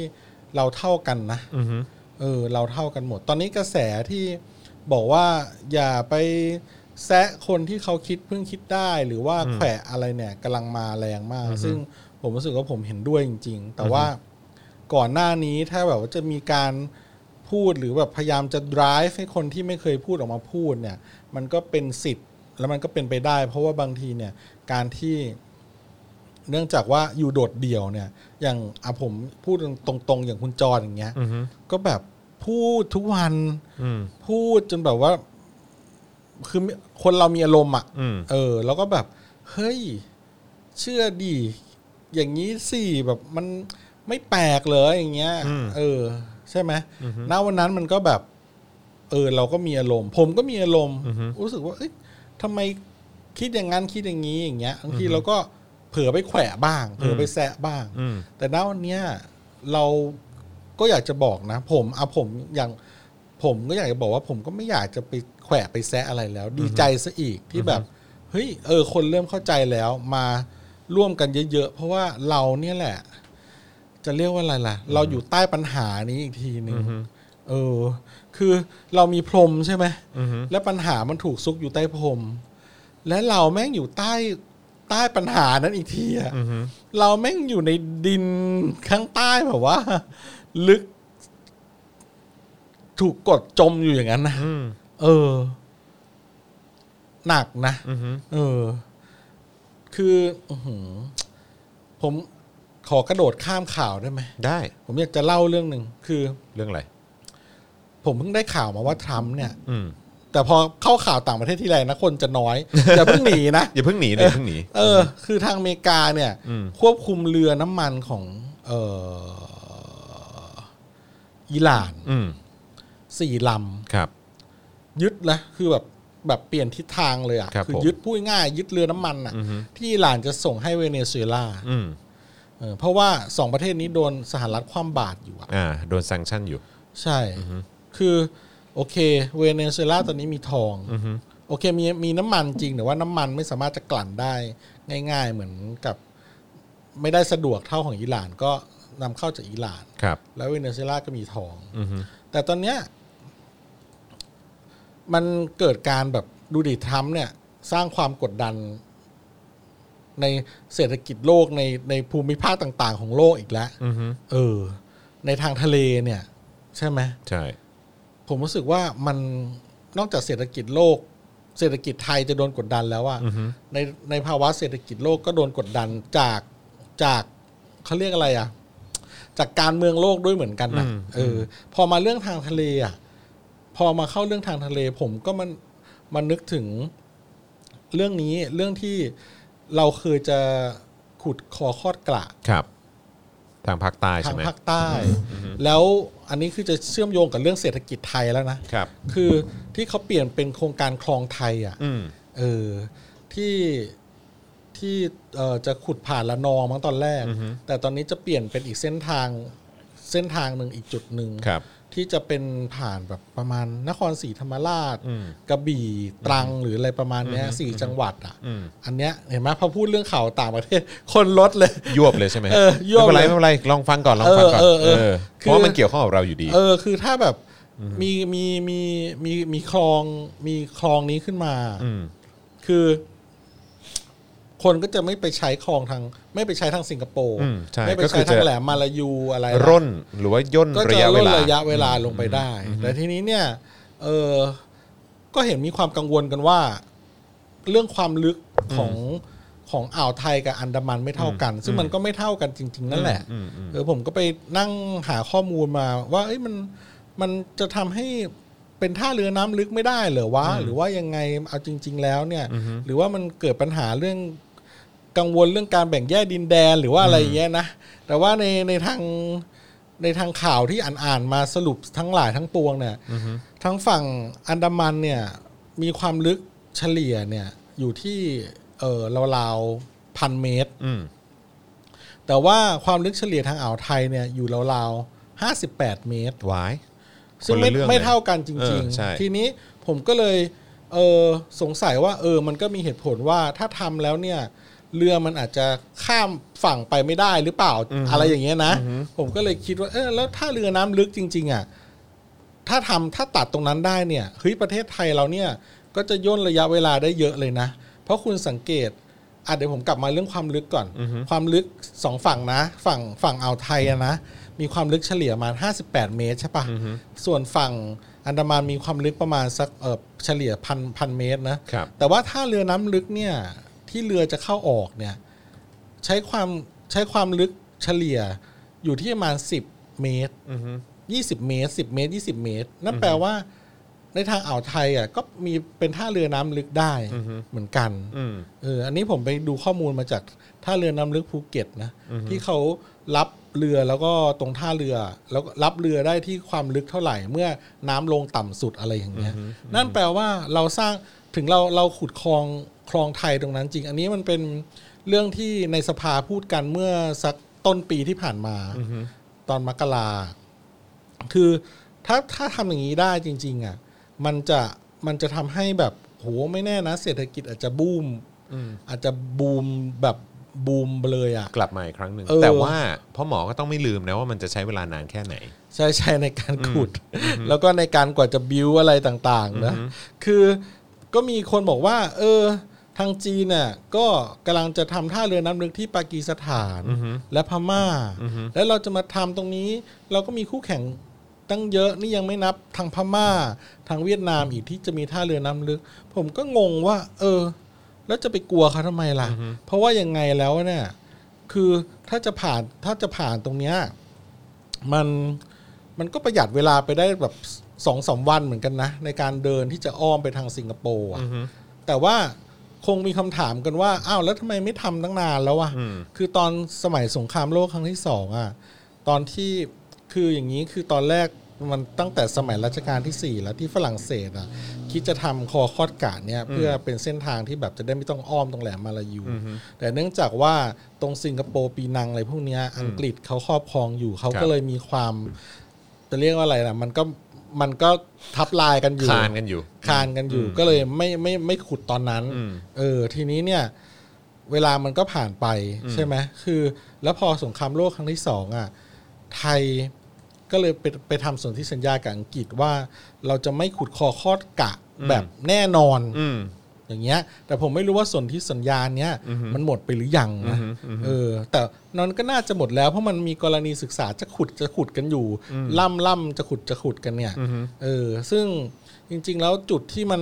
Speaker 2: เราเท่ากันนะ
Speaker 1: อือฮึ
Speaker 2: เออเราเท่ากันหมด ตอนนี้กระแสที่บอกว่าอย่าไปแซะคนที่เขาคิดเพิ่งคิดได้หรือว่าแขวะอะไรเนี่ยกำลังมาแรงมาก ซึ่งผมรู้สึกว่าผมเห็นด้วยจริง ๆ แต่ว่าก่อนหน้านี้ถ้าแบบว่าจะมีการพูดหรือแบบพยายามจะ drive ให้คนที่ไม่เคยพูดออกมาพูดเนี่ย มันก็เป็นสิทธิ์แล้วมันก็เป็นไปได้ เพราะว่าบางทีเนี่ยการที่ เนื่องจากว่าอยู่โดดเดี่ยวเนี่ย อย่างอ่ะผมพูดตรงๆ อย่างคุณจรอย่างเงี้ย
Speaker 1: อือฮึ
Speaker 2: ก็แบบพูดทุกวัน
Speaker 1: อืม
Speaker 2: พูดจนแบบว่า คือคนเรามีอารมณ์อ่ะ
Speaker 1: อืม
Speaker 2: เออ แล้วก็แบบ เฮ้ย เชื่อดี อย่างนี้สิแบบมันไม่แปลกเลยอย่างเงี้ย
Speaker 1: อืม
Speaker 2: เออ ใช่ไหมณวันนั้นมันก็แบบ เออ เราก็มีอารมณ์ ผมก็มีอารมณ์
Speaker 1: อือฮึ
Speaker 2: รู้สึกว่า เอ้ยทำไมคิดอย่างนั้นคิดอย่างนี้อย่างเงี้ยบางทีเราก็เผลอไปแขวะบ้าง เผลอไปแซะบ้าง
Speaker 1: อืม
Speaker 2: แต่ณวันเนี้ยเราก็อยากจะบอกนะ ผมอ่ะผมอย่างผมก็อยากจะบอกว่าผมก็ไม่อยากจะไปแขวะไปแซะอะไรแล้ว ดีใจซะอีกที่แบบเฮ้ยเออ คนเริ่มเข้าใจแล้วมาร่วมกันเยอะๆ เพราะว่าเราเนี่ยแหละ จะเรียกว่าอะไรล่ะ เราอยู่ใต้ปัญหานี้อีกทีหนึ่ง
Speaker 1: อือฮึ
Speaker 2: เออ คือเรามีพรมใช่ไหม
Speaker 1: อืม
Speaker 2: และปัญหามันถูกซุกอยู่ใต้พรม และเราแม่งอยู่ใต้ใต้ปัญหานั้นอีกทีอะ
Speaker 1: อืม
Speaker 2: เราแม่งอยู่ในดินข้างใต้แบบว่า ลึก ถูกกดจมอยู่อย่างนั้นนะ
Speaker 1: อืม
Speaker 2: เออ หนักนะ
Speaker 1: อืม
Speaker 2: เออ คืออื้อหือผมขอกระโดดข้ามข่าวได้ไหม
Speaker 1: ได้
Speaker 2: ผมอยากจะเล่าเรื่องหนึ่งคือ
Speaker 1: เรื่องอะไร
Speaker 2: ผมเพิ่งได้ข่าวมาว่าทรัมป์เนี่ย
Speaker 1: อืม
Speaker 2: แต่พอเข้าข่าวต่างประเทศที่ไรนะคนจะน้อย อย่าเพิ่งหนีนะ
Speaker 1: อย่าเพิ่งหนีนะอย่าเพิ่งหนี
Speaker 2: เออ คือทางอเมริกาเนี่ย
Speaker 1: อืม
Speaker 2: ควบคุมเรือน้ำมันของ เอออิหร่าน
Speaker 1: อืม
Speaker 2: สี่ล
Speaker 1: ครับ
Speaker 2: ำยึดนะคือแบบแบบเปลี่ยนทิศทางเลยอะ
Speaker 1: ครับ
Speaker 2: คือ
Speaker 1: ผม
Speaker 2: ยึดพูดง่ายๆยึดเรือน้ำมันอะ
Speaker 1: อืม
Speaker 2: ที่อิหร่านจะส่งให้เวเนซุเอลา
Speaker 1: อืม
Speaker 2: เออเพราะว่าสองประเทศนี้โดนสหรัฐคว่ำบาตรอยู่อะ
Speaker 1: อ่าโดนแซงชั่นอยู่
Speaker 2: ใช่ คือ โอเค เวเนซุเอลาตอนนี้มีทอง
Speaker 1: อืม
Speaker 2: โอเคมีมีน้ำมันจริงแต่ว่าน้ำมันไม่สามารถจะกลั่นได้ง่าย ๆ เหมือนกับ ไม่ได้สะดวกเท่าของอิหร่านก็นำเข้าจากอิหร่าน
Speaker 1: ครับ
Speaker 2: แล้วเวเนซุเอลาก็มีทอง
Speaker 1: อืม
Speaker 2: แต่ตอนเนี้ยมันเกิดการแบบดูดิทรัมป์เนี่ย สร้างความกดดัน ในเศรษฐกิจโลกในในภูมิภาคต่าง ๆ ของโลกอีกแล้ว
Speaker 1: อืม
Speaker 2: เออ ในทางทะเลเนี่ย ใช่ไหม
Speaker 1: ใช่
Speaker 2: ผมรู้สึกว่ามันนอกจากเศรษฐกิจโลก เศรษฐกิจไทยจะโดนกดดันแล้วว่า
Speaker 1: อืม
Speaker 2: ในในภาวะเศรษฐกิจโลกก็โดนกดดันจากจากเขาเรียกอะไรอะจากการเมืองโลกด้วยเหมือนกันนะเออ พอมาเรื่องทางทะเลอะพอมาเข้าเรื่องทางทะเล ผมก็มันมันนึกถึงเรื่องนี้เรื่องที่เราเคยจะขุดคอคอดกระ
Speaker 1: ครับ ทางภาคใต้
Speaker 2: ทา
Speaker 1: ใช่
Speaker 2: ง
Speaker 1: ไหม
Speaker 2: ภาคใต้ แล้วอันนี้คือจะเชื่อมโยงกับเรื่องเศรษฐกิจไทยแล้วนะ
Speaker 1: ครับ
Speaker 2: คือที่เขาเปลี่ยนเป็นโครงการคลองไทยอ่ะ
Speaker 1: อืม
Speaker 2: เออที่ที่เอ่อจะขุดผ่านละนองมั้งตอนแรก แต่ตอนนี้จะเปลี่ยนเป็นอีกเส้นทางเส้นทางหนึ่งอีกจุดหนึ่ง
Speaker 1: ครับ
Speaker 2: ที่จะเป็นผ่านแบบประมาณนครศรีธรรมราช
Speaker 1: อืม
Speaker 2: กระบี่ตรังหรืออะไรประมาณเนี้ยสี่จังหวัดอ่ะ
Speaker 1: อืม
Speaker 2: อันเนี้ยเห็นไหมพอพูดเรื่องข่าวต่างประเทศ คนลดเลย
Speaker 1: ยวบเลยใช่ไหม
Speaker 2: เออยวบ
Speaker 1: ไม่เป็นไร
Speaker 2: เลย
Speaker 1: ไม่เป็นไรลองฟังก่อนลองฟังก่อน
Speaker 2: เออเออเออ
Speaker 1: เพราะว่า
Speaker 2: คือ
Speaker 1: มันเกี่ยวข้องกับเราอยู่ดี
Speaker 2: เออคือถ้าแบบมีมีมีมีมีคลองมีคลองนี้ขึ้นมา
Speaker 1: อืม
Speaker 2: คือ คนก็จะไม่ไปใช้คลองทาง ไม่ไปใช้ทางสิงคโปร์
Speaker 1: อืมใช่
Speaker 2: ไม่ไป
Speaker 1: ก็คื
Speaker 2: ใช้
Speaker 1: อจะ
Speaker 2: ทางแหลมมาลายูอะไรละ
Speaker 1: ร่นหรือว่าย่น
Speaker 2: ก็
Speaker 1: ระ
Speaker 2: จะ
Speaker 1: ยะเว
Speaker 2: ลด
Speaker 1: ลา
Speaker 2: ระยะเวลาลงไปได้แต่ทีนี้เนี่ย เออก็เห็นมีความกังวลกันว่า เรื่องความลึกของของอ่าวไทยกับอันดามันไม่เท่ากัน ซึ่งมันก็ไม่เท่ากันจริง ๆ นั่นแหละ
Speaker 1: อืมอืม
Speaker 2: เออผมก็ไปนั่งหาข้อมูลมา ว่าเอ้ยมันมันจะทำให้เป็นท่าเรือน้ำลึกไม่ได้เหรือวะหรือว่ายังไงเอาจริง ๆ แล้วเนี่ย หรือว่ามันเกิดปัญหาเรื่องกังวลเรื่องการแบ่งแยกดินแดนหรือว่าอะไรอย่างเงี้ยนะแต่ว่าในในทางในทางข่าวที่อ่านอ่านๆมาสรุปทั้งหลายทั้งปวงเนี่ยทั้งฝั่งอันดามันเนี่ยมีความลึกเฉลี่ยเนี่ยอยู่ที่เออราวๆพันเมตร
Speaker 1: อืม
Speaker 2: แต่ว่าความลึกเฉลี่ยทางอ่าวไทยเนี่ยอยู่ราวๆ58 เมตร
Speaker 1: วาย
Speaker 2: ซึ่งไม่
Speaker 1: คนละเรื่อง
Speaker 2: ไม่เท่ากันจ
Speaker 1: เอ
Speaker 2: ริง
Speaker 1: อใช่
Speaker 2: ๆ ทีนี้ผมก็เลยเออสงสัยว่าเออมันก็มีเหตุผลว่าถ้าทำแล้วเนี่ย เรือมันอาจจะข้ามฝั่งไปไม่ได้หรือเปล่าอะไรอย่างเงี้ยนะ ผมก็เลยคิดว่าเออแล้วถ้าเรือน้ำลึกจริง ๆอ่ะถ้าทำถ้าตัดตรงนั้นได้เนี่ยเฮ้ยประเทศไทยเราเนี่ย ก็จะย่นระยะเวลาได้เยอะเลยนะ เพราะคุณสังเกตอ่ะเดี๋ยวผมกลับมาเรื่องความลึกก่อน ความลึกสองฝั่งนะ ฝั่งฝั่งอ่าวไทยอะนะ มีความลึกเฉลี่ยประมาณ58 เมตรใช่ปะส่วนฝั่งอันดามันมีความลึกประมาณสักเออเฉลี่ยพันพันเมตรนะ
Speaker 1: ครับ
Speaker 2: แต่ว่าถ้าเรือน้ำลึกเนี่ยที่เรือจะเข้าออกเนี่ย ใช้ความใช้ความลึกเฉลี่ยอยู่ที่ประมาณ 10 เมตร
Speaker 1: อืม
Speaker 2: 20 เมตร 10 เมตร 20 เมตร นั่นแปลว่า ในทางอ่าวไทยอ่ะก็มีเป็นท่าเรือน้ำลึกได้
Speaker 1: อือฮึ
Speaker 2: เหมือนกัน
Speaker 1: อืม
Speaker 2: เอออันนี้ผมไปดูข้อมูลมาจากท่าเรือน้ำลึกภูเก็ตนะที่เขารับเรือแล้วก็ตรงท่าเรือ แล้วก็รับเรือได้ที่ความลึกเท่าไหร่ เมื่อน้ำลงต่ำสุดอะไรอย่างเงี้ย นั่นแปลว่าเราสร้างถึงเราเราขุดคลองคลองไทยตรงนั้นจริง อันนี้มันเป็นเรื่องที่ในสภาพูดกันเมื่อสักต้นปีที่ผ่านมา ตอนมกราคือถ้าถ้าทำอย่างนี้ได้จริง ๆ อ่ะ มันจะมันจะทำให้แบบโหไม่แน่นะ เศรษฐกิจอาจจะบูม
Speaker 1: อืม
Speaker 2: อาจจะบูมแบบบูมไปเลยอ่ะ
Speaker 1: กลับมาอีกครั้งหนึ่ง
Speaker 2: เออ
Speaker 1: แต่ว่าพ่อหมอก็ต้องไม่ลืมนะว่ามันจะใช้เวลานานแค่ไหน
Speaker 2: ใช่ใช่ในการขุด แล้วก็ในการกว่าจะบิวอะไรต่างๆนะคือก็มีคนบอกว่า เออ ทางจีนน่ะก็กำลังจะทำท่าเรือน้ำลึกที่ปากีสถาน
Speaker 1: อือฮึ
Speaker 2: และพม่า
Speaker 1: อือฮึ
Speaker 2: แล้วเราจะมาทำตรงนี้ เราก็มีคู่แข่งตั้งเยอะนี่ยังไม่นับทางพม่า ทางเวียดนามอีกที่จะมีท่าเรือน้ำลึก ผมก็งงว่า เออ แล้วจะไปกลัวเขาทำไมล่ะ เพราะว่ายังไงแล้วเนี่ยคือถ้าจะผ่านถ้าจะผ่านตรงเนี้ย มันมันก็ประหยัดเวลาไปได้แบบสองสามวันเหมือนกันนะ ในการเดินที่จะอ้อมไปทางสิงคโปร์อะแต่ว่าคงมีคำถามกันว่า อ้าวแล้วทำไมไม่ทำตั้งนานแล้ววะ
Speaker 1: อืม
Speaker 2: คือตอนสมัยสงครามโลกครั้งที่สองอ่ะตอนที่คืออย่างนี้คือตอนแรกมันตั้งแต่สมัยรัชกาลที่ 4 แล้วที่ฝรั่งเศสอ่ะคิดจะทำคอคอดกะเนี่ยเพื่อเป็นเส้นทางที่แบบจะได้ไม่ต้องอ้อมตรงแหลมมาลายู แต่เนื่องจากว่าตรงสิงคโปร์ปีนังอะไรพวกเนี้ยอังกฤษเขาครอบครองอยู่เขา
Speaker 1: ครับ
Speaker 2: ก็เลยมีความ จะเรียกว่าอะไรนะมันก็มันก็ทับลายกันอยู่
Speaker 1: คลานกันอยู่
Speaker 2: คานกันอยู่ก็เลยไม่ไม่ไม่ขุดตอนนั้น
Speaker 1: อืม
Speaker 2: เออ ทีนี้เนี่ย เวลามันก็ผ่านไปใช่ไหมคือ แล้วพอสงครามโลกครั้งที่สองอ่ะไทยก็เลยไปไปทำสนธิสัญญากับอังกฤษว่า เราจะไม่ขุดคอคอดกะแบบแน่นอน
Speaker 1: อืม
Speaker 2: อย่างเงี้ยแต่ผมไม่รู้ว่าส่วนที่สัญญาเนี้ยมันหมดไปหรือยังนะเออ แต่นันก็น่าจะหมดแล้วเพราะมันมีกรณีศึกษาจะขุดจะขุดกันอยู่ ล่ำล่ำจะขุดจะขุดกันเนี่ยเออ ซึ่งจริง ๆ แล้วจุดที่มัน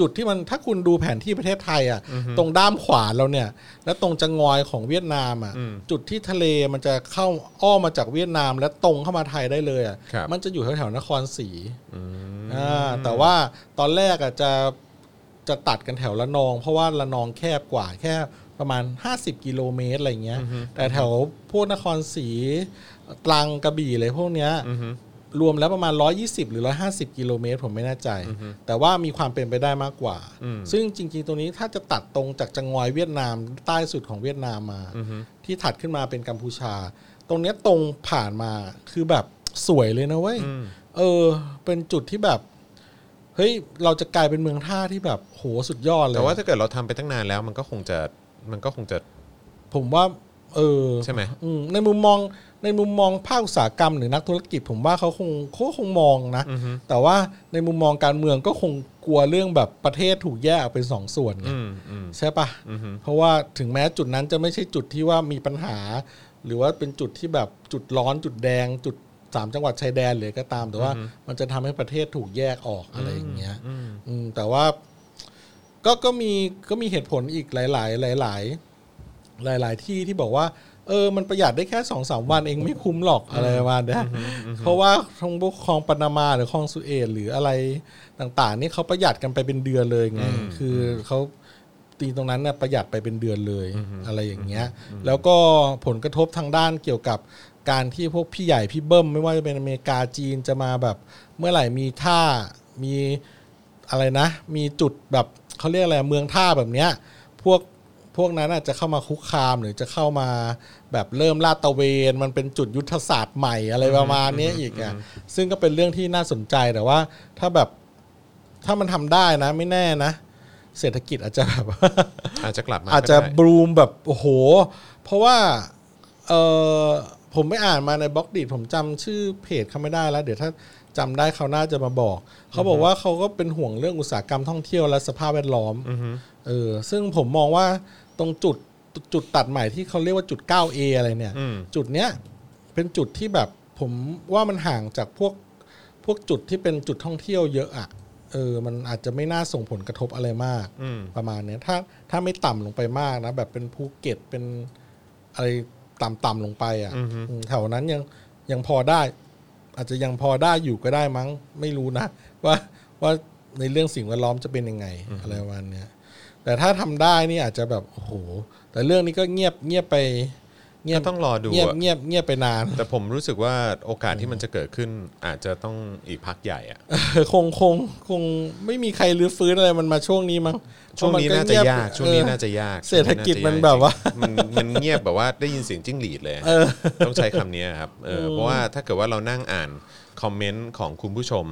Speaker 2: จุดที่มันถ้าคุณดูแผนที่ประเทศไทยอ่ะ ตรงด้ามขวาเราเนี่ย และตรงจะงอยของเวียดนามอ่ะ
Speaker 1: อืม
Speaker 2: จุดที่ทะเลมันจะเข้าอ้อมมาจากเวียดนาม และตรงเข้ามาไทยได้เลยอ่ะ
Speaker 1: ครับ
Speaker 2: มันจะอยู่แถวๆนครศรี
Speaker 1: อืม
Speaker 2: อ่าแต่ว่าตอนแรกอ่ะจะจะตัดกันแถวละนอง เพราะว่าละนองแคบกว่าแค่ประมาณ 50 กิโลเมตรอะไรเงี้ย แต่แถวพวกนครศรีตรังกระบี่อะไรพวกเนี้ย
Speaker 1: อือฮึ
Speaker 2: รวมแล้วประมาณ 120 หรือ 150 กิโลเมตร ผมไม่แน่ใจ แต่ว่ามีความเป็นไปได้มากกว่า
Speaker 1: อืม
Speaker 2: ซึ่งจริง ๆ ตัวนี้ถ้าจะตัดตรงจากจังงอยเวียดนามใต้สุดของเวียดนามมา
Speaker 1: อือฮึ
Speaker 2: ที่ถัดขึ้นมาเป็นกัมพูชา ตรงเนี้ยตรงผ่านมาคือแบบสวยเลยนะเว้ย
Speaker 1: อืม
Speaker 2: เออ เป็นจุดที่แบบ เฮ้ย เราจะกลายเป็นเมืองท่าที่แบบโหสุดยอดเลย
Speaker 1: แต่ว่าถ้าเกิดเราทำไปตั้งนานแล้ว มันก็คงจะมันก็คงจะ
Speaker 2: ผมว่า เออ
Speaker 1: ใช่ไหม
Speaker 2: อืมในมุมมองในมุมมองภาคอุตสาหกรรมหรือนักธุรกิจ ผมว่าเขาคงเขาคงมองนะ
Speaker 1: อือฮึ
Speaker 2: แต่ว่าในมุมมองการเมืองก็คงกลัวเรื่องแบบประเทศถูกแยกออกเป็นสองส่วนไง
Speaker 1: อืมอืม
Speaker 2: ใช่ปะ
Speaker 1: อือฮึ
Speaker 2: เพราะว่าถึงแม้จุดนั้นจะไม่ใช่จุดที่ว่ามีปัญหา หรือว่าเป็นจุดที่แบบจุดร้อนจุดแดง จุดสามจังหวัดชายแดนเลยก็ตามแต่ว่า มันจะทำให้ประเทศถูกแยกออกอะไรอย่างเงี้ย
Speaker 1: อืม
Speaker 2: อืมแต่ว่าก็ก็มีก็มีเหตุผลอีกหลาย ๆ หลาย ๆ หลาย ๆ ที่ที่บอกว่า เออ มันประหยัดได้แค่สองสามวันเองไม่คุ้มหรอกอะไรประมาณเนี้ยเพราะว่าทางพวกคลองปานามาหรือคลองสุเอตหรืออะไรต่าง ๆ นี่เขาประหยัดกันไปเป็นเดือนเลยไงคือเขา ตีตรงนั้นเนี่ยประหยัดไปเป็นเดือนเลยอะไรอย่างเงี้ย แล้วก็ผลกระทบทางด้านเกี่ยวกับการที่พวกพี่ใหญ่พี่เบิ้มไม่ว่าจะเป็นอเมริกาจีนจะมาแบบ เมื่อไหร่มีท่ามีอะไรนะ มีจุดแบบเขาเรียกอะไรเมืองท่าแบบเนี้ยพวกพวกนั้นอาจจะเข้ามาคุกคามหรือจะเข้ามาแบบเริ่มลาดตระเวน มันเป็นจุดยุทธศาสตร์ใหม่อะไรประมาณเนี้ยอีกอ่ะซึ่งก็เป็นเรื่องที่น่าสนใจแต่ว่าถ้าแบบถ้ามันทำได้นะไม่แน่นะ เศรษฐกิจอาจจะแบบ
Speaker 1: อาจจะกลับมา
Speaker 2: อาจจะ
Speaker 1: ก็ได้
Speaker 2: บลูมแบบโอ้โห เพราะว่าเออผมไม่อ่านมาในบล็อกดีดผมจำชื่อเพจเขาไม่ได้แล้ว เดี๋ยวถ้าจำได้เขาวหน่าจะมาบอก เขาบอกว่าเขาก็เป็นห่วงเรื่องอุตสาหกรรมท่องเที่ยวและสภาพแวดล้อมเออซึ่งผมมองว่าตรงจุดจุดตัดใหม่ที่เขาเรียกว่าจุด 9A อะไรเนี่ย
Speaker 1: อืม
Speaker 2: จุดเนี้ยเป็นจุดที่แบบผมว่ามันห่างจากพวกพวกจุดที่เป็นจุดท่องเที่ยวเยอะอะเออมันอาจจะไม่น่าส่งผลกระทบอะไรมาก
Speaker 1: อืม
Speaker 2: ประมาณเนี้ยถ้าถ้าไม่ต่ำลงไปมากนะ แบบเป็นภูเก็ตเป็นอะไรต่ำๆลงไปอะ
Speaker 1: อือฮึ
Speaker 2: ่ะแถวนั้นยังยังพอได้ อาจจะยังพอได้อยู่ก็ได้มั้ง ไม่รู้นะ ว่าว่าในเรื่องสิ่งแวดล้อมจะเป็นยังไงอะไรประมาณเนี้ยแต่ถ้าทำได้นี่อาจจะแบบโอ้โห แต่เรื่องนี้ก็เงียบเงียบไปเงียบ
Speaker 1: ก็ต้องรอดู
Speaker 2: เงียบ
Speaker 1: อะ
Speaker 2: เงียบเงียบไปนาน
Speaker 1: แต่ผมรู้สึกว่าโอกาสที่มันจะเกิดขึ้นอาจจะต้องอีกพักใหญ่อะ
Speaker 2: เออคงคงคงไม่มีใครรื้อฟื้นอะไรมันมาช่วงนี้มั้ง
Speaker 1: ช่วงนี้น่าจะยาก ช่วงนี้น่า
Speaker 2: จะ
Speaker 1: จะยาก
Speaker 2: เศรษฐกิจ
Speaker 1: ช่วง
Speaker 2: มันแบบว่า
Speaker 1: จริงๆมันมันเงียบแบบว่าได้ยินเสียงจิ้งหรีดเลยต้องใช้คำนี้ครับเออเพราะว่าถ้าเกิดว่าเรานั่งอ่านคอมเมนต์ของคุณผู้ชม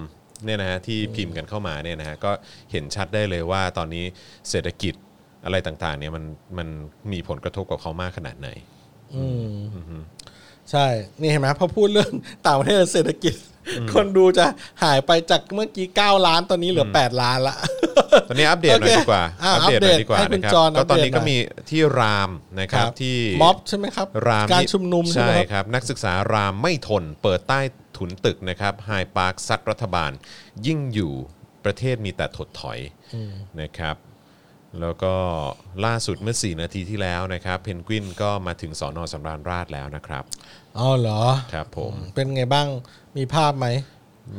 Speaker 1: เนี่ยนะฮะที่พิมพ์กันเข้ามาเนี่ยนะฮะก็เห็นชัดได้เลยว่าตอนนี้เศรษฐกิจอะไรต่างๆเนี่ยมันมันมีผลกระทบกับเขามากขนาดไหน
Speaker 2: ใช่ นี่เห็นไหมพอพูดเรื่อง ต่างประเทศเศรษฐกิจ คนดูจะหายไปจากเมื่อกี้ 9 ล้านตอนนี้เหลือ 8 ล้านละ
Speaker 1: ตอนนี้อัปเดตหน่อย
Speaker 2: โอเค
Speaker 1: ดีกว่า
Speaker 2: อ่ะ
Speaker 1: อัปเดตหน่อยดีกว่า
Speaker 2: อัปเดตให้คุ
Speaker 1: นะครั
Speaker 2: ณ
Speaker 1: บ
Speaker 2: จอห์น
Speaker 1: ก็ตอนนี้
Speaker 2: อัปเดตหน่อย
Speaker 1: ก็มีที่รามนะครับที่
Speaker 2: ม็อบใช่ไหมครับ
Speaker 1: ราม
Speaker 2: การชุมนุมใช่ไห
Speaker 1: ใช่
Speaker 2: มครับ
Speaker 1: ครับ นักศึกษารามไม่ทน เปิดใต้ถุนตึกนะครับไฮปาร์คซัดรัฐบาล ยิ่งอยู่ประเทศมีแต่ถดถอยนะครับ แล้วก็ล่าสุดเมื่อ 4 นาทีที่แล้วนะครับ เพนกวินก็มาถึงสอนอสำราญราชแล้วนะครับ
Speaker 2: อ๋อเหรอ
Speaker 1: ครับผม
Speaker 2: เป็นไงบ้างมีภาพไหม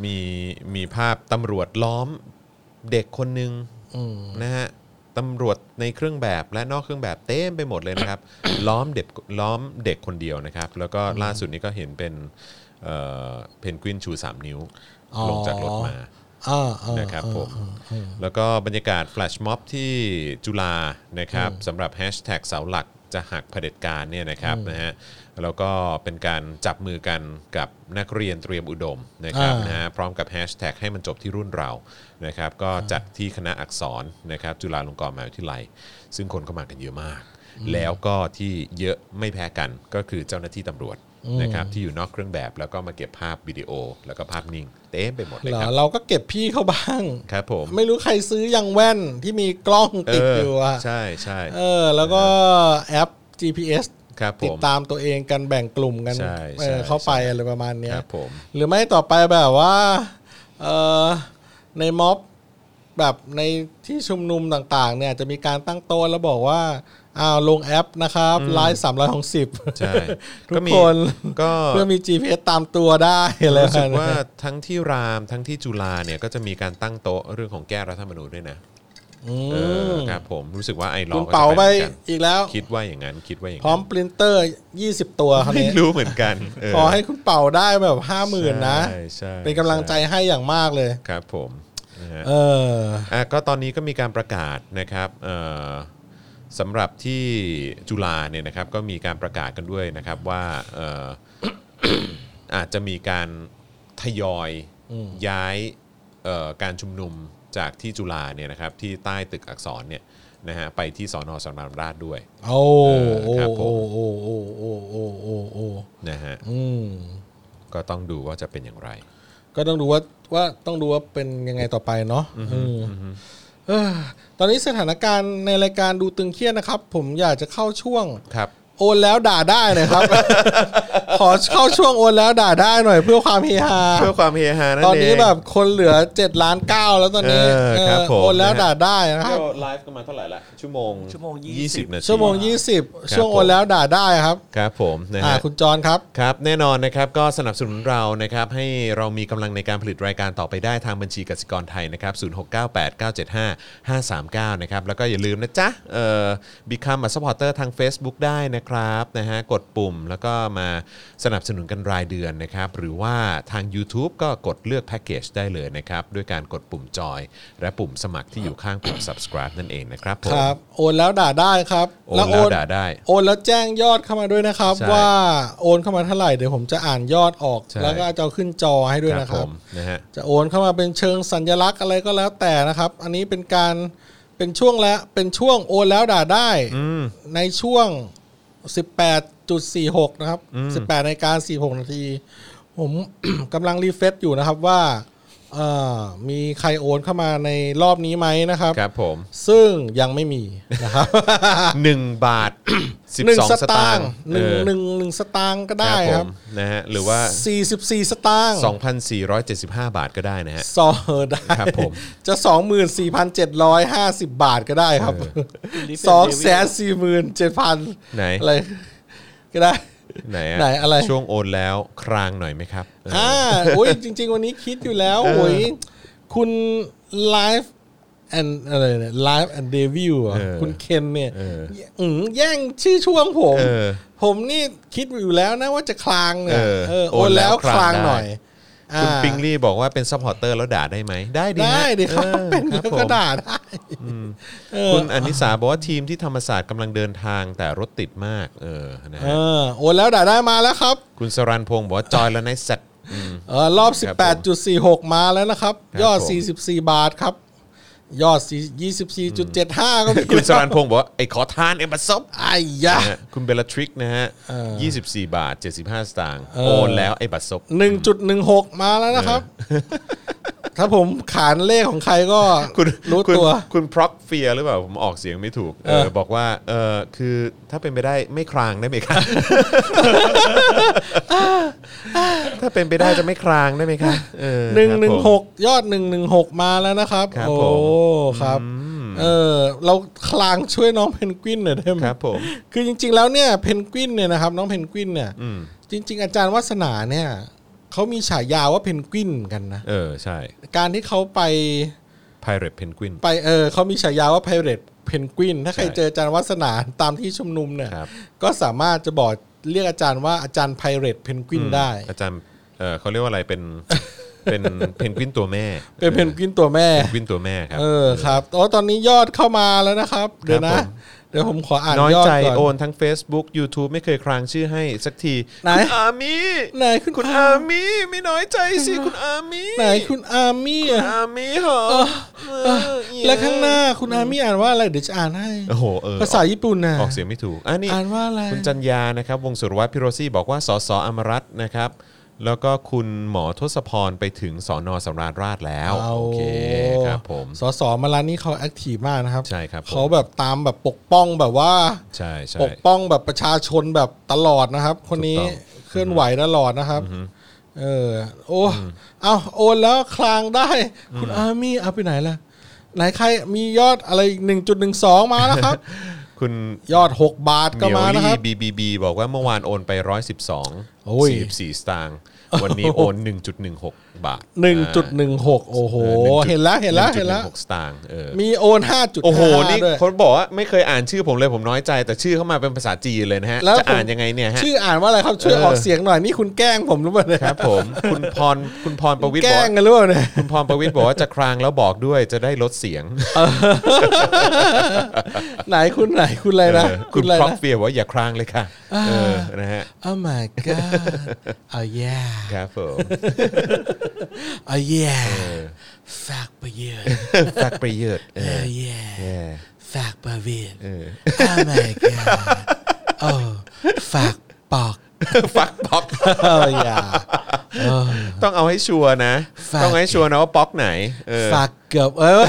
Speaker 1: มีมีภาพตำรวจล้อมเด็กคนหนึ่งนะฮะตำรวจในเครื่องแบบและนอกเครื่องแบบเต็มไปหมดเลย นะครับ ล้อมเด็กล้อมเด็กคนเดียวนะครับ แล้วก็ล่าสุดนี้ก็เห็นเป็นเอ่อเพนกวินชู 3 นิ้ว
Speaker 2: อ๋อ
Speaker 1: ลงจากรถมา
Speaker 2: อ่าอ่า
Speaker 1: นะครับผมแล้วก็บรรยากาศแฟลชม็อบที่จุฬานะครับสำหรับแฮชแท็กเสาหลักจะหักเผด็จการเนี่ยนะครับนะฮะแล้วก็เป็นการจับมือกันกับนักเรียนเตรียมอุดมนะครับนะฮะพร้อมกับแฮชแท็กให้มันจบที่รุ่นเรานะครับก็จัดที่คณะอักษรนะครับจุฬาลงกรณ์มหาวิทยาลัย ซึ่งคนเข้ามากันเยอะมาก แล้วก็ที่เยอะไม่แพ้กันก็คือเจ้าหน้าที่ตำรวจนะครับที่อยู่นอกเครื่องแบบ แล้วก็มาเก็บภาพวิดีโอ แล้วก็ภาพนิ่งเต็มไปหมดเลย
Speaker 2: เหรอ
Speaker 1: ครับ
Speaker 2: เราก็เก็บพี่เขาบ้าง
Speaker 1: ครับผม
Speaker 2: ไม่รู้ใครซื้อยังแว่นที่มีกล้องติดอยู่อะ
Speaker 1: ใช่ใช่
Speaker 2: เออแล้วก็แอป GPS
Speaker 1: ครับผ
Speaker 2: ติด
Speaker 1: ม
Speaker 2: ตามตัวเองกันแบ่งกลุ่มกัน
Speaker 1: ใช่
Speaker 2: เอ
Speaker 1: ใช่
Speaker 2: อเข้าไป
Speaker 1: ใช่
Speaker 2: อะไรประมาณเนี้
Speaker 1: ค
Speaker 2: ย
Speaker 1: รับผม
Speaker 2: หรือไม่ต่อไปแบบว่าเออในม็อบแบบในที่ชุมนุมต่างๆ เนี่ยจะมีการตั้งโต๊ะแล้วบอกว่าอ้าวลงแอปนะครับไลฟ์สามร้อยหกสิบ
Speaker 1: ใช่
Speaker 2: ทุก
Speaker 1: ก็มี
Speaker 2: คน
Speaker 1: ก็
Speaker 2: เพื่อมี GPS ตามตัวได้อะไร
Speaker 1: รู้สึก
Speaker 2: แบบ
Speaker 1: ว่า
Speaker 2: เนี้ย
Speaker 1: ทั้งที่รามทั้งที่จุฬาเนี่ยก็จะมีการตั้งโต๊ะเรื่องของแก้รัฐธรรมนูญด้วยนะ
Speaker 2: อื
Speaker 1: เออ
Speaker 2: ม
Speaker 1: ครับผมรู้สึกว่าไอรอ
Speaker 2: คุณ
Speaker 1: ว์ก็
Speaker 2: เป๋า
Speaker 1: จะ
Speaker 2: ไป
Speaker 1: เป็นเหมือนกัน
Speaker 2: อีกแล้ว
Speaker 1: คิดว่าอย่างนั้นคิดว่าอย่าง
Speaker 2: พร้อ
Speaker 1: นั้
Speaker 2: ม
Speaker 1: น
Speaker 2: ปรินเตอร์ยี่สิบตัวครับ
Speaker 1: ไม่
Speaker 2: เนี่ย
Speaker 1: รู้เหมือนกันเ
Speaker 2: ขอให้คุณเป่าได้แบบห้าหมื่นนะ
Speaker 1: ใช่ใช่
Speaker 2: เป็นกำลังใจให้อย่างมากเลย
Speaker 1: ครับผมนะฮะ
Speaker 2: เออ
Speaker 1: อ่ะก็ตอนนี้ก็มีการประกาศนะครับเอ่อสำหรับที่จุฬาเนี่ยนะครับก็มีการประกาศกันด้วยนะครับว่าเอ่ อ อาจจะมีการทยอยย้ายเอ่อการชุมนุมจากที่จุฬาเนี่ยนะครับที่ใต้ตึกอักษรเนี่ยนะฮะไปที่สอนอสำราญราชด้วย
Speaker 2: โอ้
Speaker 1: เอ
Speaker 2: โอ้
Speaker 1: อครับผ
Speaker 2: โอ้
Speaker 1: ม
Speaker 2: โอ้โอ้โอ้โอ้โอ้โอ้
Speaker 1: นะฮะ
Speaker 2: อืม
Speaker 1: ก็ต้องดูว่าจะเป็นอย่างไร
Speaker 2: ก็ต้องดูว่าว่าต้องดูว่าเป็นยังไงต่อไปเนาะอืมเออตอนนี้สถานการณ์ในรายการดูตึงเครียดนะครับ ผมอยากจะเข้าช่วง
Speaker 1: ครับ
Speaker 2: โอนแล้วด่าได้หนะครับ ขอเข้าช่วงโอนแล้วด่าได้หน่อย เพื่อความเฮฮา
Speaker 1: เพื่อความเฮฮานั่นเอง
Speaker 2: ตอนนี้แบบคนเหลือ7ล้านเก้าแล้วตอนนี้
Speaker 1: เออครับ
Speaker 2: เออ
Speaker 1: ผม
Speaker 2: โอนแล้วด่าได้นะ
Speaker 1: เ
Speaker 2: ครับ
Speaker 1: ไลฟ์กันมาเท่าไหร่ละชั่วโมง
Speaker 3: ชั่วโมง20
Speaker 1: 20นาที
Speaker 2: ชั่วโมง 20 ช่วงโอนแล้วด่าได้ครับ
Speaker 1: ครับผมนะ
Speaker 2: อ่า
Speaker 1: ฮะ
Speaker 2: คุณจรครับ
Speaker 1: ครับแน่นอนนะครับก็สนับสนุนเรานะครับให้เรามีกำลังในการผลิตรายการต่อไปได้ทางบัญชีกสิกรไทยนะครับ0698975539นะครับแล้วก็อย่าลืมนะจ๊ะเอ่อ become a supporter ทาง Facebook ได้นะครับนะฮะกดปุ่มแล้วก็มาสนับสนุนกันรายเดือนนะครับหรือว่าทาง YouTube ก็กดเลือกแพ็กเกจได้เลยนะครับด้วยการกดปุ่มจอย และปุ่มสมัครที่อยู่ข้างปุ่ม subscribe นั่นเองนะครับผม
Speaker 2: ครับ โอนแล้วด่าได้ครับ
Speaker 1: โอนแล้วด่าได้
Speaker 2: โอนแล้วแจ้งยอดเข้ามาด้วยนะครับ
Speaker 1: ใช่
Speaker 2: ว่าโอนเข้ามาเท่าไหร่เดี๋ยวผมจะอ่านยอดออก
Speaker 1: ใช่
Speaker 2: แล้วก็จะเอาขึ้นจอให้ด้วยนะค
Speaker 1: ผ
Speaker 2: รับ
Speaker 1: มนะฮะ
Speaker 2: จะโอนเข้ามาเป็นเชิงสัญลักษณ์อะไรก็แล้วแต่นะครับ อันนี้เป็นการเป็นช่วงแล้วเป็นช่วงโอนแล้วด่าได้ในช่วง 18.46 นะครับ 18นาฬิกา46 นาที ผม กำลังรีเฟรชอยู่นะครับว่าเอ่อมีใครโอนเข้ามาในรอบนี้ไหมนะครับ
Speaker 1: ครับผม
Speaker 2: ซึ่งยังไม่มีนะครับ
Speaker 1: หนึ่งบาท สิบ
Speaker 2: หนึ่ง
Speaker 1: สอง
Speaker 2: ส
Speaker 1: ส
Speaker 2: ตา
Speaker 1: ตาง ง
Speaker 2: ค์
Speaker 1: ค์
Speaker 2: หนึ่ง
Speaker 1: เออ
Speaker 2: หนึ่งหนึ่งสตางค์ก็ได้
Speaker 1: ผ
Speaker 2: ครั
Speaker 1: ม
Speaker 2: บ
Speaker 1: นะฮะหรือว่า
Speaker 2: สี่สิบสี่สตางค์
Speaker 1: 2,475 บาทก็ได้นะฮะ
Speaker 2: สองเออได้
Speaker 1: ครับผม
Speaker 2: จะสองหมื่นสี่พันเจ็ดร้อยห้าสิบบาทก็ได้ครับ
Speaker 3: ลิฟต์
Speaker 2: สอง
Speaker 3: เป็นเดวิ
Speaker 2: แสน
Speaker 3: ด
Speaker 2: สี่หมื่นเจ็ดพัน
Speaker 1: ไหน
Speaker 2: อะไรก็ได้
Speaker 1: ไหนอะ
Speaker 2: ไหนอะไร
Speaker 1: ช่วงโอนแล้วครางหน่อยไหมครับเอออ
Speaker 2: อ่าโอ้ยจริง ๆ วันนี้คิดอยู่แล้วโอ้ยคุณไลฟ์แอนอะไรเนี่ยไลฟ์แอนเดวิล
Speaker 1: เออ
Speaker 2: คุณเคนเนี่ย
Speaker 1: เออ
Speaker 2: อืมแย่งชื่อช่วงผม
Speaker 1: เออ
Speaker 2: ผมนี่คิดอยู่แล้วนะว่าจะคลางเนี่ย
Speaker 1: เออ
Speaker 2: เออโอนแล้วคลางหน่อย
Speaker 1: ได้
Speaker 2: อ่า
Speaker 1: คุณปิงลี่บอกว่าเป็นซัพพอร์เตอร์แล้วด่าได้ไหม ได้ดี
Speaker 2: ได้
Speaker 1: ฮะ
Speaker 2: ดิครับ
Speaker 1: ออ
Speaker 2: เป็น
Speaker 1: ครับ
Speaker 2: แล้ว
Speaker 1: ผม
Speaker 2: ก็ด่าได้เออ
Speaker 1: คุณอนิสาบอกว่าทีมที่ธรรมศาสตร์กำลังเดินทางแต่รถติดมากเออนะ
Speaker 2: เอ
Speaker 1: ฮะ
Speaker 2: อโอนแล้วด่าได้มาแล้วครับ
Speaker 1: คุณสรันพงศ์บอกว่าจอยแล้ว นายสัตว์อืม
Speaker 2: เออรอบ
Speaker 1: ครับ
Speaker 2: 18.46 มาแล้วนะครับ
Speaker 1: ครับ
Speaker 2: ยอด
Speaker 1: ผม
Speaker 2: 44 บาทครับ ยอด4 24.75 ก็มี
Speaker 1: คุณสรัน
Speaker 2: แล้ว
Speaker 1: พงศ์บอกว่าไอ้ขอทานเอ็มบัสซบ
Speaker 2: ไอ้ยะ
Speaker 1: นะฮะคุณเบลลาทริกนะฮะ 24 บาท 75 สตางค์
Speaker 2: เออ
Speaker 1: โอนแล้วไอ้บัสซบ
Speaker 2: 1.16 มาแล้วนะครับ ถ้าผมขานเลขของใครก็
Speaker 1: คุณ
Speaker 2: รู้
Speaker 1: คุณ
Speaker 2: ตัว
Speaker 1: คุณพร็อกเฟียหรือเปล่า ผมออกเสียงไม่ถูกเอ
Speaker 2: เอ
Speaker 1: อ
Speaker 2: อ
Speaker 1: บอกว่าเออคือถ้าเป็นไปได้ไม่ครางได้ไหม คะ ถ้าเป็นไปได้จะไม่ครางได้ไหมคะเออครับผม
Speaker 2: 116 ยอด 116 มาแล้วนะครับ
Speaker 1: ครับ
Speaker 2: โอ้
Speaker 1: ผม
Speaker 2: ครับ เออเราคลางช่วยน้องเพนกวินหน่อยได้ไหม
Speaker 1: ครับผม
Speaker 2: คือจริงๆแล้วเนี่ยเพนกวินเนี่ยนะครับน้องเพนกวินเนี่ย
Speaker 1: อืม
Speaker 2: จริง ๆ อาจารย์วัสนาเนี่ยเขามีฉายาว่าเพนกวินกันนะ
Speaker 1: เออใช่
Speaker 2: การที่เขาไป
Speaker 1: Pirate Penguin
Speaker 2: ไปเออเขามีฉายาว่าไพเรตเพนกวินถ้าใคร
Speaker 1: ใช่
Speaker 2: เจออาจารย์วัสนาตามที่ชุมนุมเนี่ย
Speaker 1: ครับ
Speaker 2: ก็สามารถจะบอกเรียกอาจารย์ว่าอาจารย์ไพเรตเพนกวินได้
Speaker 1: อาจารย์เออเขาเรียกว่าอะไรเป็น เป็นเพนกวินตัวแม่
Speaker 2: เป็นเพนกวินตัวแม่
Speaker 1: กวินตัวแม่ครับ
Speaker 2: เออครับโอ้ตอนนี้ยอดเข้ามาแล้วนะครับ เดี๋ยว
Speaker 1: ครั
Speaker 2: นะ
Speaker 1: บผม
Speaker 2: เดี๋ยวผมขออ่าน
Speaker 1: น้อย
Speaker 2: ยอด
Speaker 1: ใจ
Speaker 2: ก่อน
Speaker 1: โอนทั้ง Facebook YouTube ไม่เคยครางชื่อให้สักที
Speaker 2: ไหน
Speaker 1: คุณอามี
Speaker 2: ไหนคุณ
Speaker 1: คุณอามีไม่น้อยใจสิคุณอามี
Speaker 2: ไหนคุณอาร์มี่อะ
Speaker 1: อามีเหรอเออ
Speaker 2: และข้างหน้าคุณอาร์มี่อ่านว่าอะไรเดี๋ยวจะอ่านให้
Speaker 1: โอ้โหเออ
Speaker 2: ภาษาญี่ปุ่นนะ
Speaker 1: ออกเสียงไม่ถูกอันนี้
Speaker 2: อ่านว่าอะไร
Speaker 1: คุณจันยานะครับ วงสุรวัตรพิโรซี่บอกว่าสสอมรัตน์นะครับ แล้วก็คุณหมอทศพรไปถึงสอนอสำราญราชแล้ว
Speaker 2: า
Speaker 1: โอเคครับผม
Speaker 2: สสมาลานี่เขาแอคทีฟมากนะครับ
Speaker 1: ใช่ครับผม
Speaker 2: เขาแบบตามแบบปกป้องแบบว่า
Speaker 1: ใช่ใช่
Speaker 2: ปกป้องแบบประชาชนแบบตลอดนะครับ คนนี้
Speaker 1: ถูกต้อง
Speaker 2: เคลื่อนไหวตลอดนะครับ เออ โอ้เอาโอนแล้วคลางได้ คุณอาร์มี่เอาไปไหนล่ะ ไหนใครมียอดอะไรหนึ่งจุดหนึ่งสองมาแล้ว ครับ
Speaker 1: คุณ
Speaker 2: ยอดหกบาท
Speaker 1: เห
Speaker 2: ก็
Speaker 1: มียว
Speaker 2: มานะค
Speaker 1: ลี่
Speaker 2: รับ
Speaker 1: บีบีบีบอกว่าเมื่อวานโอนไป 112
Speaker 2: โอ้ย
Speaker 1: 44 สตางค์วันนี้โอน 1.16 บาท
Speaker 2: หนึ่งจุดหนึ่งหกโอ้โห เห็นแล้วเห็นแล้วเห็นแล้ว
Speaker 1: 1.16สตางค์เออ
Speaker 2: มีโอนห้าจุด
Speaker 1: โอ้โห นี่
Speaker 2: ด้วย
Speaker 1: คนบอกว่าไม่เคยอ่านชื่อผมเลยผมน้อยใจ แต่ชื่อเข้ามาเป็นภาษาจีนเลยนะฮะ
Speaker 2: แล้ว
Speaker 1: จะ
Speaker 2: ผม
Speaker 1: อ่านยังไงเนี่ยฮะ
Speaker 2: ชื่ออ่านว่าอะไรครับช่วย
Speaker 1: เออ
Speaker 2: ออกเสียงหน่อยนี่คุณแกล้งผมหรู้ป่ะเนี่ย
Speaker 1: ครับผม คุณพรคุณพรประวิทย์
Speaker 2: แก
Speaker 1: บอ
Speaker 2: ล้
Speaker 1: ก
Speaker 2: ง
Speaker 1: ว่า
Speaker 2: กันหรือเปล่า เนี่ย
Speaker 1: คุณพรประวิทย์บอกว่าจะครางแล้วบอกด้วยจะได้ลดเสียง
Speaker 2: ไหนคุณไหนคุณอะไรนะ
Speaker 1: เออคุ
Speaker 2: คุณ ณอะไร
Speaker 1: พร็อก
Speaker 2: นะ
Speaker 1: เฟียบอกว่าอย่าครางเลยค่ะเออนะฮะ
Speaker 2: Oh my god Oh yeah
Speaker 1: ครับผม
Speaker 2: Oh yeah ฝากไปเยอะ
Speaker 1: ฝากประโยชน์เออ
Speaker 2: Oh yeah
Speaker 1: เออ
Speaker 2: ฝากประเวท
Speaker 1: เออ
Speaker 2: Oh my god Oh ฝากปอก
Speaker 1: ฟักป๊อก
Speaker 2: Oh yeah
Speaker 1: ต้องเอาให้ชัวร์นะ
Speaker 2: ฝาก
Speaker 1: ต้องให้ชัวร์นะว่าป๊อกไหน เออ
Speaker 2: ฝากเกือบ เออ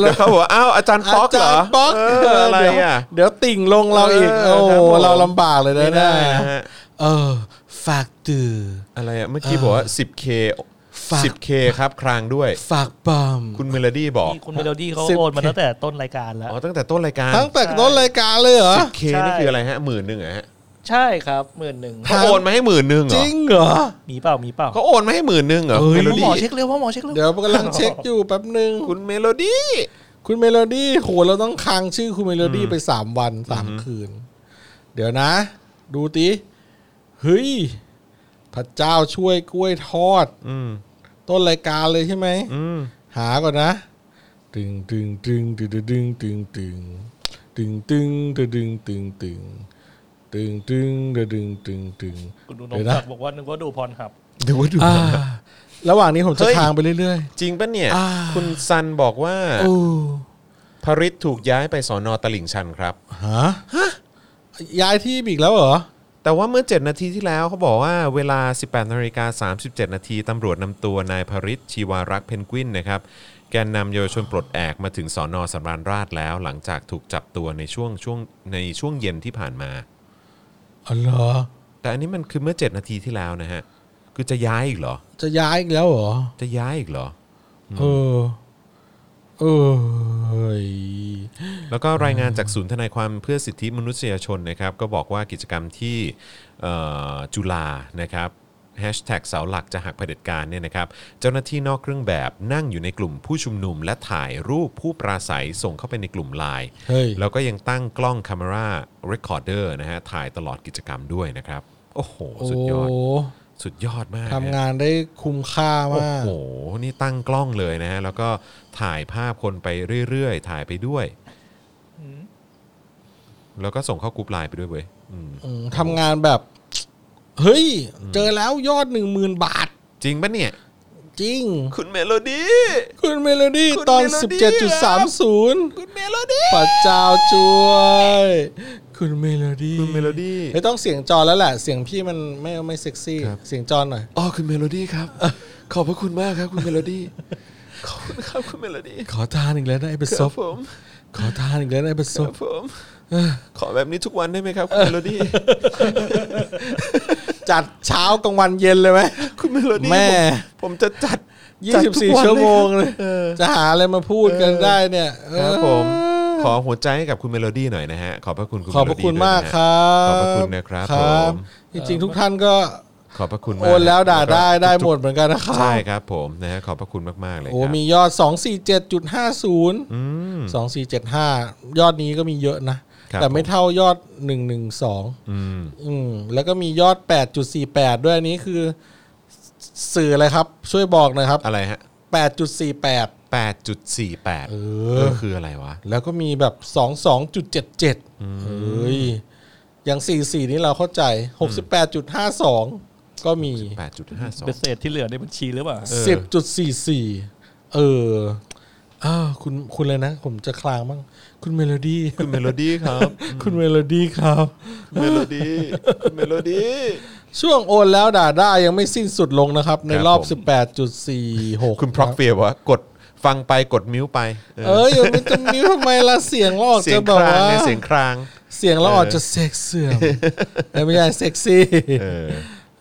Speaker 1: เดี๋ยวเขาบอกว่าอ้าวอาจารย์ป๊อก
Speaker 2: า
Speaker 1: เหรอ
Speaker 2: จารย์ป๊อก
Speaker 1: เอ ออะไร
Speaker 2: เดี๋ยว
Speaker 1: อ่ะ
Speaker 2: เดี๋ยวติ่งลงเราอีก
Speaker 1: เออ
Speaker 2: โอ้
Speaker 1: ครับผม
Speaker 2: เราลำบากเลยนะ
Speaker 1: ไม่ได้
Speaker 2: เนี่ย
Speaker 1: นะฮะ
Speaker 2: เออ ฝากตื่อ
Speaker 1: อะไรอ่ะเมื่อกี้บอกว่า 10k
Speaker 2: ฝาก
Speaker 1: 10k ครับครางด้วย
Speaker 2: ฝากปอม
Speaker 1: คุณเมโลดี้บอก
Speaker 3: นี่คุณเมโลดี้เขา
Speaker 2: สิบ
Speaker 3: โอนมาตั้งแต่ต้นรายการแล้ว
Speaker 1: อ๋อตั้งแต่ต้นรายการ
Speaker 2: ตั้งแต่ต้นรายการเลยเหรอ
Speaker 1: 10k นี่
Speaker 3: ใช่
Speaker 1: คืออะไรฮะหมื่นหนึ่งเหรอฮะ
Speaker 3: ใช่ครับหมื่นหนึ่ง
Speaker 1: เขาโอนมาให้หมื่นหนึ่งเหร
Speaker 2: จ
Speaker 1: อ
Speaker 2: ริงเหรอ
Speaker 3: มีเปล่ามีเปล่า
Speaker 1: เขาโอนมาให้หมื่นหนึ่งเหรอ
Speaker 2: เฮ้ย
Speaker 1: เมโล
Speaker 3: พ่อหม
Speaker 1: ดี้
Speaker 3: อเช็คเร็วพ่อหมอเช็คเร็ว
Speaker 2: เดี๋ยวกำลังเช็คอยู่แป๊บหนึ่ง
Speaker 1: คุณเมโลดี้
Speaker 2: คุณเมโลดี้โหเราต้องค้างชื่อคุณเมโลดี้ไปสามวันสามคืน เดี๋ยวนะ ดูติเฮ้ยพระเจ้าช่วยกล้วยทอด
Speaker 1: อืม
Speaker 2: ต้นรายการเลยใช่ไหม
Speaker 1: อืม
Speaker 2: หาก่อนนะตึงตึงตึงตึงตึงตึงตึงตึงตึงตึงตึงตึงตึงตึงตึงตึงตึงตึง
Speaker 3: คุณดูน
Speaker 2: เดี๋
Speaker 3: ง
Speaker 2: ยวนะ
Speaker 3: ศักดิ์บอกว่านึกว่าดูพรหับ
Speaker 1: เดี๋ยวว่าดู
Speaker 2: อ่าระหว่างนี้ผมจะ
Speaker 1: เฮ้ย
Speaker 2: ทางไปเรื่อย
Speaker 1: จริงปะเนี่ย
Speaker 2: อ่า
Speaker 1: คุณซันบอกว่า
Speaker 2: ๆโอ้
Speaker 1: พริตถูกย้ายไปสอนอตลิ่งชันครับ
Speaker 2: ฮะย้ายที่อีกแล้วเหรอ
Speaker 1: แต่ว่าเมื่อ 7 นาทีที่แล้วเขาบอกว่าเวลา 18นาฬิกา37 นาทีตำรวจนำตัวนายพริตชีวารักษ์เพนกวินนะครับ แกนนำเยาวชนปลดแอกมาถึงสอนอสำราญราชแล้ว หลังจากถูกจับตัวในช่วงช่วงในช่วงเย็นที่ผ่านมา
Speaker 2: อ๋อเหรอ
Speaker 1: แต่อันนี้มันคือเมื่อ 7 นาทีที่แล้วนะฮะคือจะย้ายอีกเหรอ
Speaker 2: จะย้ายอีกแล้วเหรอ
Speaker 1: จะย้ายอีกเหรอ
Speaker 2: เออ เอย
Speaker 1: แล้วก็รายงานจากศูนย์ทนายความเพื่อสิทธิมนุษยชนนะครับ ก็บอกว่ากิจกรรมที่เอ่อจุฬานะครับแฮชแท็กเสาหลักจะหักเผด็จการเนี่ยนะครับ เจ้าหน้าที่นอกเครื่องแบบนั่งอยู่ในกลุ่มผู้ชุมนุม และถ่ายรูปผู้ปราศัยส่งเข้าไปในกลุ่มไลน์
Speaker 2: เฮ้ย
Speaker 1: แล้วก็ยังตั้งกล้องคาเมราเรคคอร์เดอร์นะฮะถ่ายตลอดกิจกรรมด้วยนะครับ โอ้โห สุดยอด
Speaker 2: โ
Speaker 1: สุดยอดมาก
Speaker 2: ทำ
Speaker 1: นะ
Speaker 2: งานได้คุ้มค่า
Speaker 1: โอ้
Speaker 2: มาก
Speaker 1: โหนี่ตั้งกล้องเลยนะฮะแล้วก็ถ่ายภาพคนไปเรื่อยๆ ถ่ายไปด้วย
Speaker 3: อืม
Speaker 1: แล้วก็ส่งเข้ากรุ๊ปไลน์ไปด้วยเว้ยอืม
Speaker 2: อืมทำงานแบบ เฮ้ย เจอแล้วยอดหนึ่งหมื่นบาท
Speaker 1: จริงปะเนี่ย
Speaker 2: จริง
Speaker 1: คุณเมโลดี้
Speaker 2: คุณเมโลดี้
Speaker 1: คุณ
Speaker 2: ตอน
Speaker 1: เมโลดี้
Speaker 2: 17.30
Speaker 1: คุณเมโลดี้
Speaker 2: ปัดเจ้าช่วย คุณเมโลดี้
Speaker 1: คุณเมโลดี้
Speaker 2: ไม่ต้องเสียงจอแล้วแหละ เสียงพี่มันไม่ไม่เซ็กซี่
Speaker 1: ครับ
Speaker 2: เสียงจอหน่อย
Speaker 1: อ๋อคุณเมโลดี้ครับ ขอบพระคุณมากครับ คุณเมโลดี้ขอบคุณครับคุณเมโลดี้
Speaker 2: ขอทานอีกแล้วนะไอ้เบสซบขอทานอีกแล้วนะไอ้เบสซบ
Speaker 1: ผมขอแบบนี้ทุกวันได้ไหมครับ คุณเมโล ดี้
Speaker 2: จัดเช้ากลางวันเย็นเลยไหม
Speaker 1: คุณเมโลดี้
Speaker 2: แม่
Speaker 1: ผมผมจะจัดจัดทุกน
Speaker 2: 24 ชั่วโมงเลย จะหาอะไรมาพูดกันได้เนี่ย
Speaker 1: เลยครับครับผม
Speaker 2: เออ
Speaker 1: ขอหัวใจให้กับคุณเมโลดี้หน่อยนะฮะ ขอบพระคุณคุณ
Speaker 2: ขอบพระคุณมากค
Speaker 1: บข
Speaker 2: รับ
Speaker 1: อบพระคุณนะครับผม
Speaker 2: จริงๆทุกท่านก็
Speaker 1: ขอบพระคุณมาก
Speaker 2: โอนแล้วด่าได้
Speaker 1: ก็
Speaker 2: ได้หมดเหมือนกันนะครับ
Speaker 1: ใช่ครับผมนะฮะขอบพระคุณมากๆเลยค
Speaker 2: โอ้
Speaker 1: รับ
Speaker 2: มียอด 247.50
Speaker 1: อืม
Speaker 2: 2475 ยอดนี้ก็มีเยอะนะ
Speaker 1: ครับ
Speaker 2: แต่ไม่เท่ายอด 112
Speaker 1: อืม
Speaker 2: อืมแล้วก็มียอด 8.48 ด้วยอันนี้คือ สื่ออะไรครับ ช่วยบอกหน่อยครับ
Speaker 1: อะไรฮะ
Speaker 2: 8.48
Speaker 1: 8.48
Speaker 2: เอ
Speaker 1: เอ
Speaker 2: อ
Speaker 1: อคืออะไรวะ
Speaker 2: แล้วก็มีแบบ 22.77เฮ้ยอย่าง 44 นี้เราเข้าใจ 68.52 ก็มี
Speaker 3: เบ
Speaker 1: 8.52
Speaker 3: สเศษที่เหลือในบัญชีหรือเปล่า
Speaker 1: ออ
Speaker 2: สิบจุดสี่สี่เอออ้าวคุณคุณเลยนะ ผมจะคลางบ้าง คุณเมโลดี้
Speaker 1: คุณเมโลดี้ครับ
Speaker 2: คุณเมโลดี้ครับ
Speaker 1: เมโลดี้เมโลดี้
Speaker 2: ช่วงโอนแล้วด่าได้ยังไม่สิ้นสุดลงนะครับ ในรอบ
Speaker 1: ผม
Speaker 2: 18.46
Speaker 1: คุณพร็อกเฟียว่ากดฟังไปกดมิวไปเออ
Speaker 2: เอ้ยมันจะมีทำไมล่ะเสียงเราออก
Speaker 1: เสีย
Speaker 2: จะ
Speaker 1: ง
Speaker 2: แบ
Speaker 1: ค
Speaker 2: บ
Speaker 1: ราง
Speaker 2: ว่า
Speaker 1: เนี่ยเสียงคราง
Speaker 2: เสียงเราออก
Speaker 1: เออ
Speaker 2: จะเซ็กเสื่อมแต่ไม่ใช่เซ็กซี่
Speaker 1: เออ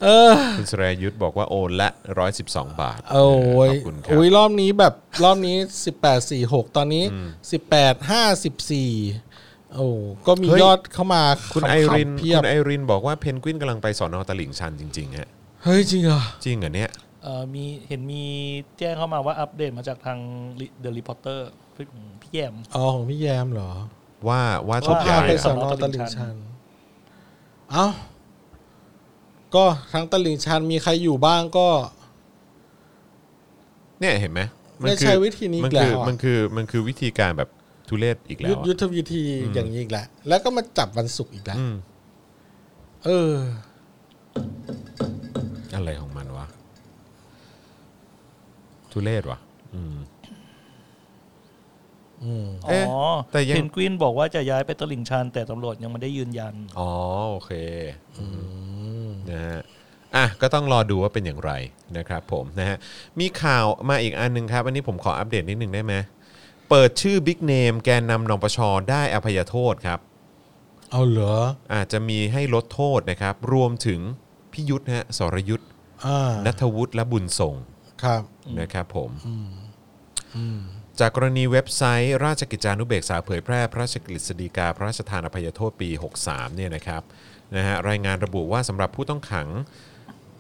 Speaker 2: เออ
Speaker 1: คุณสรายุทธ์บอกว่าโอนละ 112 บาท
Speaker 2: โอ้ย
Speaker 1: ขอบคุณครับ
Speaker 2: อุ้ยรอบนี้แบบรอบนี้ 18.46 ตอนนี้ 18.54 โอ้ก็มียอดเข้ามา
Speaker 1: คุณ
Speaker 2: ขำๆ
Speaker 1: ไอริน
Speaker 2: เพียบ
Speaker 1: คุณไอรินบอกว่าเพนกวินกำลังไปสอนอตลิ่งชันจริงๆฮะ
Speaker 2: เฮ้ย จริงเหรอ
Speaker 1: จริงเหรอเนี่ย
Speaker 3: เอ่อมีเห็นมีแจ้งเข้ามาว่าอัปเดตมาจากทาง The Reporter พี่พี่แยม
Speaker 2: อ๋อของพี่แยมเหรอ
Speaker 1: ว่าว่าช
Speaker 3: ว่
Speaker 2: พาย
Speaker 1: กาย
Speaker 2: ไปส
Speaker 1: อะ
Speaker 2: อนอตลิ่งชัน เอ้า ก็ทั้งตลิ่งชันมีใครอยู่บ้างก็
Speaker 1: เนี่ยเห็นไหมมั
Speaker 2: ได้ใช้วิธีนี้อี
Speaker 1: มั
Speaker 2: กแล้
Speaker 1: คื
Speaker 2: วอะ
Speaker 1: มันคือมันคือวิธีการแบบทุเรศอีกแล้วอะ
Speaker 2: ยุทธยุทธวิธีอย่างนี้อีกแล้ว แล้วก็มาจับวันศุกร์อีกแล้ว
Speaker 1: อืม
Speaker 2: เออ
Speaker 1: อะไรของมันวะทุเรศวะอืม
Speaker 2: อืม
Speaker 3: อ๋
Speaker 1: เอ๊ะ
Speaker 3: อ
Speaker 1: แต่ยัง
Speaker 3: เพนกวินบอกว่าจะย้ายไปตลิ่งชันแต่ตำรวจยังไม่ได้ยืนยัน
Speaker 1: อ๋อโอเคนะฮะอ่ะก็ต้องรอดูว่าเป็นอย่างไรนะครับผมนะฮะมีข่าวมาอีกอันหนึงครับ อันนี้ผมขออัปเดตนิดหนึ่งได้ไหมเปิดชื่อบิ๊กเนมแกนนำนปชได้อภัยโทษครับ
Speaker 2: เอาเหรอ
Speaker 1: อาจจะมีให้ลดโทษนะครับ รวมถึงพิยุทธ์นะฮะสรยุทธ์
Speaker 2: อ่า
Speaker 1: นัทวุฒิและบุญส่ง
Speaker 2: ครับ
Speaker 1: นะครับผม จากกรณีเว็บไซต์ ราชกิจจานุเบกษาเผยแพร่พระราชกฤษฎีกา พระราชทานอภัยโทษปี 63เนี่ยนะครับนะฮะรายงานระบุว่าสำหรับผู้ต้องขัง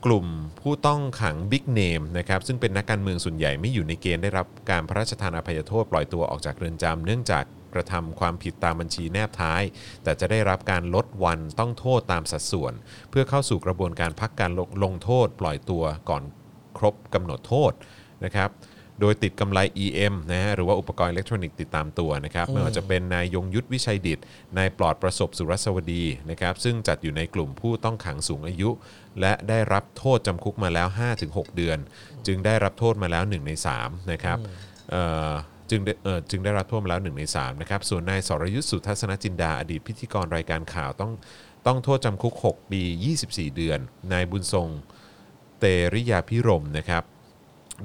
Speaker 1: กลุ่มผู้ต้องขังบิ๊กเนมนะครับซึ่งเป็นนักการเมืองส่วนใหญ่ไม่อยู่ในเกณฑ์ได้รับการพระราชทานอภัยโทษปล่อยตัวออกจากเรือนจำเนื่องจากกระทำความผิดตามบัญชีแนบท้าย แต่จะได้รับการลดวันต้องโทษตามสัดส่วน เพื่อเข้าสู่กระบวนการพักการลงลงโทษ ปล่อยตัวก่อนครบกำหนดโทษ นะครับ โดยติดกำไร EM นะฮะ หรือว่าอุปกรณ์อิเล็กทรอนิกส์ติดตามตัวนะครับ ไม่ว่าจะเป็นนายยงยุทธวิชัยดิตนายปลอดประสบสุรสวดีนะครับ ซึ่งจัดอยู่ในกลุ่มผู้ต้องขังสูงอายุ และได้รับโทษจำคุกมาแล้ว 5-6 เดือน จึงได้รับโทษมาแล้ว 1 ใน 3 นะครับเอ่อจึงได้เอ่อจึงได้รับโทษมาแล้ว 1 ใน3นะครับ ส่วนนายสรยุทธสุทัศนจินดาอดีตพิธีกรรายการข่าวต้องต้องโทษจำคุก 6 ปี 24 เดือน นายบุญทรงเตริยาพิรมย์นะครับ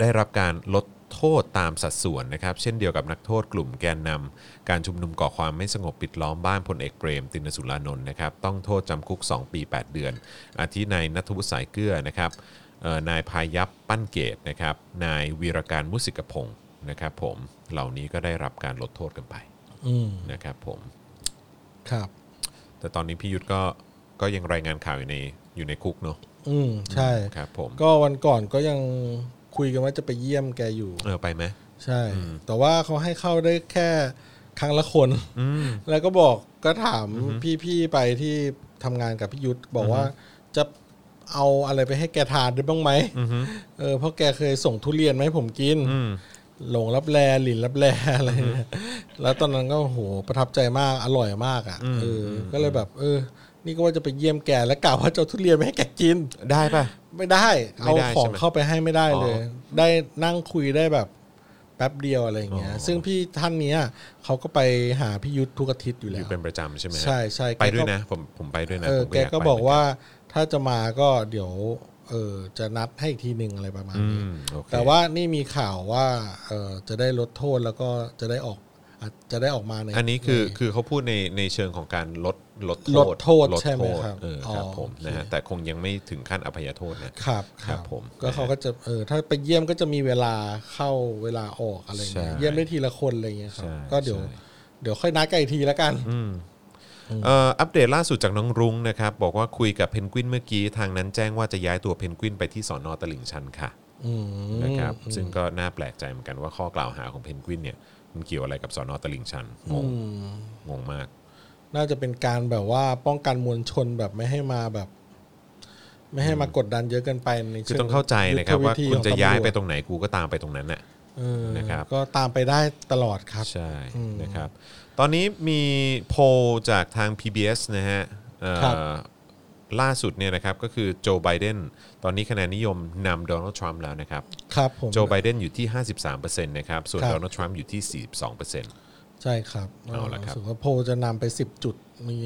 Speaker 1: ได้รับการลดโทษตามสัดส่วนนะครับ เช่นเดียวกับนักโทษกลุ่มแกนนำการชุมนุมก่อความไม่สงบปิดล้อมบ้านพลเอกเปรม ตินสุรานนท์นะครับ ต้องโทษจำคุก 2 ปี 8 เดือน อาทินายนัทวุฒิสายเกลือนะครับเอ่อนายพายัพปั้นเกตนะครับนายวีรการมุสิกพงศ์ นะครับผมเหล่านี้ก็ได้รับการลดโทษกันไป
Speaker 2: อืม
Speaker 1: นะครับผม
Speaker 2: ครับ
Speaker 1: แต่ตอนนี้พี่ยุทธก็ก็ยังรายงานข่าวอยู่ในอยู่ในคุกเนาะ
Speaker 2: อืมใช่
Speaker 1: ครับผม
Speaker 2: ก็วันก่อนก็ยังคุยกันว่าจะไปเยี่ยมแกอยู่
Speaker 1: เออไปไหม
Speaker 2: ใช่
Speaker 1: อืม
Speaker 2: แต่ว่าเขาให้เข้าได้แค่ครั้งละคน
Speaker 1: อืม
Speaker 2: แล้วก็บอกก็ถามพี่ๆไปที่ทำงานกับพี่ยุทธบอกว่าจะเอาอะไรไปให้แกทานได้บ้างไหม
Speaker 1: อือฮึ
Speaker 2: เออเพราะแกเคยส่งทุเรียนมาให้ผมกิน
Speaker 1: อืม
Speaker 2: หลงรับแลหลินรับแล อะไรเนี่ยแล้วตอนนั้นก็โอ้โหประทับใจมากอร่อยมากอ่ะเอออก็เลยแบบ เออ นี่ก็ว่าจะไปเยี่ยมแกแล้วกล่าวว่าจะเอาทุเรียนไปให้แกกิน
Speaker 1: ได้ป่ะ
Speaker 2: ไม่ได้เอา
Speaker 1: ไม่ได้
Speaker 2: ขอ
Speaker 1: ใช่
Speaker 2: ง
Speaker 1: ไหม
Speaker 2: เข้าไปให้ไม่ได้เลย
Speaker 1: อ๋อ
Speaker 2: ได้นั่งคุยได้แบบแป๊บเดียวอะไรอย่างเงี้ย
Speaker 1: อ๋อ
Speaker 2: ซึ่งพี่ท่านเนี้ยเขาก็ไปหาพี่ยุทธทุกอาทิตย์อยู่
Speaker 1: อ
Speaker 2: แล้ว
Speaker 1: ยู่เป็นประจำใช่ไหมฮะ
Speaker 2: ใช่ใช่
Speaker 1: ไป
Speaker 2: แกก็
Speaker 1: ด้วยนะ ผมผมไปด้วยนะ
Speaker 2: เออ
Speaker 1: ผม
Speaker 2: แก
Speaker 1: ยา
Speaker 2: ก็
Speaker 1: ไป
Speaker 2: บอกว่าถ้าจะมาก็เดี๋ยว เออจะนัดให้อีกทีหนึ่งอะไรประมาณ
Speaker 1: อื
Speaker 2: นี้
Speaker 1: มโอเค
Speaker 2: แต่ว่านี่มีข่าวว่าเออจะได้ลดโทษแล้วก็จะได้ออกอาจจะได้ออกมาใน
Speaker 1: อันนี้คือ
Speaker 2: ใ
Speaker 1: คือเขาพูดในในเชิงของการลดลด
Speaker 2: ลดโทษ
Speaker 1: ลด
Speaker 2: ใช่ไหม
Speaker 1: โทษ
Speaker 2: ครับ
Speaker 1: เออ
Speaker 2: อ๋อ
Speaker 1: ครับผม
Speaker 2: โอเค
Speaker 1: นะฮะแต่คงยังไม่ถึงขั้นอภัยโทษนะ
Speaker 2: ครับ
Speaker 1: ครับผม
Speaker 2: ก็เขาก็จะเออถ้าไปเยี่ยมก็จะมีเวลาเข้าเวลาออกอะไรอย่างเงี้ย
Speaker 1: ใช่
Speaker 2: เยี่ยมได้ทีละคนอะไรอย่างเงี้ยครับ
Speaker 1: ใช่
Speaker 2: ก็เดี๋ยว
Speaker 1: ใช่
Speaker 2: เดี๋ยวค่อยนัดกันอีกทีละกัน
Speaker 1: เอ่ออัปเดตล่าสุดจากน้องรุ้งนะครับ บอกว่าคุยกับเพนกวินเมื่อกี้ทางนั้นแจ้งว่าจะย้ายตัวเพนกวินไปที่สอนอตลิ่งชันค่ะ
Speaker 2: อืม
Speaker 1: นะครับซึ่งก็น่าแปลกใจเหมือนกันว่าข้อกล่าวหาของเพนกวินเนี่ยมันเกี่ยวอะไรกับสอนอตลิ่งชันงง
Speaker 2: อืม
Speaker 1: งงมาก
Speaker 2: น่าจะเป็นการแบบว่าป้องกันมวลชนแบบไม่ให้มาแบบ ไม่ให้มากดดันเยอะเกินไปใน
Speaker 1: คือต้องเข้าใจนะครับ
Speaker 2: ยุทธ
Speaker 1: ว่า
Speaker 2: ธี
Speaker 1: คุณจะ
Speaker 2: ของตำรว
Speaker 1: ย้ายไปตรงไหนกูก็ตามไปตรงนั้นน่ะ
Speaker 2: เออ
Speaker 1: นะครับ
Speaker 2: ก็ตามไปได้ตลอดครับ
Speaker 1: ใช่นะครับ ตอนนี้มีโพลจากทาง PBS นะฮะเอ่อ
Speaker 2: ครับ
Speaker 1: ล่าสุดเนี่ยนะครับก็คือโจไบเดนตอนนี้คะแนนนิยมนำโดนัลด์ทรัมป์แล้วนะครับ
Speaker 2: ครับผม
Speaker 1: โจไบเดนอยู่ที่ 53%นะครับ ส่วนโดนัลด์ทรัมป์อยู่ที่ 42%
Speaker 2: ใช่ครับ
Speaker 1: เอาละครับ
Speaker 2: สึกว่าโพลจะนำไปสิบจุดมี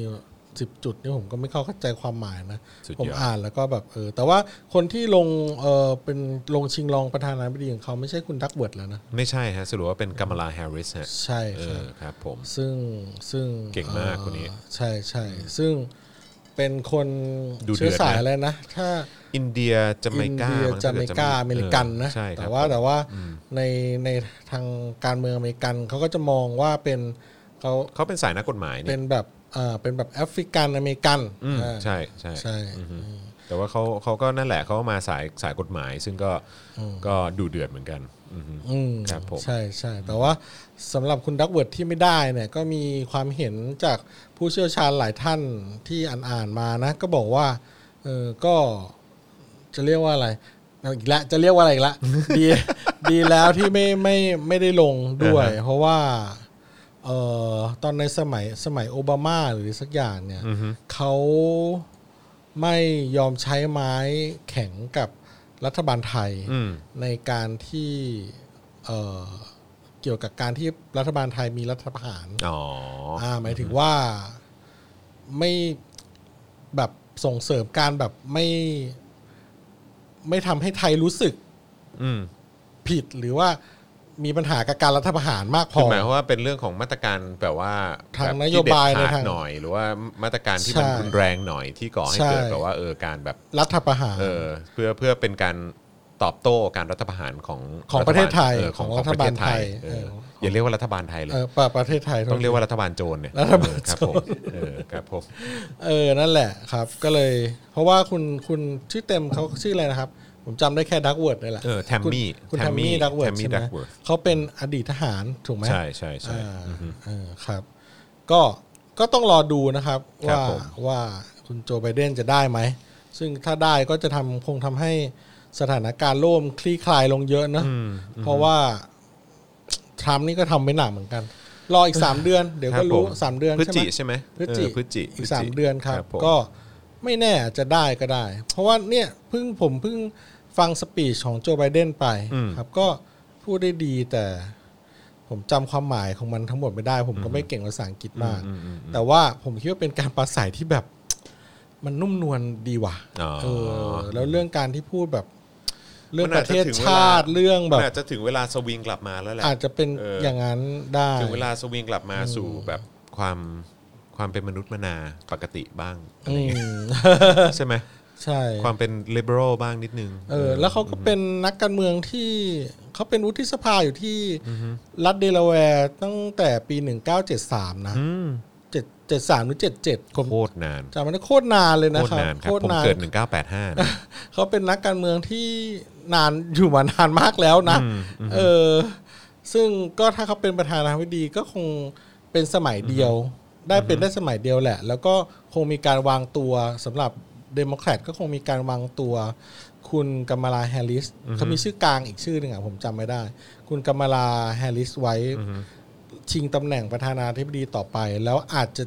Speaker 2: สิบจุดนี่ผมก็ไม่เข้าใจความหมายนะ
Speaker 1: สุดยอด
Speaker 2: ผมอ่านแล้วก็แบบเออแต่ว่าคนที่ลงเออเป็นลงชิงรองประธานาธิบดีของเขาไม่ใช่คุณทักเวิร์ดแล้วนะ
Speaker 1: ไม่ใช่ฮะสรุปว่าเป็นกัมลาแฮร์ริสฮะ
Speaker 2: ใช่
Speaker 1: เอ
Speaker 2: ครับ
Speaker 1: อครับผม
Speaker 2: ซึ่งซึ่ง
Speaker 1: เก่งมาก
Speaker 2: อ่อ
Speaker 1: คนนี้
Speaker 2: ใช่ใช่ซึ่งเป็นคน
Speaker 1: ดูเดือดนะ
Speaker 2: เชื้อสายอะไรนะ ถ้า
Speaker 1: อินเดียจา
Speaker 2: อิ
Speaker 1: ไม
Speaker 2: น
Speaker 1: กา
Speaker 2: เดีย
Speaker 1: ง
Speaker 2: จาเมกาอเมริกันนะ
Speaker 1: ใช่ครับ
Speaker 2: แต่ว่าแต่ว่าในในทางการเมืองอเมริกันเขาก็จะมองว่าเป็นเขา
Speaker 1: เขาเป็นสายนักกฎหมาย
Speaker 2: เป็
Speaker 1: นี่
Speaker 2: นแบบอ่าเป็นแบบแอฟริกันอเมริกัน
Speaker 1: อืม
Speaker 2: อ่า
Speaker 1: ใช่ใช่
Speaker 2: ใช่
Speaker 1: แต่ว่าเขาเขาก็นั่นแหละเขามาสายสายกฎหมาย ซึ่งก็ก็ดูเดือดเหมือนกันอือฮึ
Speaker 2: อืม
Speaker 1: ครับผม
Speaker 2: ใช่ใช่แต่ว่าสำหรับคุณดักเวิร์ดที่ไม่ได้เนี่ยก็มีความเห็นจากผู้เชี่ยวชาญหลายท่านที่อ่านอ่านๆมานะ ก็บอกว่าเออก็จะเรียกว่าอะไรเอาอีกแล้วจะเรียกว่าอะไรอี กและดี ดีแล้วที่ไม่ไม่ไม่ได้ลงด้วย เพราะว่าเออตอนในสมัยสมัยโอบามาหรือสักอย่างเนี่ย
Speaker 1: อือฮึ
Speaker 2: เขาไม่ยอมใช้ไม้แข็งกับรัฐบาลไทย
Speaker 1: อืม
Speaker 2: ในการที่เอ่อเกี่ยวกับการที่รัฐบาลไทยมีรัฐประหาร
Speaker 1: อ๋อ
Speaker 2: อ่าหมายถึงว่าไม่แบบส่งเสริมการแบบไม่ ไม่ทำให้ไทยรู้สึก
Speaker 1: อืม
Speaker 2: ผิดหรือว่ามีปัญหากับการรัฐประหารมากพ
Speaker 1: คือ
Speaker 2: อ
Speaker 1: หมายความว่าเป็นเรื่องของมาตรการแบบว่า
Speaker 2: ทาง
Speaker 1: แบบ
Speaker 2: นโยบาย
Speaker 1: ที่เด็ดข
Speaker 2: ในทาง
Speaker 1: ดหน่อย หรือว่ามาตรการที่มัน
Speaker 2: ใช่
Speaker 1: รุนแรงหน่อยที่ก่อให้
Speaker 2: ใช่
Speaker 1: เกิดแบบว่าเออการแบบ
Speaker 2: รัฐประหาร
Speaker 1: เออเพื่อเพื่อเป็นการตอบโต้การรัฐประหารของ
Speaker 2: ของประเทศไทย
Speaker 1: เออของ
Speaker 2: ของ
Speaker 1: ของประเทศไทย
Speaker 2: รัฐบาลไทย
Speaker 1: เออ
Speaker 2: เออ
Speaker 1: อย่าเรียกว่ารัฐบาลไทยเลย
Speaker 2: เออประประเทศไทย
Speaker 1: ต้องเรียกว่ารัฐบาลโจรเนี่ย
Speaker 2: รัฐบาล
Speaker 1: เออครับผมเออครับผม
Speaker 2: เออ นั่นแหละครับ ก็เลย เพราะว่าคุณคุณชื่อเต็มเขาชื่ออะไรนะครับ ผมจำได้แค่ดักเวิร์ดนี่แหละ
Speaker 1: เออแทม
Speaker 2: คุณ
Speaker 1: มี่
Speaker 2: คุณแทมมี่ดักเวิร์ด
Speaker 1: แทม
Speaker 2: ใช่
Speaker 1: มี่
Speaker 2: ไหม
Speaker 1: ดักเวิร์ด
Speaker 2: เขาเป็นอดีตทหารถูกไหม
Speaker 1: ใช่ใช่ใช่
Speaker 2: อ่าเออครับ ก็ก็ต้องรอดูนะครับ
Speaker 1: ครับ
Speaker 2: ว่า
Speaker 1: ผม
Speaker 2: ว่าคุณโจไบเดนจะได้ไหม ซึ่งถ้าได้ก็จะทำคงทำให้สถานการณ์โล่มคลี่คลายลงเยอะนะ
Speaker 1: อืม
Speaker 2: เพราะว่าทรัมป์นี่ก็ทำไม่หนักเหมือนกัน รออีกสามเดือน เดี๋ยว
Speaker 1: ค
Speaker 2: ก็
Speaker 1: บ
Speaker 2: รู้
Speaker 1: ผ
Speaker 2: สามเดือน
Speaker 1: พฤศ
Speaker 2: ใช่ไหม
Speaker 1: จิใช่ไหม
Speaker 2: พฤศจิ
Speaker 1: เออพฤศจิพ
Speaker 2: อี
Speaker 1: ฤศ
Speaker 2: ก
Speaker 1: จิ
Speaker 2: สามเดือนครับ
Speaker 1: ผม
Speaker 2: ก็ไม่แน่จะได้ก็ได้ เพราะว่าเนี่ยเพิ่งผมเพิ่งฟังสปีชของโจไบเดนไปครับ ก็พูดได้ดีแต่ผมจำความหมายของมันทั้งหมดไม่ได้ ผมก็ไม่เก่งภาษาอังกฤษมาก
Speaker 1: อืมอืมอืม
Speaker 2: แต่ว่าผมคิดว่าเป็นการปราศัยที่แบบ มันนุ่มนวลดีว่ะ
Speaker 1: อ๋อ
Speaker 2: เออ แล้วเรื่องการที่พูดแบบ เรื่อง
Speaker 1: มัน
Speaker 2: ป
Speaker 1: อาจ
Speaker 2: ระ
Speaker 1: จะ
Speaker 2: เทศ
Speaker 1: ถึงเวลา
Speaker 2: ชาติเรื่องแบบ
Speaker 1: อาจจะถึงเวลาสวิงกลับมาแล้วแหละ
Speaker 2: อาจจะเป็น
Speaker 1: เอออ
Speaker 2: อย่างนั้นได้
Speaker 1: ถึงเวลาสวิงกลับมาสู่แบบความความเป็นมนุษย์มนาปกติบ้างอะไร
Speaker 2: อื
Speaker 1: อย่างเงี้ย
Speaker 2: ม
Speaker 1: ใช่ไหม
Speaker 2: ใช่
Speaker 1: ความเป็น liberal บ้างนิดนึง
Speaker 2: เออแล้วเขาก็เป็นนักการเมืองที่ เขาเป็นวุฒิสภาอยู่ที่รัฐเดลาแวร์ตั้งแต่ปี 1973 นะ
Speaker 1: อืม
Speaker 2: เจ็ดเจ็ดสามหรือเจ็ดเจ็ดผม
Speaker 1: โคตรนาน
Speaker 2: จำไม่ได้โคตรนานเลย
Speaker 1: โค
Speaker 2: นะ
Speaker 1: ต
Speaker 2: ค
Speaker 1: ร
Speaker 2: รับ
Speaker 1: นานครับผมเกิด 1985นะ
Speaker 2: เขาเป็นนักการเมืองที่นานอยู่มานานมากแล้วนะ
Speaker 1: อืมอืม
Speaker 2: เออซึ่งก็ถ้าเขาเป็นประธานาธิบดีก็คงเป็นสมัยเดียว ได้เป็นได้สมัยเดียวแหละ แล้วก็คงมีการวางตัวสำหรับเดโมแครตก็คงมีการวางตัวคุณกัมมาลาแฮร์ริสเขามีชื่อกลางอีกชื่อหนึ่งอ่ะผมจำไม่ได้ คุณกัมมาลาแฮร์ริสไว้ชิงตำแหน่งประธานาธิบดีต่อไป แล้วอาจจะ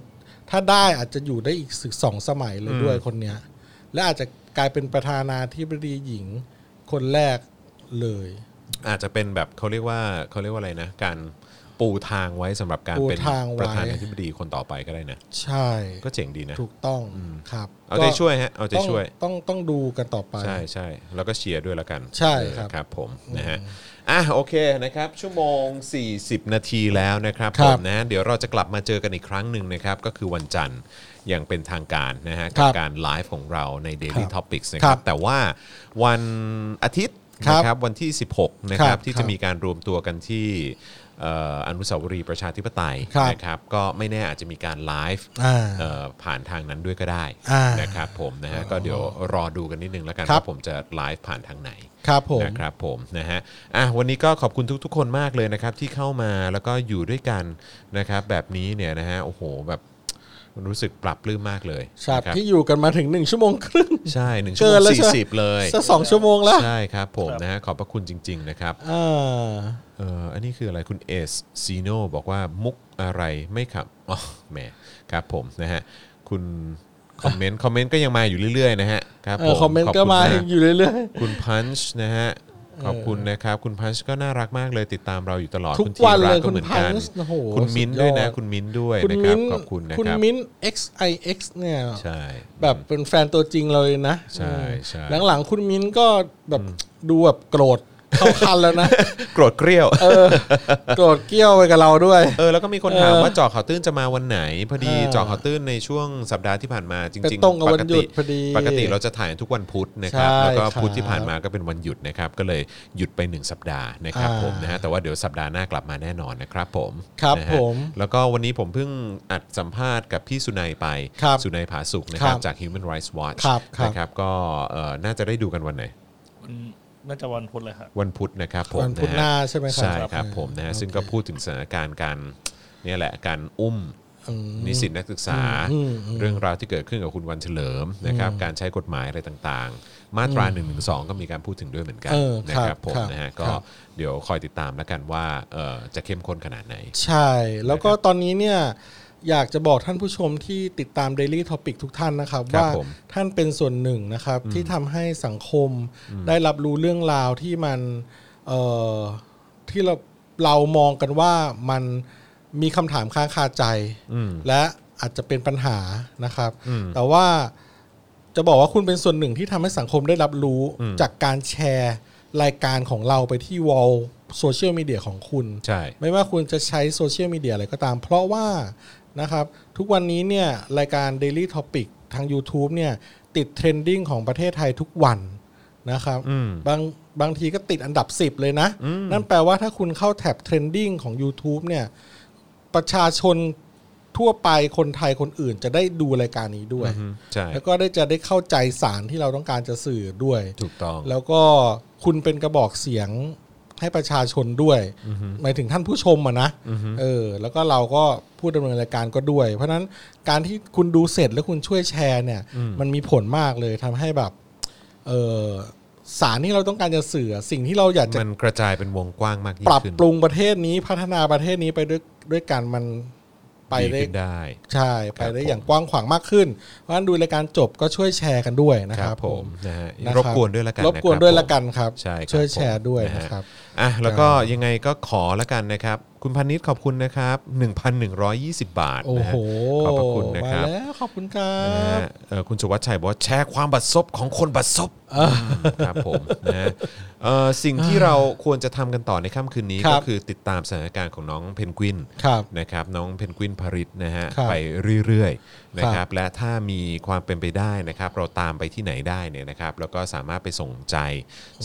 Speaker 2: ถ้าได้อาจจะอยู่ได้อีกสึกสองสมัยเลยด้วยคนเนี้ยและอาจจะกลายเป็นประธานาธิบดีหญิงคนแรกเลย
Speaker 1: อาจจะเป็นแบบเขาเรียกว่าเขาเรียกว่าอะไรนะ การปูทางไว้สำหรับการ
Speaker 2: ปู
Speaker 1: เป็น
Speaker 2: ทางไว้
Speaker 1: ประธานาธิบดีคนต่อไปก็ได้นะ
Speaker 2: ใช่
Speaker 1: ก็เจ๋งดีนะ
Speaker 2: ถูกต้องครับ
Speaker 1: เอาใจช่วยฮะ เอาใจ
Speaker 2: ต้อง
Speaker 1: ช่วย
Speaker 2: ต้องต้องดูกันต่อไป
Speaker 1: ใช่ใช่แล้วก็เชียร์ด้วยละกัน
Speaker 2: ใช่ครับ
Speaker 1: เออครับผมนะฮะอ่ะโอเคนะครับชั่วโมง 40 นาทีแล้วนะครับ
Speaker 2: ค
Speaker 1: ผ
Speaker 2: รับ
Speaker 1: มนะเดี๋ยวเราจะกลับมาเจอกันอีกครั้งหนึ่งนะครับก็คือวันจันทร์อย่างเป็นทางการนะฮะ
Speaker 2: ค
Speaker 1: กั
Speaker 2: รั
Speaker 1: บบ การไลฟ์ของเราใน Daily
Speaker 2: ครับ
Speaker 1: Topics นะครับ
Speaker 2: ครับ
Speaker 1: แต่ว่าวันอาทิตย์
Speaker 2: ครับ
Speaker 1: นะครับวันที่ 16 นะครั
Speaker 2: ครับ บ
Speaker 1: ที่
Speaker 2: ครั
Speaker 1: จะ
Speaker 2: บ
Speaker 1: มีการรวมตัวกันที่เอ่ออนุสาวรีย์ประชาธิปไตย
Speaker 2: ครับ
Speaker 1: นะครับก็ไม่แน่อาจจะมีการไลฟ์
Speaker 2: อ่า
Speaker 1: เอ่อผ่านทางนั้นด้วยก็ได้
Speaker 2: อ่าน
Speaker 1: นะครับผมนะฮะก็เดี๋ยวรอดูกันนิดนึงแล้วกัน
Speaker 2: ครับ
Speaker 1: ว่าผมจะไลฟ์ผ่านทางไหน
Speaker 2: ครับผม
Speaker 1: นะครับผมนะฮะอ่ะวันนี้ก็ขอบคุณทุก ๆ คนมากเลยนะครับที่เข้ามาแล้วก็อยู่ด้วยกันนะครับแบบนี้เนี่ยนะฮะโอ้โหแบบรู้สึกปรับปลื้มมากเลย
Speaker 2: ฉาก
Speaker 1: นะครับ
Speaker 2: ที่อยู่กันมาถึงหนึ่งชั่วโมงครึ่ง
Speaker 1: ใช่หนึ่งชั่วโม
Speaker 2: เกิน
Speaker 1: ง
Speaker 2: แล้ว
Speaker 1: สี่
Speaker 2: ใช่ไหม
Speaker 1: สิบเลย
Speaker 2: จะสองชั่วโมงแล้ว
Speaker 1: ใช่ครับผมนะฮะขอบพระคุณจริง ๆ นะครับ
Speaker 2: อ่า
Speaker 1: เอ่ออันนี้คืออะไรคุณเอสซีโนบอกว่ามุกอะไรไม่ขับอ๋อแหมครับผมนะฮะคุณคอมเมนต์คอมเมนต์ก็ยังมาอยู่เรื่อยๆนะฮะครับ
Speaker 2: เอ
Speaker 1: ผ
Speaker 2: อ
Speaker 1: ม
Speaker 2: คอมเมน
Speaker 1: ขบ
Speaker 2: ต์
Speaker 1: ณ
Speaker 2: ก็มา
Speaker 1: าก
Speaker 2: อยู่เรื่อย
Speaker 1: คุณพันช์นะฮะขอบคุณนะครับ คุณพันช์ก็น่ารักมากเลยติดตามเราอยู่ตลอด
Speaker 2: ทุก
Speaker 1: คุณธี
Speaker 2: วัน
Speaker 1: ระ
Speaker 2: เลย
Speaker 1: ก็เหมือนกัน
Speaker 2: คุณ Punch โอ้โห
Speaker 1: คุณมิ้นท์ด้วยนะ
Speaker 2: สุดยอด
Speaker 1: คุณมิ้นท์ด้วย
Speaker 2: ๆ คุณ
Speaker 1: นะครับ
Speaker 2: มิ้นท์
Speaker 1: ขอบคุณนะ
Speaker 2: คุณ
Speaker 1: ครับ
Speaker 2: มิ้นท์ XIX เนี่ย
Speaker 1: ใช่
Speaker 2: แบบเป็นแฟนตัวจริงเราเลยนะ
Speaker 1: ใช่ใช่
Speaker 2: หลังๆคุณมิ้นท์ก็แบบดูแบบโกรธเข้าคันแล้วนะ
Speaker 1: โกรธเกรี้ยว
Speaker 2: เออโกรธเกรี้ยวไปกับเราด้วย
Speaker 1: เออแล้วก็มีคนถามว่าเจอข่าวตื้นจะมาวันไหน พอดี
Speaker 2: เออ
Speaker 1: เจอข่าวตื้นในช่วงสัปดาห์ที่ผ่านมาจ
Speaker 2: ไป
Speaker 1: ริง
Speaker 2: ตรงกับ
Speaker 1: ป
Speaker 2: วัน
Speaker 1: ก
Speaker 2: หยุ
Speaker 1: ติ
Speaker 2: ดพอดี
Speaker 1: ปกติเราจะถ่ายทุกวันพุธนะครับ
Speaker 2: ใช่
Speaker 1: แล้วก็
Speaker 2: ครับ
Speaker 1: พุธที่ผ่านมาก็เป็นวันหยุดนะครับก็เลยหยุดไปหนึ่งสัปดาห์นะครับ
Speaker 2: อ่า
Speaker 1: ผมนะฮะแต่ว่าเดี๋ยวสัปดาห์หน้ากลับมาแน่นอนนะครับผม
Speaker 2: ครับ
Speaker 1: นะฮะ
Speaker 2: ผม
Speaker 1: แล้วก็วันนี้ผมเพิ่งอัดสัมภาษณ์กับพี่สุนัยไป
Speaker 2: ครับ
Speaker 1: สุนัยผาสุกนะครับ
Speaker 2: ครับ
Speaker 1: จาก Human Rights Watch
Speaker 2: ครับครับ
Speaker 1: นะครับก็เอ่อน่าจะได้ดูกันวันไหน
Speaker 3: วันน่าจะวันพุธเลยครับ
Speaker 1: วันพุธนะครับผม
Speaker 2: วันพุธ
Speaker 1: ะฮะ
Speaker 2: หน้าใช่ไหมครับ
Speaker 1: ใช่ครับ
Speaker 2: ครับ
Speaker 1: ผมนะฮะ
Speaker 2: โอเค
Speaker 1: ซึ่งก็พูดถึงสถานการณ์การเนี่ยแหละการอุ้ม
Speaker 2: อืม
Speaker 1: นิสิตนักศึกษา
Speaker 2: อืมอืม
Speaker 1: เรื่องราวที่เกิดขึ้นกับคุณวันเฉลิมนะครับการใช้กฎหมายอะไรต่างๆ มาตรา1นึก็มีการพูดถึงด้วยเหมือนกัน
Speaker 2: เออ
Speaker 1: นะค
Speaker 2: ครั
Speaker 1: รับบ ผม
Speaker 2: ครับ
Speaker 1: นะฮะก็
Speaker 2: ครับ
Speaker 1: เดี๋ยวคอยติดตามแล้วกันว่าเอ่อจะเข้มข้นขนาดไหน
Speaker 2: ใช่ แล้วก็ตอนนี้เนี่ยอยากจะบอกท่านผู้ชมที่ติดตาม Daily Topic ทุกท่านนะครับ
Speaker 1: ครับ
Speaker 2: ว่า
Speaker 1: ผม
Speaker 2: ท่านเป็นส่วนหนึ่งนะครับที่ทำให้สังคมได้รับรู้เรื่องราวที่มันเอ่อที่เราเรามองกันว่ามันมีคำถามค้างคาใจ และอาจจะเป็นปัญหานะครับ
Speaker 1: อืม
Speaker 2: แต่ว่าจะบอกว่าคุณเป็นส่วนหนึ่งที่ทำให้สังคมได้รับรู้
Speaker 1: อืม
Speaker 2: จากการแชร์รายการของเราไปที่วอลโซเชียลมีเดียของคุณ
Speaker 1: ใช่
Speaker 2: ไม่ว่าคุณจะใช้โซเชียลมีเดียอะไรก็ตาม เพราะว่านะครับทุกวันนี้เนี่ยรายการ Daily Topic ทาง YouTube เนี่ยติดเทรนดิ้งของประเทศไทยทุกวันนะครับ
Speaker 1: อืม
Speaker 2: บางบางทีก็ติดอันดับ 10 เลยนะ
Speaker 1: อืม
Speaker 2: นั่นแปลว่าถ้าคุณเข้าแท็บเทรนดิ้งของ YouTube เนี่ยประชาชนทั่วไปคนไทยคนอื่นจะได้ดูรายการนี้ด้วย
Speaker 1: อืมใช่
Speaker 2: แล้วก็ได้จะได้เข้าใจสารที่เราต้องการจะสื่อด้วย
Speaker 1: ถูกต้อง
Speaker 2: แล้วก็คุณเป็นกระบอกเสียงให้ประชาชนด้วยหมายถึงท่านผู้ชมอะนะเออ แล้วก็เราก็พูดดำเนินรายการก็ด้วย เพราะฉะนั้นการที่คุณดูเสร็จแล้วคุณช่วยแชร์เนี่ย มันมีผลมากเลยทำให้แบบเออสารที่เราต้องการจะสื่อสิ่งที่เราอยากจะ
Speaker 1: มันกระจายเป็นวงกว้างมากยิ่
Speaker 2: ป
Speaker 1: ง
Speaker 2: รับ
Speaker 1: ขึ้น
Speaker 2: ปรุงประเทศนี้พัฒนาประเทศนี้ไปด้วยด้วยกันมันไป
Speaker 1: ดี
Speaker 2: ได้
Speaker 1: ขึ้นได้
Speaker 2: ใช่ไป
Speaker 1: ครับ
Speaker 2: ได้
Speaker 1: ผม
Speaker 2: อย่างกว้างขวางมากขึ้น เพราะฉะนั้นดูรายการจบก็ช่วยแชร์กันด้วยนะ
Speaker 1: ค
Speaker 2: ค
Speaker 1: รั
Speaker 2: รั
Speaker 1: บบ ผมนะฮะ
Speaker 2: นะ
Speaker 1: ร
Speaker 2: คร
Speaker 1: บกวนด้วยละกัน
Speaker 2: ร
Speaker 1: นะค
Speaker 2: บกวนด้วยละ
Speaker 1: ผม
Speaker 2: กันครับ
Speaker 1: ใช่ครับ
Speaker 2: ช่วยแช
Speaker 1: ผ
Speaker 2: ร์
Speaker 1: ม
Speaker 2: ด้วย
Speaker 1: นะ
Speaker 2: นะ
Speaker 1: ฮะ
Speaker 2: ครับ
Speaker 1: อ่ะแล้วก็ยังไงก็ขอละกันนะครับ คุณพันนิดขอบคุณนะครับ 1,120 บาท
Speaker 2: โอ้
Speaker 1: นะ
Speaker 2: โห
Speaker 1: ฮะขอบพระคุณนะครั
Speaker 2: มา
Speaker 1: บ
Speaker 2: แล้วขอบคุณครั
Speaker 1: นะ
Speaker 2: บ
Speaker 1: ฮะเอ่อคุณสุวัชชัยบอกว่าแชร์ความบัดซบของคนบัดซบครับผมนะฮะเอ่อสิ่งที่เราควรจะทำกันต่อในค่ำคืนนี้
Speaker 2: ครั
Speaker 1: ก็
Speaker 2: บ
Speaker 1: คือติดตามสถานการณ์ของน้องเพนกวิน
Speaker 2: ครับ
Speaker 1: นะครับน้องเพนกวินพริตนะฮะ
Speaker 2: ครับ
Speaker 1: ไปเรื่อย นะครับและถ้ามีความเป็นไปได้นะครับ เราตามไปที่ไหนได้เนี่ยนะครับ แล้วก็สามารถไปส่งใจ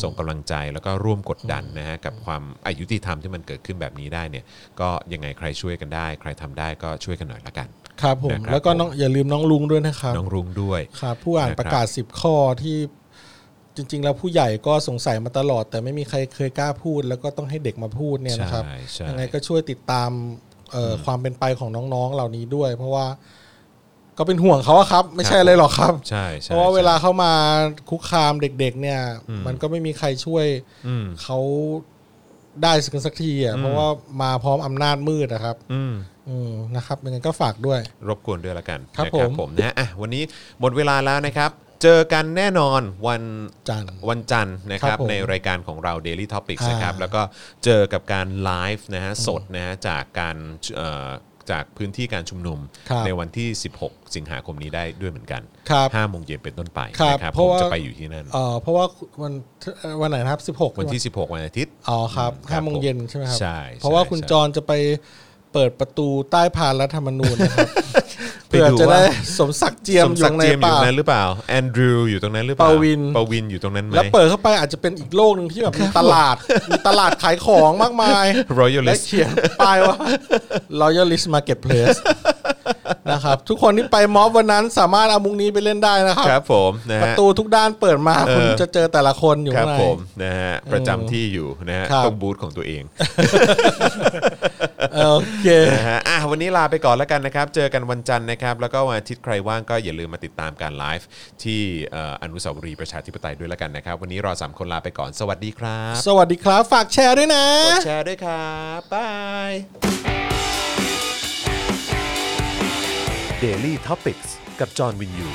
Speaker 1: ส่งกำลังใจแล้วก็ร่วมกดดันนะฮะกับความอายุติธรรมที่มันเกิดขึ้นแบบนี้ได้เนี่ย ก็ยังไงใครช่วยกันได้ ใครทำได้ก็ช่วยกันหน่อยละกัน
Speaker 2: ครับผม
Speaker 1: นะครับ
Speaker 2: แล้วก็น้องอย่าลืมน้องลุงด้วยนะครับ
Speaker 1: น้องรุ้งด้วย
Speaker 2: ครับผู้อ่าน
Speaker 1: นะครับ
Speaker 2: ประกาศ 10 ข้อที่จริง ๆ แล้วผู้ใหญ่ก็สงสัยมาตลอด แต่ไม่มีใครเคยกล้าพูด แล้วก็ต้องให้เด็กมาพูดเนี่ยนะครับ
Speaker 1: ใช่ใช่
Speaker 2: ยังไงก็ช่วยติดตามเอ่ออความเป็นไปของน้องๆเหล่านี้ด้วย เพราะว่าก็เป็นห่วงเขาอะครับ ไม่ใช่อะไรหรอกครับ
Speaker 1: ใช่ใช่
Speaker 2: เพราะว่าเวลา
Speaker 1: ใช่
Speaker 2: เข้ามาคุกคามเด็ก ๆ เนี่ย
Speaker 1: อืม
Speaker 2: มันก็ไม่มีใครช่วย
Speaker 1: อืม
Speaker 2: เขาได้สักสักทีอ่ะ
Speaker 1: อืม
Speaker 2: เพราะว่ามาพร้อมอำนาจมืดนะครับ
Speaker 1: อืม
Speaker 2: อืมนะครับยังไงก็ฝากด้วย
Speaker 1: รบกวนด้วยละกัน
Speaker 2: ครับ
Speaker 1: นะ
Speaker 2: ผม
Speaker 1: ผมนะฮะอ่ะวันนี้หมดเวลาแล้วนะครับ เจอกันแน่นอนวัน
Speaker 2: จันทร์
Speaker 1: วันจันทร์นะครับ
Speaker 2: ครับผม
Speaker 1: ในรายการของเรา Daily Topics
Speaker 2: อ่าน
Speaker 1: นะครับ แล้วก็เจอกับการไลฟ์นะฮะสดนะฮะจากการเอ่อจากพื้นที่การชุมนุม
Speaker 2: ครับ
Speaker 1: ในวันที่ 16 สิงหาคมนี้ได้ด้วยเหมือนกัน
Speaker 2: ครับ
Speaker 1: 5โมงเย็นเป็นต้นไป
Speaker 2: ครับ
Speaker 1: นะครับ
Speaker 2: เพ
Speaker 1: ผ
Speaker 2: ราะ
Speaker 1: ม
Speaker 2: ว่า
Speaker 1: จะไปอยู่ที่นั่น
Speaker 2: เอ่อเพราะว่าวันเอ่อวันไหนนะครับ 16
Speaker 1: วันที่
Speaker 2: ใช่ไหม
Speaker 1: 16 วันอาทิตย์
Speaker 2: อ๋อครับ
Speaker 1: ครั
Speaker 2: ห้า
Speaker 1: บ
Speaker 2: โมงเย็นใช่ไหมครั
Speaker 1: ใช่
Speaker 2: เพราะว่า
Speaker 1: ใช่
Speaker 2: คุณ
Speaker 1: ใช่
Speaker 2: จรจะไปเปิดประตูใต้พานรัฐธรรมนูญนะครับ
Speaker 1: ป
Speaker 2: เพื่อ
Speaker 1: ว่
Speaker 2: จะได้สมศักดิ์เจียม
Speaker 1: สม
Speaker 2: อยู่
Speaker 1: ศักดิ์
Speaker 2: ใน
Speaker 1: เจียมอยู่
Speaker 2: ป่า
Speaker 1: ตรงนั้นหรือเปล่าแอนดรูอยู่ตรงนั้นหรือเปล่า
Speaker 2: ปวิน
Speaker 1: ปวินอยู่ตรงนั้นไหม
Speaker 2: แล้วเปิดเข้าไปอาจจะเป็นอีกโลกหนึ่งที่แบบมีตลาดมีตลาดขายของมากมาย
Speaker 1: Royalist
Speaker 2: และเขียนป้ายว่า Royalist Marketplace นะครับทุกคนที่ไปม็อบวันนั้นสามารถเอามุกนี้ไปเล่นได้นะครับ
Speaker 1: ครับผมนะ
Speaker 2: ประ
Speaker 1: ฮะ
Speaker 2: ตูทุกด้านเปิดมาคุณ
Speaker 1: เออ
Speaker 2: จะเจอแต่ละคนอยู่
Speaker 1: ครับ
Speaker 2: ข้างใน
Speaker 1: ผมนะฮะประจำที่อยู่นะฮะ
Speaker 2: ครับ
Speaker 1: ตรงบูธของตัวเอง
Speaker 2: เออโอเค
Speaker 1: นะ ฮะอ่ะวันนี้ลาไปก่อนแล้วกันนะครับ เจอกันวันจันทร์นะครับ แล้วก็วันอาทิตย์ใครว่างก็อย่าลืมมาติดตามการไลฟ์ที่เอ่ออนุสาวรีย์ประชาธิปไตยด้วยแล้วกันนะครับ วันนี้เราสามคนลาไปก่อนสวัสดีครับ
Speaker 2: สวัสดีครับ ฝากแชร์ด้วยนะ
Speaker 1: กดแชร์ด้วยครับบาย
Speaker 4: Daily t o p i c กกับจอห์นวินยู